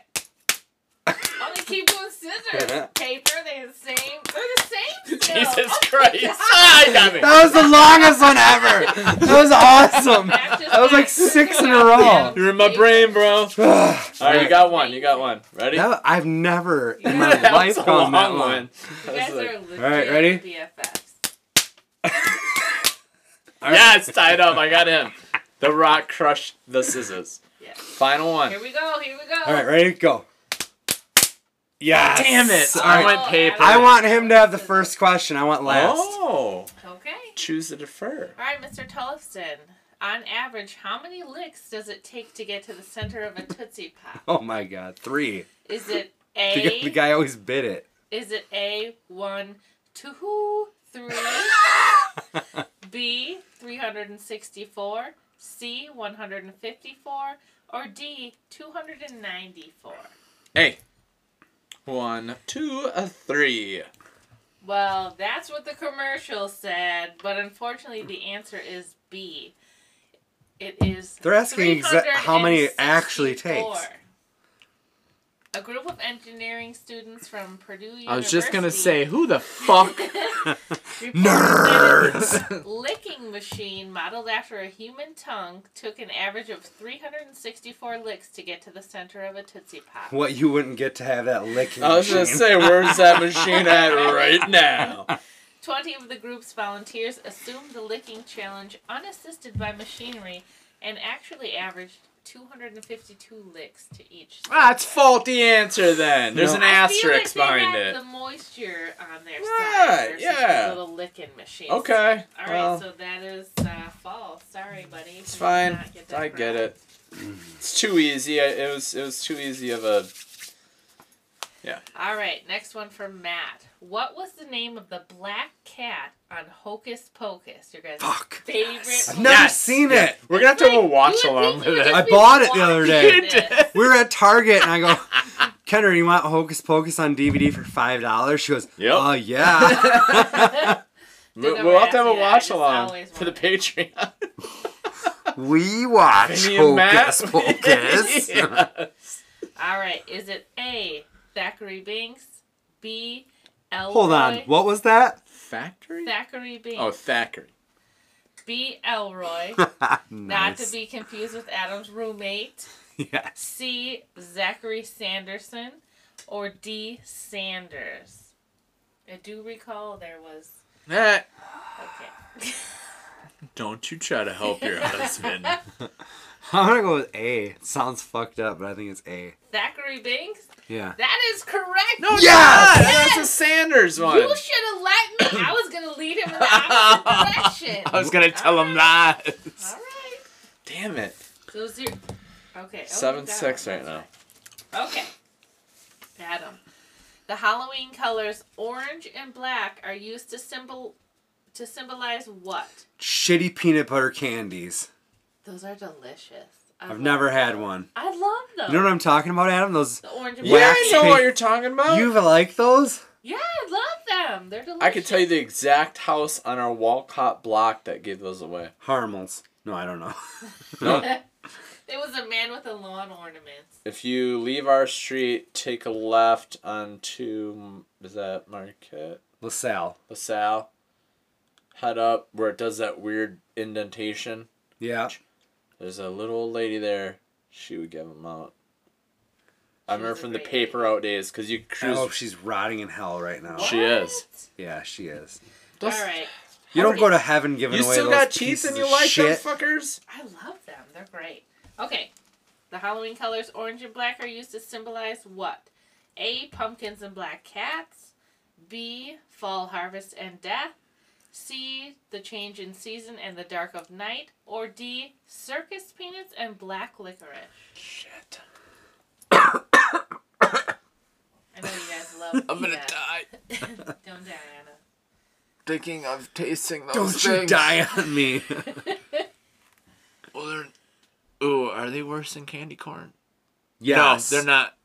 [SPEAKER 5] Oh, they keep doing scissors. Paper, they're the same. They're
[SPEAKER 2] (laughs)
[SPEAKER 5] the same still.
[SPEAKER 2] Jesus
[SPEAKER 5] Oh my
[SPEAKER 2] Christ.
[SPEAKER 5] God.
[SPEAKER 2] (laughs) Ah, I got me.
[SPEAKER 1] That was the longest one ever. That was awesome.
[SPEAKER 5] Back to
[SPEAKER 1] That was like
[SPEAKER 5] back.
[SPEAKER 1] six in a row.
[SPEAKER 2] You're in my brain, bro. All right, you got one. You got one. Ready?
[SPEAKER 1] (sighs) That- I've never in
[SPEAKER 2] (laughs)
[SPEAKER 1] my
[SPEAKER 2] That
[SPEAKER 1] life
[SPEAKER 2] was a
[SPEAKER 1] gone that
[SPEAKER 2] long
[SPEAKER 1] long.
[SPEAKER 5] You
[SPEAKER 2] That
[SPEAKER 5] guys
[SPEAKER 2] was like-
[SPEAKER 5] are legit
[SPEAKER 1] All right, ready?
[SPEAKER 5] BFFs.
[SPEAKER 2] (laughs) Yeah, it's tied up. I got him. The rock crushed the scissors.
[SPEAKER 5] Yeah.
[SPEAKER 2] Final one.
[SPEAKER 5] Here we go. Here we go.
[SPEAKER 1] All right, ready? Go. Yes.
[SPEAKER 2] Damn it. Oh
[SPEAKER 1] All
[SPEAKER 2] I
[SPEAKER 1] right.
[SPEAKER 2] went paper.
[SPEAKER 1] I want him to have the first question. I want last.
[SPEAKER 2] Oh.
[SPEAKER 5] Okay.
[SPEAKER 2] Choose to defer.
[SPEAKER 5] All right, Mr. Tollefson. On average, how many licks does it take to get to the center of a Tootsie Pop?
[SPEAKER 1] Oh my God. Three. (laughs)
[SPEAKER 5] Is it
[SPEAKER 1] The,
[SPEAKER 5] A?
[SPEAKER 1] gu- the guy always bit it.
[SPEAKER 5] Is it A, one, two, three? B, 364? C, 154? Or D, 294?
[SPEAKER 2] Hey. One, two, a three.
[SPEAKER 5] Well, that's what the commercial said, but unfortunately, the answer is B. It is.
[SPEAKER 1] They're asking exa- how many it actually
[SPEAKER 5] 364.
[SPEAKER 1] takes.
[SPEAKER 5] A group of engineering students from Purdue University.
[SPEAKER 4] I was just gonna say, who
[SPEAKER 5] (laughs)
[SPEAKER 4] the fuck?
[SPEAKER 1] (laughs)
[SPEAKER 5] Nerds! licking machine modeled after a human tongue took an average of 364 licks to get to the center of a Tootsie Pop.
[SPEAKER 1] What you wouldn't get to have that licking.
[SPEAKER 2] I was gonna
[SPEAKER 1] machine.
[SPEAKER 2] say, where's that machine at right now?
[SPEAKER 5] Twenty of the group's volunteers assumed the licking challenge unassisted by machinery and actually averaged 252 licks to each.
[SPEAKER 2] That's Ah, faulty answer then. There's
[SPEAKER 1] No.
[SPEAKER 2] an
[SPEAKER 5] I feel like
[SPEAKER 2] asterisk
[SPEAKER 5] they
[SPEAKER 2] behind
[SPEAKER 5] had
[SPEAKER 2] it.
[SPEAKER 5] The moisture on their
[SPEAKER 2] Right,
[SPEAKER 5] side versus
[SPEAKER 2] yeah.
[SPEAKER 5] the little licking machine.
[SPEAKER 2] Okay.
[SPEAKER 5] All right,
[SPEAKER 2] well,
[SPEAKER 5] so that is uh, false. Sorry, buddy. You
[SPEAKER 2] it's
[SPEAKER 5] did
[SPEAKER 2] fine.
[SPEAKER 5] not that
[SPEAKER 2] I get
[SPEAKER 5] correct.
[SPEAKER 2] it. It's too easy. I- It was it was too easy of a
[SPEAKER 5] All right, next one for Matt. What was the name of the black cat on Hocus Pocus? Your guys'
[SPEAKER 1] Fuck.
[SPEAKER 5] favorite.
[SPEAKER 1] I've
[SPEAKER 5] movie?
[SPEAKER 1] never
[SPEAKER 2] Yes.
[SPEAKER 1] seen
[SPEAKER 2] Yeah.
[SPEAKER 1] it.
[SPEAKER 2] We're gonna have to have a watch along with
[SPEAKER 1] I
[SPEAKER 2] it.
[SPEAKER 1] bought it the other
[SPEAKER 5] (laughs)
[SPEAKER 1] day.
[SPEAKER 2] You did.
[SPEAKER 1] We were at Target and I go, (laughs) Kendra, you want Hocus Pocus on DVD for five dollars? She goes,
[SPEAKER 2] Yep.
[SPEAKER 1] Oh yeah.
[SPEAKER 2] (laughs) We'll,
[SPEAKER 5] never
[SPEAKER 2] we'll have to have
[SPEAKER 5] asked
[SPEAKER 2] a
[SPEAKER 5] me that. I
[SPEAKER 2] watch along
[SPEAKER 5] just always
[SPEAKER 2] for the
[SPEAKER 5] wanted it.
[SPEAKER 1] (laughs)
[SPEAKER 2] Patreon.
[SPEAKER 1] we watch
[SPEAKER 2] Me and Matt.
[SPEAKER 1] Hocus
[SPEAKER 2] (laughs)
[SPEAKER 1] Pocus.
[SPEAKER 2] Yes.
[SPEAKER 5] All right, is it A. Thackeray Binks, B. Elroy,
[SPEAKER 1] Hold on, what was that?
[SPEAKER 2] Factory?
[SPEAKER 5] Thackeray Binks,
[SPEAKER 2] Oh, Thackeray.
[SPEAKER 5] B. Elroy,
[SPEAKER 1] (laughs)
[SPEAKER 5] not to be confused with Adam's roommate,
[SPEAKER 1] Yes.
[SPEAKER 5] C. Zachary Sanderson, or D. Sanders. I do recall there was.
[SPEAKER 2] Matt,
[SPEAKER 5] Okay.
[SPEAKER 2] don't you try to help
[SPEAKER 5] (laughs)
[SPEAKER 2] your husband.
[SPEAKER 1] I'm gonna go with A. It sounds fucked up, but I think it's A.
[SPEAKER 5] Thackeray Binks?
[SPEAKER 1] Yeah.
[SPEAKER 5] That is correct.
[SPEAKER 2] No, it's
[SPEAKER 1] Yes!
[SPEAKER 2] not. That's a Sanders one.
[SPEAKER 5] You should have let me. I was going to lead him in the
[SPEAKER 2] (laughs)
[SPEAKER 5] opposite direction.
[SPEAKER 2] I was gonna tell him that.
[SPEAKER 5] All right.
[SPEAKER 2] Damn it.
[SPEAKER 5] So it's your. Okay. oh,
[SPEAKER 2] Seven
[SPEAKER 5] you got
[SPEAKER 2] six
[SPEAKER 5] it.
[SPEAKER 2] right now.
[SPEAKER 5] Okay. Adam. The Halloween colors orange and black are used to symbol to symbolize what?
[SPEAKER 1] Shitty peanut butter candies.
[SPEAKER 5] Those are delicious. I
[SPEAKER 1] I've
[SPEAKER 5] love
[SPEAKER 1] never had
[SPEAKER 5] them.
[SPEAKER 1] one.
[SPEAKER 5] I love them.
[SPEAKER 1] You know what I'm talking about, Adam? Those
[SPEAKER 5] the orange and
[SPEAKER 2] Yeah,
[SPEAKER 5] black.
[SPEAKER 2] I
[SPEAKER 1] Wax
[SPEAKER 2] know
[SPEAKER 1] paper.
[SPEAKER 2] what you're talking about.
[SPEAKER 1] you like those?
[SPEAKER 5] Yeah, I love them. They're delicious.
[SPEAKER 2] I could tell you the exact house on our Walcott block that gave
[SPEAKER 1] (laughs)
[SPEAKER 2] those away.
[SPEAKER 1] Harmels. No, I don't know. (laughs)
[SPEAKER 5] It was a man with a lawn ornament.
[SPEAKER 2] If you leave our street, take a left onto is that Marquette
[SPEAKER 1] LaSalle.
[SPEAKER 2] LaSalle, head up where it does that weird indentation.
[SPEAKER 1] Yeah.
[SPEAKER 2] There's a little old lady there. She would give them out. I
[SPEAKER 5] She
[SPEAKER 2] remember
[SPEAKER 5] was a
[SPEAKER 2] from the
[SPEAKER 5] great
[SPEAKER 2] paper out days because you
[SPEAKER 1] I
[SPEAKER 2] cruise.
[SPEAKER 1] hope she's rotting in hell right now.
[SPEAKER 2] She is.
[SPEAKER 1] Yeah, she is.
[SPEAKER 5] All
[SPEAKER 2] Those-
[SPEAKER 5] right.
[SPEAKER 1] You don't go to heaven giving
[SPEAKER 2] You
[SPEAKER 1] away
[SPEAKER 2] still
[SPEAKER 1] those
[SPEAKER 2] got teeth
[SPEAKER 1] pieces
[SPEAKER 2] and you
[SPEAKER 1] of
[SPEAKER 2] like
[SPEAKER 1] shit.
[SPEAKER 2] them fuckers?
[SPEAKER 5] I love them. They're great. Okay. The Halloween colors orange and black are used to symbolize what? A. Pumpkins and black cats. B. Fall harvest and death. C. The change in season and the dark of night. Or D. Circus peanuts and black licorice.
[SPEAKER 2] Shit.
[SPEAKER 5] I know you guys love
[SPEAKER 2] (laughs) I'm gonna
[SPEAKER 5] peanuts.
[SPEAKER 2] die.
[SPEAKER 5] (laughs) Don't die, Anna.
[SPEAKER 2] Thinking of tasting those
[SPEAKER 1] Don't you die on (laughs) me.
[SPEAKER 2] Well, they're. Ooh, are they worse than candy corn?
[SPEAKER 1] yes.
[SPEAKER 2] No, they're not.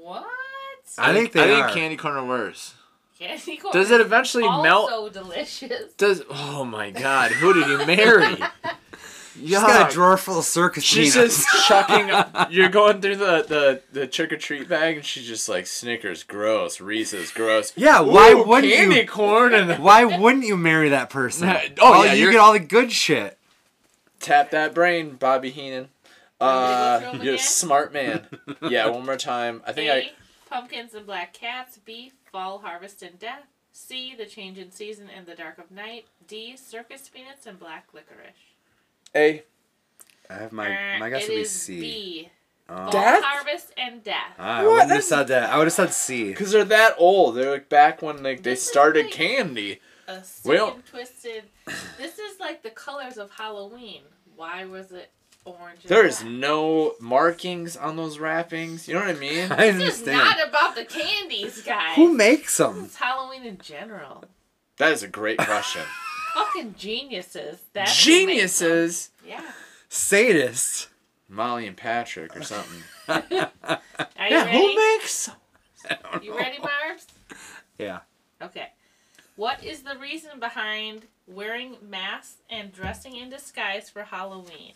[SPEAKER 5] What?
[SPEAKER 1] I think they
[SPEAKER 2] I think
[SPEAKER 1] are.
[SPEAKER 2] candy corn are worse.
[SPEAKER 5] Candy corn.
[SPEAKER 2] Does it eventually
[SPEAKER 5] also
[SPEAKER 2] melt?
[SPEAKER 5] Also delicious.
[SPEAKER 2] Does oh my god, who did he marry?
[SPEAKER 1] She's got a drawer full of circus
[SPEAKER 2] She's
[SPEAKER 1] peanuts.
[SPEAKER 2] just chucking. You're going through the, the, the trick or treat bag, and she's just like Snickers, gross, Reese's, gross.
[SPEAKER 1] Yeah, why
[SPEAKER 2] Ooh,
[SPEAKER 1] wouldn't
[SPEAKER 2] candy
[SPEAKER 1] you?
[SPEAKER 2] corn
[SPEAKER 1] (laughs)
[SPEAKER 2] and
[SPEAKER 1] Why wouldn't you marry that (laughs) person?
[SPEAKER 2] Yeah, oh,
[SPEAKER 1] All-
[SPEAKER 2] yeah,
[SPEAKER 1] you
[SPEAKER 2] you're-
[SPEAKER 1] get all the good shit.
[SPEAKER 2] tap that brain, Bobby Heenan. Uh,
[SPEAKER 5] Can we go through 'em
[SPEAKER 2] you're a
[SPEAKER 5] again?
[SPEAKER 2] smart man. (laughs) Yeah, one more time. I think
[SPEAKER 5] A.
[SPEAKER 2] I
[SPEAKER 5] Pumpkins and black cats. B. Fall harvest and death. C. The change in season and the dark of night. D. Circus peanuts and black licorice.
[SPEAKER 2] a
[SPEAKER 1] I have
[SPEAKER 5] Er,
[SPEAKER 1] my. My guess
[SPEAKER 5] it
[SPEAKER 1] would be
[SPEAKER 5] is
[SPEAKER 1] C.
[SPEAKER 5] B.
[SPEAKER 1] Oh.
[SPEAKER 5] Fall
[SPEAKER 2] Death?
[SPEAKER 5] harvest and death.
[SPEAKER 1] Ah, I
[SPEAKER 2] What?
[SPEAKER 1] wouldn't have
[SPEAKER 2] That's-
[SPEAKER 1] said that. I would have said (laughs) C.
[SPEAKER 2] because they're that old. They're like back when like they
[SPEAKER 5] This is
[SPEAKER 2] started
[SPEAKER 5] like-
[SPEAKER 2] candy.
[SPEAKER 5] A
[SPEAKER 2] Well-
[SPEAKER 5] well, twisted. This is like the colors of Halloween. Why was it orange? and
[SPEAKER 2] There is
[SPEAKER 5] black?
[SPEAKER 2] no markings on those wrappings. You know what I
[SPEAKER 1] (laughs)
[SPEAKER 2] mean?
[SPEAKER 1] I
[SPEAKER 5] This is
[SPEAKER 1] understand.
[SPEAKER 5] not about the candies, guys.
[SPEAKER 1] Who makes them?
[SPEAKER 5] It's Halloween in general.
[SPEAKER 2] That is a great
[SPEAKER 5] (laughs)
[SPEAKER 2] question.
[SPEAKER 5] Fucking geniuses. That's who makes
[SPEAKER 2] Geniuses,
[SPEAKER 5] them. Yeah.
[SPEAKER 1] Sadists.
[SPEAKER 2] Molly and Patrick or something.
[SPEAKER 5] Are you
[SPEAKER 2] Yeah,
[SPEAKER 5] ready?
[SPEAKER 2] who makes?
[SPEAKER 5] you ready, Marbs?
[SPEAKER 1] Yeah.
[SPEAKER 5] Okay. What is the reason behind wearing masks and dressing in disguise for Halloween?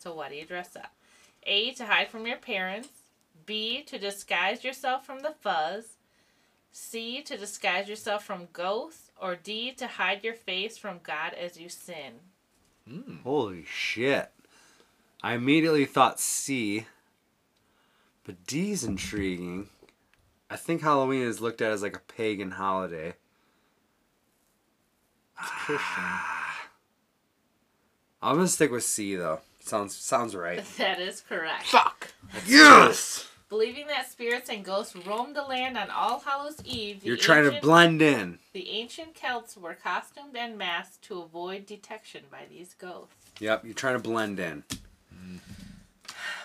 [SPEAKER 5] So, why do you dress up? A. To hide from your parents. B. To disguise yourself from the fuzz. C. To disguise yourself from ghosts. Or D. To hide your face from God as you sin. (laughs)
[SPEAKER 1] Holy shit. I immediately thought C, but D's intriguing. I think Halloween is looked at as like a pagan holiday.
[SPEAKER 4] Christian.
[SPEAKER 1] (sighs) I'm gonna stick with C though. Sounds sounds right.
[SPEAKER 5] That is correct.
[SPEAKER 4] Fuck.
[SPEAKER 1] Yes.
[SPEAKER 5] Believing that spirits and ghosts roam the land on All Hallows Eve, the
[SPEAKER 1] You're trying to
[SPEAKER 5] ancient-
[SPEAKER 1] blend in.
[SPEAKER 5] The ancient Celts were costumed and masked to avoid detection by these ghosts.
[SPEAKER 1] Yep, you're trying to blend in.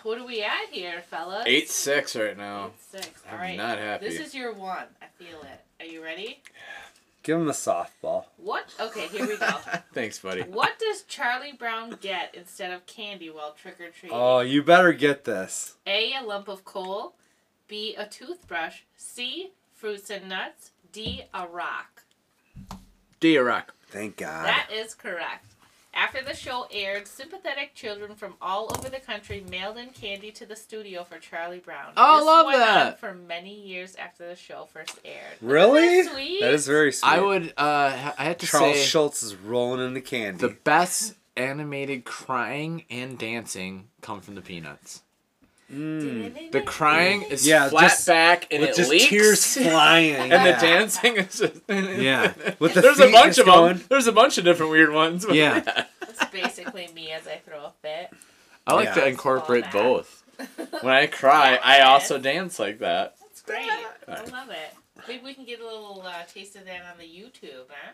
[SPEAKER 5] What are we at here, fellas?
[SPEAKER 2] Eight six right now.
[SPEAKER 5] Eight, six.
[SPEAKER 2] I'm
[SPEAKER 5] All right.
[SPEAKER 2] not happy.
[SPEAKER 5] This is your one. I feel it. Are you ready?
[SPEAKER 1] Give him a softball.
[SPEAKER 5] What? Okay,
[SPEAKER 2] (laughs)
[SPEAKER 5] here we go.
[SPEAKER 2] Thanks, buddy.
[SPEAKER 5] what does Charlie Brown get instead of candy while trick or treating?
[SPEAKER 2] Uh,
[SPEAKER 1] Oh, you better get this.
[SPEAKER 5] A. A lump of coal. B. A toothbrush. C. Fruits and nuts. D. A rock.
[SPEAKER 4] D Rock.
[SPEAKER 1] Thank God.
[SPEAKER 5] That is correct. After the show aired, sympathetic children from all over the country mailed in candy to the studio for Charlie Brown.
[SPEAKER 4] Oh, I love
[SPEAKER 5] went
[SPEAKER 4] that.
[SPEAKER 5] on for many years after the show first aired.
[SPEAKER 1] really?
[SPEAKER 5] Isn't that sweet?
[SPEAKER 1] That is very sweet.
[SPEAKER 4] I would. Uh, ha- I have to
[SPEAKER 1] Charles
[SPEAKER 4] say
[SPEAKER 1] Schultz is rolling in the candy.
[SPEAKER 4] the best animated crying and dancing come from the Peanuts. The crying is
[SPEAKER 1] Yeah,
[SPEAKER 4] flat
[SPEAKER 1] just-
[SPEAKER 4] back and
[SPEAKER 1] With
[SPEAKER 4] it
[SPEAKER 1] just
[SPEAKER 4] leaks.
[SPEAKER 1] tears flying.
[SPEAKER 2] (laughs) And the dancing is just. (laughs)
[SPEAKER 1] Yeah. With the
[SPEAKER 2] There's a
[SPEAKER 1] feet
[SPEAKER 2] bunch
[SPEAKER 1] just
[SPEAKER 2] of
[SPEAKER 1] going.
[SPEAKER 2] them. There's a bunch of different weird ones. (laughs) but
[SPEAKER 1] Yeah.
[SPEAKER 5] That's basically me as I throw a fit.
[SPEAKER 4] I like
[SPEAKER 1] Yeah.
[SPEAKER 4] to incorporate
[SPEAKER 5] Fallback.
[SPEAKER 4] both.
[SPEAKER 5] (laughs)
[SPEAKER 2] When I cry, I also dance like that.
[SPEAKER 5] That's great. I love it. Maybe we can get a little uh, taste of that on the YouTube, huh?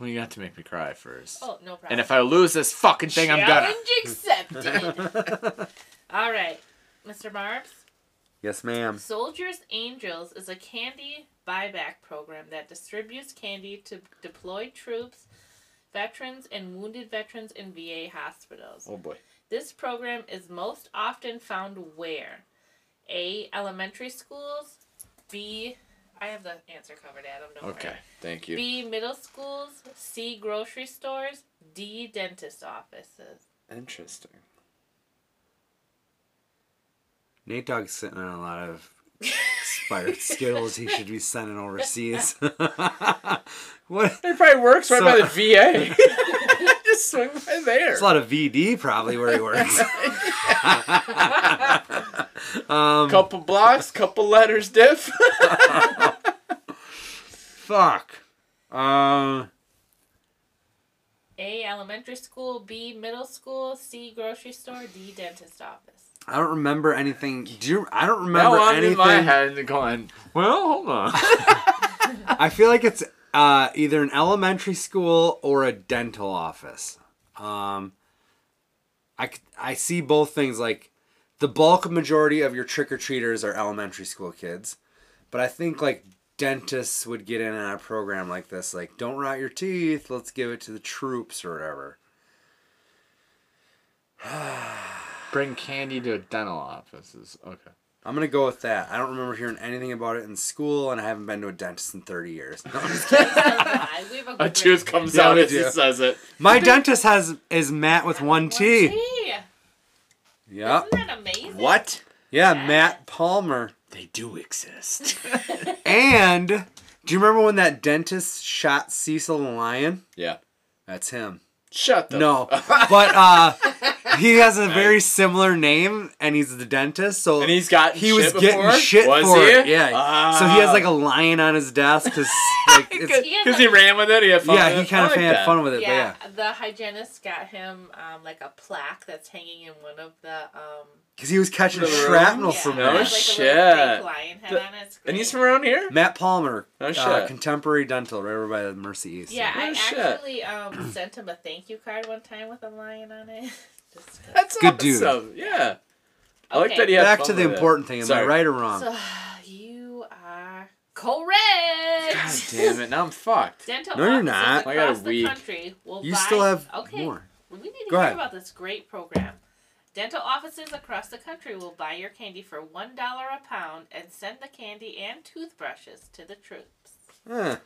[SPEAKER 4] Well, you have to make me cry first.
[SPEAKER 5] Oh, no problem.
[SPEAKER 4] And if I lose this fucking thing, I'm gonna.
[SPEAKER 5] Challenge accepted.
[SPEAKER 4] (laughs)
[SPEAKER 5] all right, Mr. Marbs.
[SPEAKER 1] Yes, ma'am.
[SPEAKER 5] Soldiers Angels is a candy buyback program that distributes candy to deployed troops, veterans, and wounded veterans in VA hospitals.
[SPEAKER 2] Oh boy.
[SPEAKER 5] This program is most often found where? A. Elementary schools. B. I have the answer covered, Adam. Don't
[SPEAKER 2] Okay.
[SPEAKER 5] worry.
[SPEAKER 2] Thank you.
[SPEAKER 5] B. Middle schools. C. Grocery stores. D. Dentist offices.
[SPEAKER 2] Interesting.
[SPEAKER 1] Nate Dogg's sitting on a lot of
[SPEAKER 2] (laughs)
[SPEAKER 1] expired Skittles he should be sending overseas. (laughs) what?
[SPEAKER 2] It probably works right
[SPEAKER 1] So-
[SPEAKER 2] by
[SPEAKER 1] (laughs)
[SPEAKER 2] the VA. (laughs) just swing by there.
[SPEAKER 1] It's a lot of VD probably where he
[SPEAKER 2] (laughs)
[SPEAKER 1] works. um,
[SPEAKER 2] Couple blocks, couple letters diff. (laughs)
[SPEAKER 1] fuck. Um,
[SPEAKER 5] A. Elementary school. B. Middle school. C. Grocery store. D. Dentist office.
[SPEAKER 1] I don't remember anything. Do you, I don't remember
[SPEAKER 2] now I'm
[SPEAKER 1] anything.
[SPEAKER 2] in my head going, well, hold on.
[SPEAKER 1] I feel like it's uh, either an elementary school or a dental office. Um, I, c- I see both things. Like the bulk majority of your trick or treaters are elementary school kids, but I think like dentists would get in on a program like this. Like, don't rot your teeth. Let's give it to the troops or whatever.
[SPEAKER 4] Bring candy to a dental office. is- Okay.
[SPEAKER 1] I'm gonna go with that. I don't remember hearing anything about it in school, and I haven't been to a dentist in 30 years. No, I'm just kidding.
[SPEAKER 5] Alive.
[SPEAKER 2] (laughs)
[SPEAKER 5] We have a
[SPEAKER 2] A
[SPEAKER 5] good
[SPEAKER 2] tooth
[SPEAKER 5] rating.
[SPEAKER 2] comes
[SPEAKER 1] Yeah,
[SPEAKER 2] out
[SPEAKER 1] we
[SPEAKER 2] as he
[SPEAKER 1] do.
[SPEAKER 2] says it.
[SPEAKER 1] My dentist has is Matt with one
[SPEAKER 5] One
[SPEAKER 1] T.
[SPEAKER 5] T.
[SPEAKER 1] Yeah,
[SPEAKER 5] Isn't that amazing?
[SPEAKER 2] What?
[SPEAKER 1] yeah, Matt Palmer.
[SPEAKER 4] They
[SPEAKER 5] (laughs)
[SPEAKER 4] do exist.
[SPEAKER 1] And do you remember when that dentist shot Cecil the lion?
[SPEAKER 2] Yeah.
[SPEAKER 1] That's him.
[SPEAKER 2] Shut the (laughs)
[SPEAKER 1] No, but uh, he has a very similar name, and he's the dentist. So
[SPEAKER 2] And he's got
[SPEAKER 1] he was getting shit
[SPEAKER 2] was
[SPEAKER 1] for
[SPEAKER 2] he? Ah.
[SPEAKER 1] it. Yeah. So he has like a lion on his desk
[SPEAKER 5] (laughs)
[SPEAKER 1] because like it's,
[SPEAKER 5] He had
[SPEAKER 2] because
[SPEAKER 5] a-
[SPEAKER 2] he ran with it. He had fun.
[SPEAKER 1] yeah
[SPEAKER 2] with
[SPEAKER 1] he
[SPEAKER 2] it.
[SPEAKER 1] kind
[SPEAKER 2] I
[SPEAKER 1] of
[SPEAKER 2] like
[SPEAKER 1] had
[SPEAKER 2] that.
[SPEAKER 1] fun with it. but
[SPEAKER 5] Yeah,
[SPEAKER 1] Yeah.
[SPEAKER 5] the hygienist got him um, like a plaque that's hanging in one of the um.
[SPEAKER 1] Because he was catching
[SPEAKER 2] The room?
[SPEAKER 1] shrapnel
[SPEAKER 5] yeah,
[SPEAKER 1] from
[SPEAKER 5] it has,
[SPEAKER 1] that.
[SPEAKER 5] like, a little
[SPEAKER 2] Oh, shit.
[SPEAKER 5] fake lion head
[SPEAKER 2] The-
[SPEAKER 5] on it. It's
[SPEAKER 2] And he's
[SPEAKER 5] great.
[SPEAKER 2] from around here.
[SPEAKER 1] Matt Palmer,
[SPEAKER 2] No
[SPEAKER 1] uh,
[SPEAKER 2] shit.
[SPEAKER 1] contemporary dental, right over by the Mercy East.
[SPEAKER 5] Yeah, I
[SPEAKER 2] Oh, shit.
[SPEAKER 5] actually um, (clears throat) sent him a thank you card one time with a lion on it. (laughs) Just-
[SPEAKER 2] That's
[SPEAKER 1] Good dude.
[SPEAKER 2] awesome. Yeah. I like
[SPEAKER 5] Okay.
[SPEAKER 2] that he had
[SPEAKER 1] Back
[SPEAKER 2] fun
[SPEAKER 1] to the
[SPEAKER 2] with it.
[SPEAKER 1] important thing. Am
[SPEAKER 2] Sorry.
[SPEAKER 1] I right or wrong?
[SPEAKER 5] so you are correct. (laughs)
[SPEAKER 2] God damn it! Now I'm fucked.
[SPEAKER 5] Dental
[SPEAKER 1] No, you're
[SPEAKER 5] offices
[SPEAKER 1] not.
[SPEAKER 5] Across
[SPEAKER 2] I got a
[SPEAKER 5] the
[SPEAKER 2] week.
[SPEAKER 5] country will
[SPEAKER 1] you
[SPEAKER 5] buy-
[SPEAKER 1] still have
[SPEAKER 5] okay,
[SPEAKER 1] more.
[SPEAKER 5] We need to
[SPEAKER 1] Go
[SPEAKER 5] hear
[SPEAKER 1] ahead.
[SPEAKER 5] about this great program. Dental offices across the country will buy your candy for one dollar a pound and send the candy and toothbrushes to the troops.
[SPEAKER 1] Huh.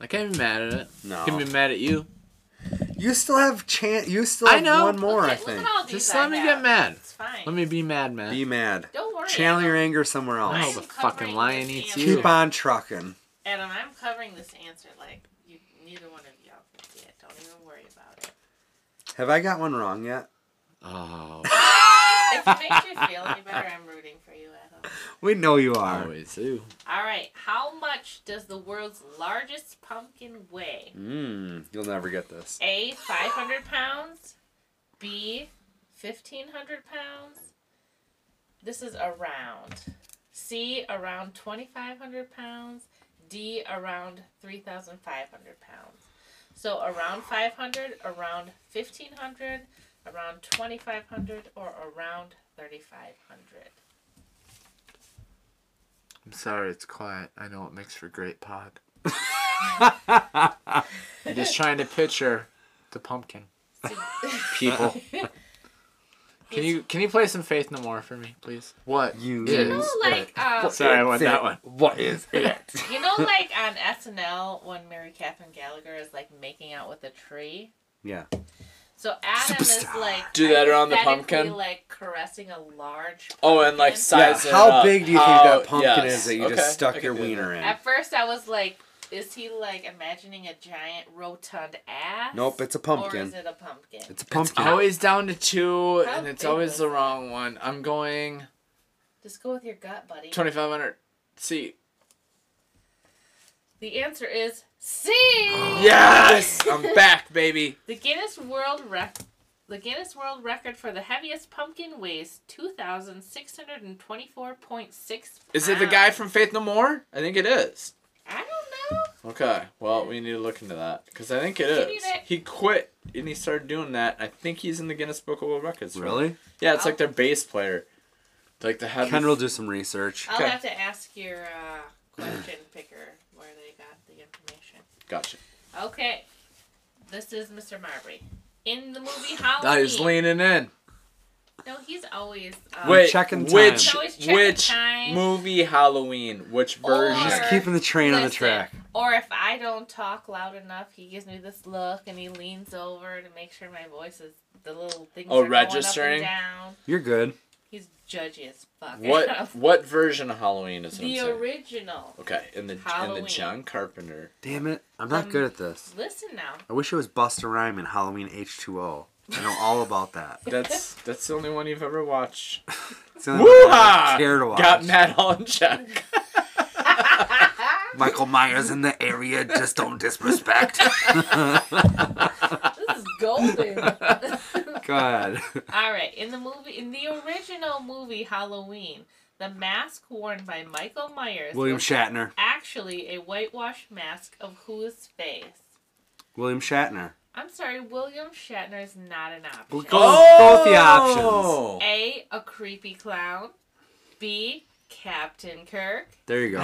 [SPEAKER 4] I can't be mad at it.
[SPEAKER 1] No.
[SPEAKER 4] I can be mad at you.
[SPEAKER 1] You still have chan You still
[SPEAKER 4] I
[SPEAKER 1] have
[SPEAKER 4] know.
[SPEAKER 1] one more.
[SPEAKER 5] okay,
[SPEAKER 1] I think.
[SPEAKER 5] Look at all these
[SPEAKER 4] Just
[SPEAKER 5] I
[SPEAKER 4] let me
[SPEAKER 5] have.
[SPEAKER 4] get mad.
[SPEAKER 5] It's fine.
[SPEAKER 4] Let me be mad, man.
[SPEAKER 1] Be mad.
[SPEAKER 5] Don't worry.
[SPEAKER 1] Channel your
[SPEAKER 5] Adam.
[SPEAKER 1] anger somewhere
[SPEAKER 5] I'm
[SPEAKER 4] Oh,
[SPEAKER 1] else.
[SPEAKER 4] the fucking
[SPEAKER 5] covering
[SPEAKER 4] lion
[SPEAKER 5] this
[SPEAKER 4] eats
[SPEAKER 5] answer.
[SPEAKER 4] you.
[SPEAKER 1] Keep on trucking.
[SPEAKER 5] Adam, I'm covering this answer like you. Neither one of y'all can see it. Don't even worry about it.
[SPEAKER 1] (laughs) Have I got one wrong yet?
[SPEAKER 4] Oh.
[SPEAKER 5] It's if it makes you feel any better, I'm rooting for you, Adam.
[SPEAKER 1] We know you
[SPEAKER 4] I
[SPEAKER 1] are.
[SPEAKER 4] always do.
[SPEAKER 5] All right. How much does the world's largest pumpkin weigh?
[SPEAKER 1] Mmm, you'll never get this.
[SPEAKER 5] A. 500 pounds. B. 1500 pounds. This is around. C. Around 2500 pounds. D. Around 3500 pounds. So around 500, around 1500, around 2500, or around 3500.
[SPEAKER 4] I'm sorry, it's quiet. I know it makes for
[SPEAKER 1] (laughs)
[SPEAKER 4] great pod. I'm just trying to picture the pumpkin people. (laughs) Can you can you play some Faith No More for me, please? What
[SPEAKER 1] You-
[SPEAKER 4] is
[SPEAKER 1] You know,
[SPEAKER 4] it?
[SPEAKER 5] like, uh,
[SPEAKER 2] (laughs)
[SPEAKER 4] Sorry, I went that one.
[SPEAKER 1] What is
[SPEAKER 4] (laughs)
[SPEAKER 1] it?
[SPEAKER 5] You know, like on SNL when Mary Catherine Gallagher is like making out with a tree.
[SPEAKER 1] Yeah.
[SPEAKER 5] So Adam
[SPEAKER 1] Superstar.
[SPEAKER 5] is like
[SPEAKER 2] Do that around the
[SPEAKER 5] hypothetically,
[SPEAKER 2] pumpkin?
[SPEAKER 5] Like caressing a large.
[SPEAKER 2] Oh, and like
[SPEAKER 5] pumpkin.
[SPEAKER 1] Yeah,
[SPEAKER 2] size. it
[SPEAKER 1] how
[SPEAKER 2] up.
[SPEAKER 1] big do you think
[SPEAKER 2] How-
[SPEAKER 4] Oh,
[SPEAKER 1] that pumpkin
[SPEAKER 2] yes.
[SPEAKER 1] is that you
[SPEAKER 2] Okay,
[SPEAKER 1] just
[SPEAKER 2] I
[SPEAKER 1] stuck
[SPEAKER 2] can
[SPEAKER 1] your
[SPEAKER 2] do
[SPEAKER 1] wiener in?
[SPEAKER 5] At first, I was like, "Is he like imagining a giant rotund ass?"
[SPEAKER 1] Nope, it's a
[SPEAKER 5] Or
[SPEAKER 1] pumpkin.
[SPEAKER 5] is it a pumpkin?
[SPEAKER 1] It's a
[SPEAKER 4] It's
[SPEAKER 1] pumpkin.
[SPEAKER 4] always down to two,
[SPEAKER 5] How
[SPEAKER 4] and it's
[SPEAKER 5] big
[SPEAKER 4] always
[SPEAKER 5] was
[SPEAKER 4] the
[SPEAKER 5] it?
[SPEAKER 4] wrong one. I'm going
[SPEAKER 5] Just go with your gut, buddy.
[SPEAKER 4] 2,500 seat.
[SPEAKER 5] The answer is
[SPEAKER 1] (gasps)
[SPEAKER 5] C.
[SPEAKER 2] (laughs)
[SPEAKER 4] Yes, I'm back, baby.
[SPEAKER 5] The Guinness World Rec- the Guinness World Record for the heaviest pumpkin weighs 2,624.6
[SPEAKER 4] Is it the
[SPEAKER 5] pounds.
[SPEAKER 4] guy from Faith No More?
[SPEAKER 2] I think it is.
[SPEAKER 5] I don't know.
[SPEAKER 2] Okay. Well, we need to look into that because I think it
[SPEAKER 5] Give me
[SPEAKER 2] is.
[SPEAKER 5] that.
[SPEAKER 2] He quit and he started doing that. I think he's in the Guinness Book of World Records. for it.
[SPEAKER 1] Really?
[SPEAKER 2] Yeah,
[SPEAKER 5] Oh.
[SPEAKER 2] it's like their bass player. Like the heavy.
[SPEAKER 1] Kendra will do some research.
[SPEAKER 5] I'll
[SPEAKER 2] Okay.
[SPEAKER 5] have to ask your uh, question picker where they got the information.
[SPEAKER 2] Gotcha.
[SPEAKER 5] Okay. This is Mr. Marbury. In the movie Halloween.
[SPEAKER 4] That is leaning in.
[SPEAKER 5] No, he's always. Uh,
[SPEAKER 1] Wait,
[SPEAKER 2] Which
[SPEAKER 1] checking time.
[SPEAKER 2] which
[SPEAKER 5] Always checking
[SPEAKER 2] which
[SPEAKER 5] time.
[SPEAKER 2] movie Halloween? Which
[SPEAKER 5] Or-
[SPEAKER 2] version?
[SPEAKER 1] Just keeping the train on the
[SPEAKER 5] Listen,
[SPEAKER 1] track.
[SPEAKER 5] Or if I don't talk loud enough, he gives me this look and he leans over to make sure my voice is the little things
[SPEAKER 2] Oh,
[SPEAKER 5] are going up and
[SPEAKER 2] registering?
[SPEAKER 5] down.
[SPEAKER 1] You're good.
[SPEAKER 5] He's judgy as fuck. (laughs)
[SPEAKER 2] What what version of Halloween is it?
[SPEAKER 5] the original.
[SPEAKER 2] Okay, in the in
[SPEAKER 5] Halloween.
[SPEAKER 2] the John
[SPEAKER 5] (laughs)
[SPEAKER 2] Carpenter.
[SPEAKER 1] Damn it. I'm not
[SPEAKER 5] Um,
[SPEAKER 1] good at this.
[SPEAKER 5] Listen now. (laughs)
[SPEAKER 1] I wish it was Buster Rhyme in Halloween H2O. I know all about that.
[SPEAKER 2] That's that's the only one you've ever
[SPEAKER 1] (laughs)
[SPEAKER 2] watched.
[SPEAKER 1] It's the only one I
[SPEAKER 2] Woo-ha!
[SPEAKER 1] ever care to watch.
[SPEAKER 2] Got Matt all in check.
[SPEAKER 1] Michael Myers in the area. Just don't disrespect. (laughs)
[SPEAKER 5] This is golden. (laughs)
[SPEAKER 1] God.
[SPEAKER 5] All right, in the movie, in the original movie Halloween, the mask worn by Michael Myers
[SPEAKER 1] William
[SPEAKER 5] was
[SPEAKER 1] Shatner.
[SPEAKER 5] actually a whitewash mask of whose face?
[SPEAKER 1] William Shatner.
[SPEAKER 5] I'm sorry, William Shatner is not an option.
[SPEAKER 1] We'll go with (laughs) both the options.
[SPEAKER 5] A, a creepy clown. B, Captain
[SPEAKER 1] (laughs)
[SPEAKER 5] Kirk.
[SPEAKER 1] There you go.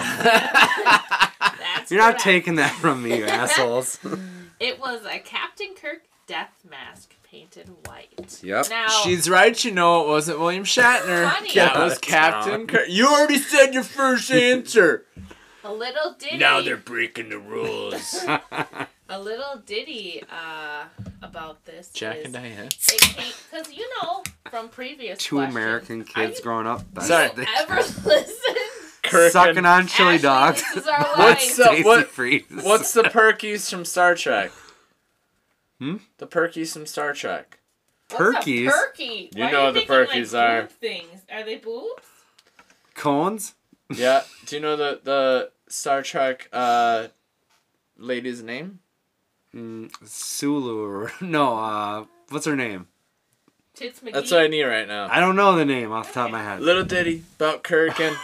[SPEAKER 5] That's
[SPEAKER 1] You're not
[SPEAKER 5] correct.
[SPEAKER 1] taking that from me, you assholes. (laughs)
[SPEAKER 5] It was a Captain Kirk death mask painted white.
[SPEAKER 1] Yep.
[SPEAKER 5] Now,
[SPEAKER 4] She's right, you know it wasn't William Shatner.
[SPEAKER 5] Funny.
[SPEAKER 4] That was
[SPEAKER 1] Yeah. (laughs)
[SPEAKER 4] Captain Kirk. You already said
[SPEAKER 2] (laughs)
[SPEAKER 4] your first answer.
[SPEAKER 5] a little ditty.
[SPEAKER 4] breaking the rules.
[SPEAKER 5] a little ditty uh, about this.
[SPEAKER 4] Jack
[SPEAKER 5] is-
[SPEAKER 4] and Diane.
[SPEAKER 5] because you know from previous
[SPEAKER 1] Two
[SPEAKER 5] questions,
[SPEAKER 1] American
[SPEAKER 5] are
[SPEAKER 1] kids growing up. That's
[SPEAKER 4] Sorry.
[SPEAKER 5] you
[SPEAKER 1] the-
[SPEAKER 5] ever (laughs) listen?
[SPEAKER 1] (laughs) Sucking on chili
[SPEAKER 5] Ashley,
[SPEAKER 1] dogs. (laughs)
[SPEAKER 5] This is our life.
[SPEAKER 2] What's up?
[SPEAKER 1] Stacey
[SPEAKER 2] What-
[SPEAKER 1] Freeze.
[SPEAKER 2] What's the Perkies from Star Trek?
[SPEAKER 1] (laughs) Hmm?
[SPEAKER 2] The Perkies from Star Trek.
[SPEAKER 5] What's a
[SPEAKER 1] Perkies?
[SPEAKER 5] Perky.
[SPEAKER 2] You
[SPEAKER 5] Why
[SPEAKER 2] know
[SPEAKER 5] are
[SPEAKER 2] what the
[SPEAKER 5] thinking, like,
[SPEAKER 2] Perkies
[SPEAKER 5] boob
[SPEAKER 2] are.
[SPEAKER 5] Things are they boobs?
[SPEAKER 1] cones?
[SPEAKER 2] Yeah. Do you know the the Star Trek uh lady's name?
[SPEAKER 1] Mm, Sulu or (laughs) no? Uh, what's her name?
[SPEAKER 5] Tits McGee.
[SPEAKER 2] That's what I need right now.
[SPEAKER 1] I don't know the name off the top of my head.
[SPEAKER 2] Little Diddy about Kirk
[SPEAKER 5] (laughs)
[SPEAKER 2] and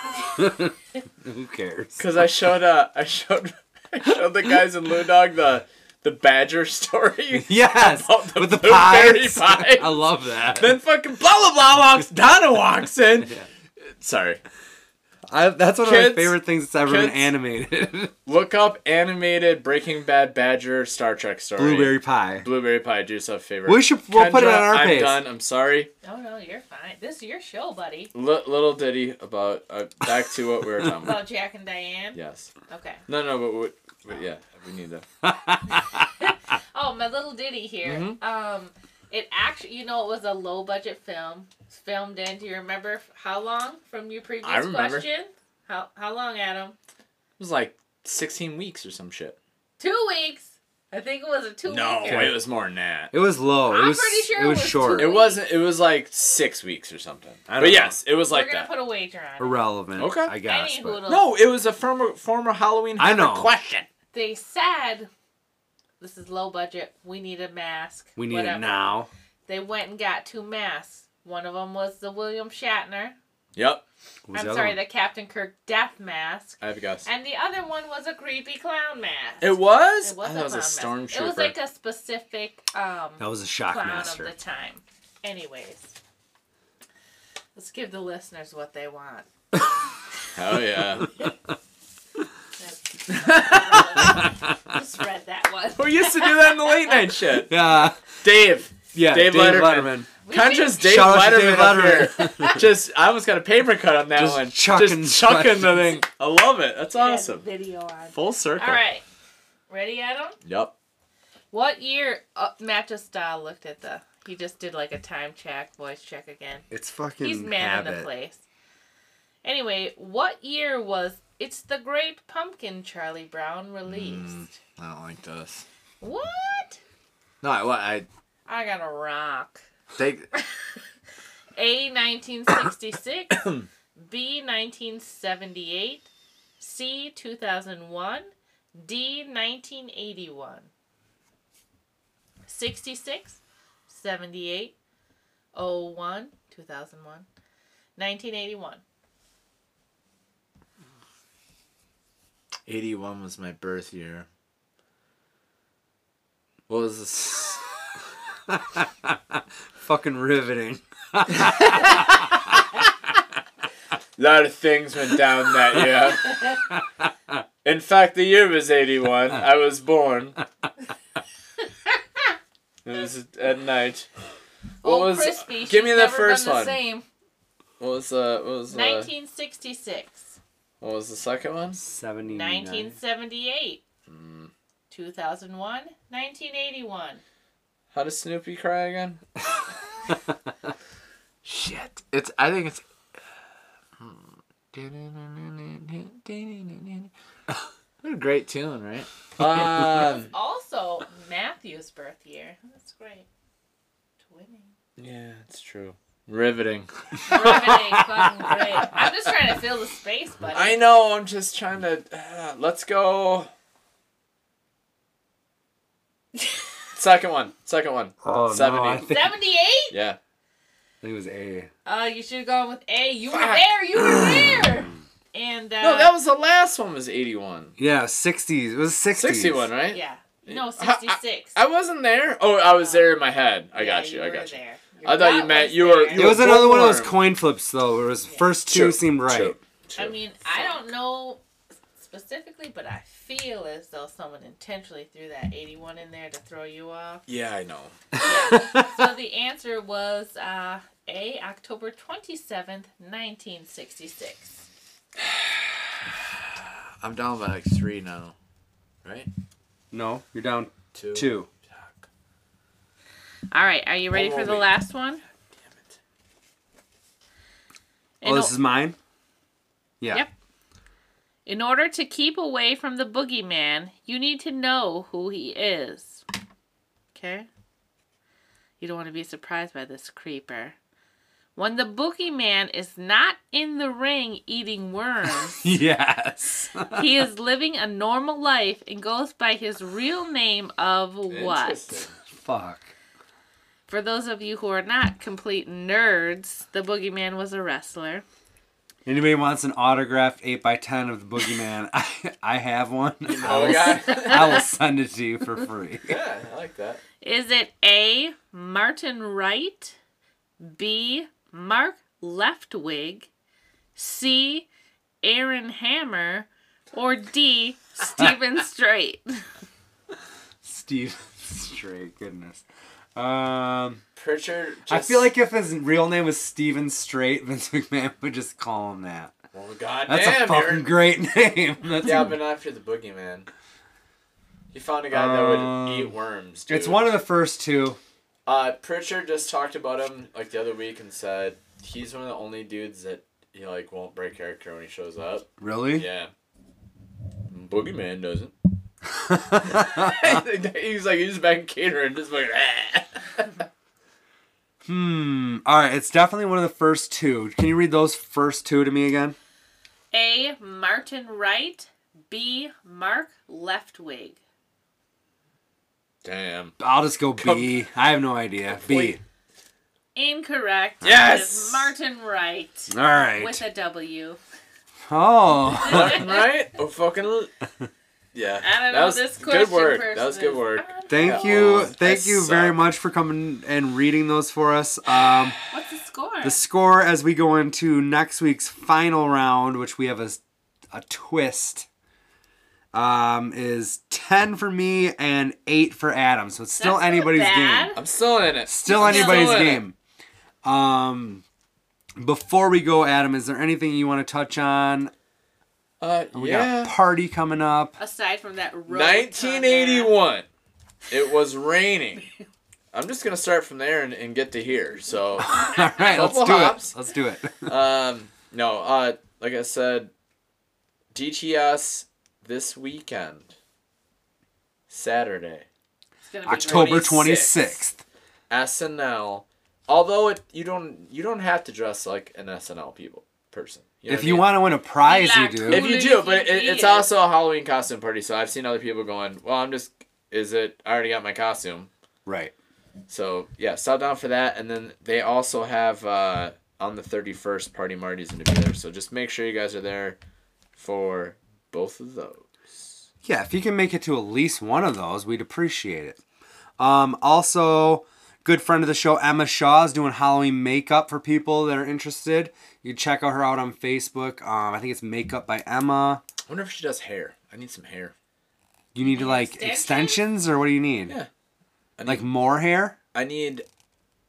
[SPEAKER 1] Who cares?
[SPEAKER 2] Cause I showed uh I showed (laughs) I showed the guys in Lou Dog the the Badger (laughs) story.
[SPEAKER 1] Yes,
[SPEAKER 2] About the
[SPEAKER 1] with the
[SPEAKER 2] blueberry (laughs)
[SPEAKER 1] pies.
[SPEAKER 2] pies.
[SPEAKER 1] I love that.
[SPEAKER 2] then fucking blah blah blah walks Donna walks
[SPEAKER 1] (laughs)
[SPEAKER 2] in. Sorry.
[SPEAKER 1] I, that's one of
[SPEAKER 2] Kids-
[SPEAKER 1] my favorite things that's ever
[SPEAKER 2] kids- Oh,
[SPEAKER 1] been animated. (laughs)
[SPEAKER 2] Look up animated Breaking Bad Badger Star Trek story.
[SPEAKER 1] Blueberry pie.
[SPEAKER 2] Blueberry pie. Do yourself a favor.
[SPEAKER 1] We should we'll put it
[SPEAKER 2] Kendra,
[SPEAKER 1] on our
[SPEAKER 2] I'm
[SPEAKER 1] page.
[SPEAKER 2] done. I'm sorry.
[SPEAKER 5] No, Oh, no, you're fine. This is your show, buddy.
[SPEAKER 2] L- little ditty about uh, back to what we were talking
[SPEAKER 5] (laughs)
[SPEAKER 2] about. (laughs)
[SPEAKER 5] About Jack and Diane.
[SPEAKER 2] Yes.
[SPEAKER 5] Okay.
[SPEAKER 2] No, no, but we, but yeah, we need to.
[SPEAKER 5] Oh, my little ditty here.
[SPEAKER 2] Mm-hmm.
[SPEAKER 5] Um, it actually, you know, it was a low budget film. It's filmed in. Do you remember f- how long from your previous
[SPEAKER 2] I remember.
[SPEAKER 5] question? How how long, Adam?
[SPEAKER 2] It was like 16 weeks or some shit.
[SPEAKER 5] Two weeks. I think it was a two
[SPEAKER 2] No,
[SPEAKER 5] weeker.
[SPEAKER 2] it was more than that.
[SPEAKER 1] It was low. it
[SPEAKER 5] I'm
[SPEAKER 1] was.
[SPEAKER 5] pretty sure
[SPEAKER 1] it
[SPEAKER 5] it
[SPEAKER 1] was
[SPEAKER 5] was
[SPEAKER 1] short.
[SPEAKER 5] two-
[SPEAKER 2] It wasn't. It was like six weeks or something.
[SPEAKER 1] I don't
[SPEAKER 2] but
[SPEAKER 1] know.
[SPEAKER 2] yes, it was
[SPEAKER 5] We're
[SPEAKER 2] like
[SPEAKER 5] gonna
[SPEAKER 2] that.
[SPEAKER 5] put a wager on. it.
[SPEAKER 1] Irrelevant.
[SPEAKER 2] Okay.
[SPEAKER 1] I guess.
[SPEAKER 5] Any
[SPEAKER 1] but-
[SPEAKER 5] hoodle.
[SPEAKER 2] no, it was a former former Halloween.
[SPEAKER 1] I know.
[SPEAKER 2] Question.
[SPEAKER 5] They said this is low budget. We need a mask.
[SPEAKER 1] We need
[SPEAKER 5] whatever.
[SPEAKER 1] it now.
[SPEAKER 5] They went and got two masks. One of them was the William Shatner.
[SPEAKER 2] Yep,
[SPEAKER 1] What was the
[SPEAKER 5] I'm
[SPEAKER 1] other
[SPEAKER 5] sorry,
[SPEAKER 1] one?
[SPEAKER 5] the Captain Kirk death mask.
[SPEAKER 2] I have a guess.
[SPEAKER 5] And the other one was a creepy clown mask.
[SPEAKER 2] It was.
[SPEAKER 5] It was,
[SPEAKER 2] I thought
[SPEAKER 5] a, clown
[SPEAKER 2] it was a
[SPEAKER 5] mask.
[SPEAKER 2] stormtrooper.
[SPEAKER 5] It was like a specific um,
[SPEAKER 1] That was a
[SPEAKER 5] clown of
[SPEAKER 1] shockmaster.
[SPEAKER 5] the time. Anyways, let's give the listeners what they want.
[SPEAKER 2] Oh (laughs) yeah.
[SPEAKER 5] Just read that one.
[SPEAKER 2] we used to do that in the late night shit. (laughs)
[SPEAKER 1] Yeah.
[SPEAKER 2] Dave.
[SPEAKER 1] Yeah.
[SPEAKER 2] Dave
[SPEAKER 1] Dave,
[SPEAKER 2] Letterman.
[SPEAKER 1] Letterman.
[SPEAKER 5] We
[SPEAKER 2] Conjures
[SPEAKER 5] should-
[SPEAKER 2] Dave
[SPEAKER 1] Shout out to
[SPEAKER 2] Letterman.
[SPEAKER 1] Dave
[SPEAKER 2] up (laughs) here. Just I almost got a paper cut on that
[SPEAKER 1] Just
[SPEAKER 2] one.
[SPEAKER 1] chucking
[SPEAKER 2] Just chucking the
[SPEAKER 1] questions.
[SPEAKER 2] thing. I love it. That's
[SPEAKER 5] we had
[SPEAKER 2] awesome.
[SPEAKER 5] Video on.
[SPEAKER 2] Full circle.
[SPEAKER 5] All right, ready, Adam?
[SPEAKER 2] Yep.
[SPEAKER 5] What year? Uh, Matt just uh, looked at the. He just did like a time check, voice check again.
[SPEAKER 1] It's fucking
[SPEAKER 5] He's man in the
[SPEAKER 1] habit.
[SPEAKER 5] place. Anyway, what year was It's the Great Pumpkin Charlie Brown released?
[SPEAKER 2] I don't like this.
[SPEAKER 5] What?
[SPEAKER 2] No, I, I
[SPEAKER 5] I got to rock.
[SPEAKER 2] they
[SPEAKER 5] A
[SPEAKER 2] (coughs)
[SPEAKER 5] 1966, B 1978, C 2001, D 1981. 66, 78, 01, 2001, 1981.
[SPEAKER 2] 81 was my birth year. What was this?
[SPEAKER 1] Fucking riveting.
[SPEAKER 2] A lot of things went down that year. (laughs) In fact, the year was 81. I was born. It was at night. What
[SPEAKER 5] Old
[SPEAKER 2] was-
[SPEAKER 5] Crispy,
[SPEAKER 2] give
[SPEAKER 5] she's
[SPEAKER 2] me the
[SPEAKER 5] never
[SPEAKER 2] first
[SPEAKER 5] been the
[SPEAKER 2] one.
[SPEAKER 5] Same.
[SPEAKER 2] What was uh what was uh,
[SPEAKER 5] 1966,
[SPEAKER 2] what was the second one?
[SPEAKER 1] 79.
[SPEAKER 5] 1978,
[SPEAKER 2] Hmm.
[SPEAKER 5] 2001, 1981.
[SPEAKER 2] How does Snoopy cry (laughs) again?
[SPEAKER 1] Shit.
[SPEAKER 2] It's I think it's (sighs) What a great tune, right? (laughs) Um
[SPEAKER 5] Also, Matthew's birth year. That's great. Twinning.
[SPEAKER 2] Yeah, it's true. Riveting.
[SPEAKER 5] Riveting, fucking (laughs) great. I'm just trying to fill the space, buddy.
[SPEAKER 2] I know. I'm just trying to. Uh, let's go. Second one. Second one.
[SPEAKER 1] Oh,
[SPEAKER 2] 70.
[SPEAKER 1] no. I think,
[SPEAKER 5] 78?
[SPEAKER 2] Yeah.
[SPEAKER 1] I think it was A.
[SPEAKER 5] Oh, you should have gone with A. You were
[SPEAKER 2] Fuck.
[SPEAKER 5] there. You
[SPEAKER 2] (clears throat)
[SPEAKER 5] were there. And, uh,
[SPEAKER 2] No, that was the last one. Was 81.
[SPEAKER 1] Yeah, 60s. It was 60s.
[SPEAKER 2] 61, right?
[SPEAKER 5] Yeah. No,
[SPEAKER 2] I-
[SPEAKER 5] 66.
[SPEAKER 2] I wasn't there. Oh, I was there in my head. I
[SPEAKER 5] Yeah,
[SPEAKER 2] got you. I
[SPEAKER 5] were
[SPEAKER 2] got you.
[SPEAKER 5] there.
[SPEAKER 2] I thought you
[SPEAKER 5] gut
[SPEAKER 2] meant
[SPEAKER 5] was
[SPEAKER 2] you were-
[SPEAKER 5] there.
[SPEAKER 2] you
[SPEAKER 1] It was another one of those
[SPEAKER 2] Warm.
[SPEAKER 1] coin flips, though. Where it was first two
[SPEAKER 2] True,
[SPEAKER 1] seemed right.
[SPEAKER 2] True, true.
[SPEAKER 5] I mean, I don't know specifically, but I feel as though someone intentionally threw that 81 in there to throw you off.
[SPEAKER 2] Yeah, I know.
[SPEAKER 5] so the answer was uh, A, October 27th, 1966.
[SPEAKER 2] I'm down by like three now. Right?
[SPEAKER 1] No, you're down
[SPEAKER 2] Two.
[SPEAKER 1] two.
[SPEAKER 2] Fuck.
[SPEAKER 5] All right, are you ready for the
[SPEAKER 2] Holy-
[SPEAKER 5] last one?
[SPEAKER 2] Damn it.
[SPEAKER 1] Oh,
[SPEAKER 5] In
[SPEAKER 1] this
[SPEAKER 5] o-
[SPEAKER 1] is mine? Yeah.
[SPEAKER 5] Yep. In order to keep away from the boogeyman, you need to know who he is. Okay? You don't want to be surprised by this creeper. When the boogeyman is not in the ring eating worms,
[SPEAKER 1] (laughs) Yes.
[SPEAKER 5] he is living a normal life and goes by his real name of what?
[SPEAKER 2] Interesting.
[SPEAKER 1] Fuck.
[SPEAKER 5] For those of you who are not complete nerds, the boogeyman was a wrestler.
[SPEAKER 1] Anybody wants an autographed 8x10 of the Boogeyman? (laughs) I, I have one. I
[SPEAKER 2] Oh,
[SPEAKER 1] will,
[SPEAKER 2] God.
[SPEAKER 1] (laughs)
[SPEAKER 2] (laughs)
[SPEAKER 1] I will send it to you for free.
[SPEAKER 2] yeah, I like that.
[SPEAKER 5] Is it A. Martin Wright, B. Mark Leftwig, C. Aaron Hammer, or D.
[SPEAKER 2] (laughs)
[SPEAKER 5] Stephen Strait?
[SPEAKER 1] Steve Strait, goodness. Um,
[SPEAKER 2] Pritchard. Just,
[SPEAKER 1] I feel like if his real name was Steven Strait, (laughs) Vince McMahon would just call him that.
[SPEAKER 2] Well, Oh, goddamn.
[SPEAKER 1] That's a fucking
[SPEAKER 2] you're-
[SPEAKER 1] great (laughs) name. That's (clears throat)
[SPEAKER 2] Yeah,
[SPEAKER 1] a-
[SPEAKER 2] but not after the boogeyman. You found a guy that
[SPEAKER 1] Um,
[SPEAKER 2] would eat worms. Dude.
[SPEAKER 1] it's one of the first two.
[SPEAKER 2] Uh, Pritchard just talked about him like the other week and said he's one of the only dudes that he like won't break character when he shows up.
[SPEAKER 1] Really?
[SPEAKER 2] Yeah. Boogeyman doesn't. (laughs) He's like, he's back in catering, just like,
[SPEAKER 1] (laughs)
[SPEAKER 2] (laughs)
[SPEAKER 1] Hmm. All right, it's definitely one of the first two. Can you read those first two to me again?
[SPEAKER 5] A. Martin Wright. B. Mark Leftwig.
[SPEAKER 2] damn.
[SPEAKER 1] I'll just go B. I have no idea. B.
[SPEAKER 2] Complete.
[SPEAKER 5] Incorrect. It
[SPEAKER 2] Yes!
[SPEAKER 5] is Martin Wright.
[SPEAKER 1] All right.
[SPEAKER 5] With a W.
[SPEAKER 1] Oh.
[SPEAKER 2] (laughs) right? Oh, fucking. l- Yeah.
[SPEAKER 5] I
[SPEAKER 2] that
[SPEAKER 5] don't know
[SPEAKER 2] was
[SPEAKER 5] this question.
[SPEAKER 2] Good work.
[SPEAKER 5] Person
[SPEAKER 2] That was good
[SPEAKER 5] is
[SPEAKER 2] work.
[SPEAKER 5] on.
[SPEAKER 1] Thank
[SPEAKER 2] Yeah.
[SPEAKER 1] you.
[SPEAKER 2] Oh,
[SPEAKER 1] Thank
[SPEAKER 2] I
[SPEAKER 1] you very
[SPEAKER 2] suck.
[SPEAKER 1] much for coming and reading those for us. Um,
[SPEAKER 5] Ah, What's the score?
[SPEAKER 1] the score as we go into next week's final round, which we have a, a twist, um, is 10 for me and 8 for Adam. So it's still
[SPEAKER 5] That's not
[SPEAKER 1] anybody's
[SPEAKER 5] bad.
[SPEAKER 1] game.
[SPEAKER 2] I'm still in it.
[SPEAKER 1] Still
[SPEAKER 2] I'm
[SPEAKER 1] anybody's
[SPEAKER 2] still in it.
[SPEAKER 1] game. Um, before we go, Adam, is there anything you want to touch on?
[SPEAKER 2] Uh,
[SPEAKER 1] We
[SPEAKER 2] yeah.
[SPEAKER 1] got a party coming up. (laughs)
[SPEAKER 5] Aside from that, road
[SPEAKER 2] 1981. It was raining. (laughs) I'm just gonna start from there and, and get to here. So,
[SPEAKER 1] All right, let's do
[SPEAKER 2] Couple
[SPEAKER 1] it.
[SPEAKER 2] hops.
[SPEAKER 1] Let's do it.
[SPEAKER 2] um, no. Uh, like I said, DTS this weekend, Saturday.
[SPEAKER 5] turn there. It's gonna be
[SPEAKER 1] October
[SPEAKER 2] 26th.
[SPEAKER 1] 26th.
[SPEAKER 2] SNL. Although it, you don't you don't have to dress like an SNL people person. know
[SPEAKER 1] If
[SPEAKER 2] what I
[SPEAKER 1] you
[SPEAKER 2] mean?
[SPEAKER 1] want to win a prize, you
[SPEAKER 5] Relax,
[SPEAKER 1] do.
[SPEAKER 5] cool.
[SPEAKER 2] If you
[SPEAKER 5] If
[SPEAKER 2] do,
[SPEAKER 5] you
[SPEAKER 2] but it, it's
[SPEAKER 5] did.
[SPEAKER 2] also a Halloween costume party, so I've seen other people going, "Well, I'm just is it I already got my costume."
[SPEAKER 1] right.
[SPEAKER 2] So, yeah, stop down for that and then they also have uh on the 31st Party Marty's going to be there. So just make sure you guys are there for both of those.
[SPEAKER 1] Yeah, if you can make it to at least one of those, we'd appreciate it. Um, also, good friend of the show, Emma Shaw, is doing Halloween makeup for people that are interested. You check her out on Facebook. Um, I think it's Makeup by Emma.
[SPEAKER 2] I wonder if she does hair. I need some hair.
[SPEAKER 1] You need like
[SPEAKER 5] Extensions?
[SPEAKER 1] extensions, or what do you need?
[SPEAKER 2] Yeah. I need,
[SPEAKER 1] Like more hair?
[SPEAKER 2] I need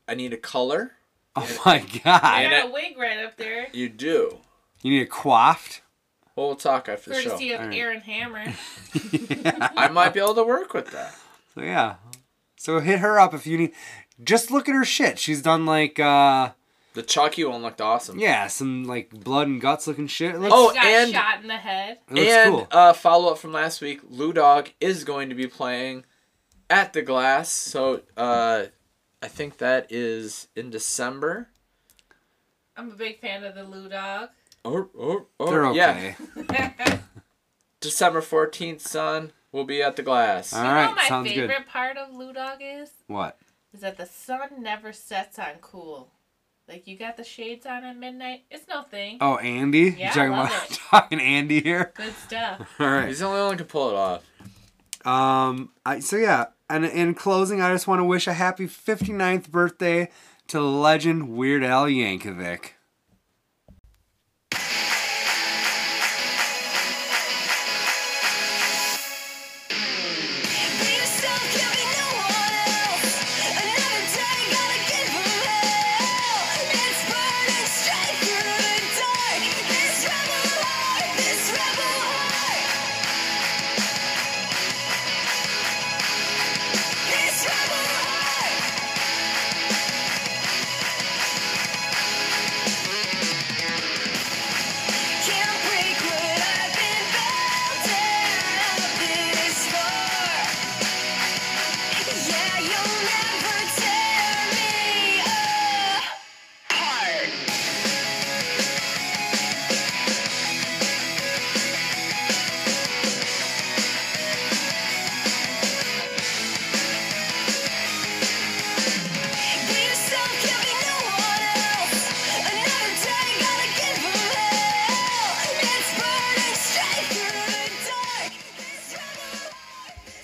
[SPEAKER 2] I need a color.
[SPEAKER 1] Oh my
[SPEAKER 5] I
[SPEAKER 1] god!
[SPEAKER 5] got a wig right up there.
[SPEAKER 2] You do.
[SPEAKER 1] You need a coiffed. (laughs)
[SPEAKER 2] Well, we'll talk after the show.
[SPEAKER 5] Courtesy of
[SPEAKER 1] Alright.
[SPEAKER 2] (laughs)
[SPEAKER 5] Aaron Hammer.
[SPEAKER 2] I might be able to work with that.
[SPEAKER 1] So yeah, so hit her up if you need. Just look at her shit. She's done like uh
[SPEAKER 2] The Chucky one looked awesome.
[SPEAKER 1] yeah some like blood and guts looking shit. It looks,
[SPEAKER 2] Oh,
[SPEAKER 5] He got
[SPEAKER 2] and-
[SPEAKER 5] shot in the head.
[SPEAKER 1] it looks
[SPEAKER 2] and
[SPEAKER 1] cool.
[SPEAKER 2] uh, follow up from last week, Lou Dog is going to be playing at the Glass. So uh, I think that is in December.
[SPEAKER 5] I'm a big fan of the Lou Dog.
[SPEAKER 2] Oh, oh, oh.
[SPEAKER 1] They're okay.
[SPEAKER 2] Yeah, December 14th, son. We'll be at the Glass.
[SPEAKER 1] All
[SPEAKER 5] you know
[SPEAKER 1] right,
[SPEAKER 5] my
[SPEAKER 1] sounds
[SPEAKER 5] favorite
[SPEAKER 1] good.
[SPEAKER 5] part of Lou Dog is?
[SPEAKER 1] What?
[SPEAKER 5] Is that the sun never sets on cool. Like you got the shades on at midnight. It's no thing.
[SPEAKER 1] Oh, Andy?
[SPEAKER 5] Yeah,
[SPEAKER 1] you talking
[SPEAKER 5] love
[SPEAKER 1] about
[SPEAKER 5] it.
[SPEAKER 1] (laughs) talking Andy here? (laughs)
[SPEAKER 5] Good stuff.
[SPEAKER 1] All right.
[SPEAKER 2] He's the only one who can pull it off.
[SPEAKER 1] Um. I, so yeah. And in closing, I just want to wish a happy 59th birthday to the legend Weird Al Yankovic.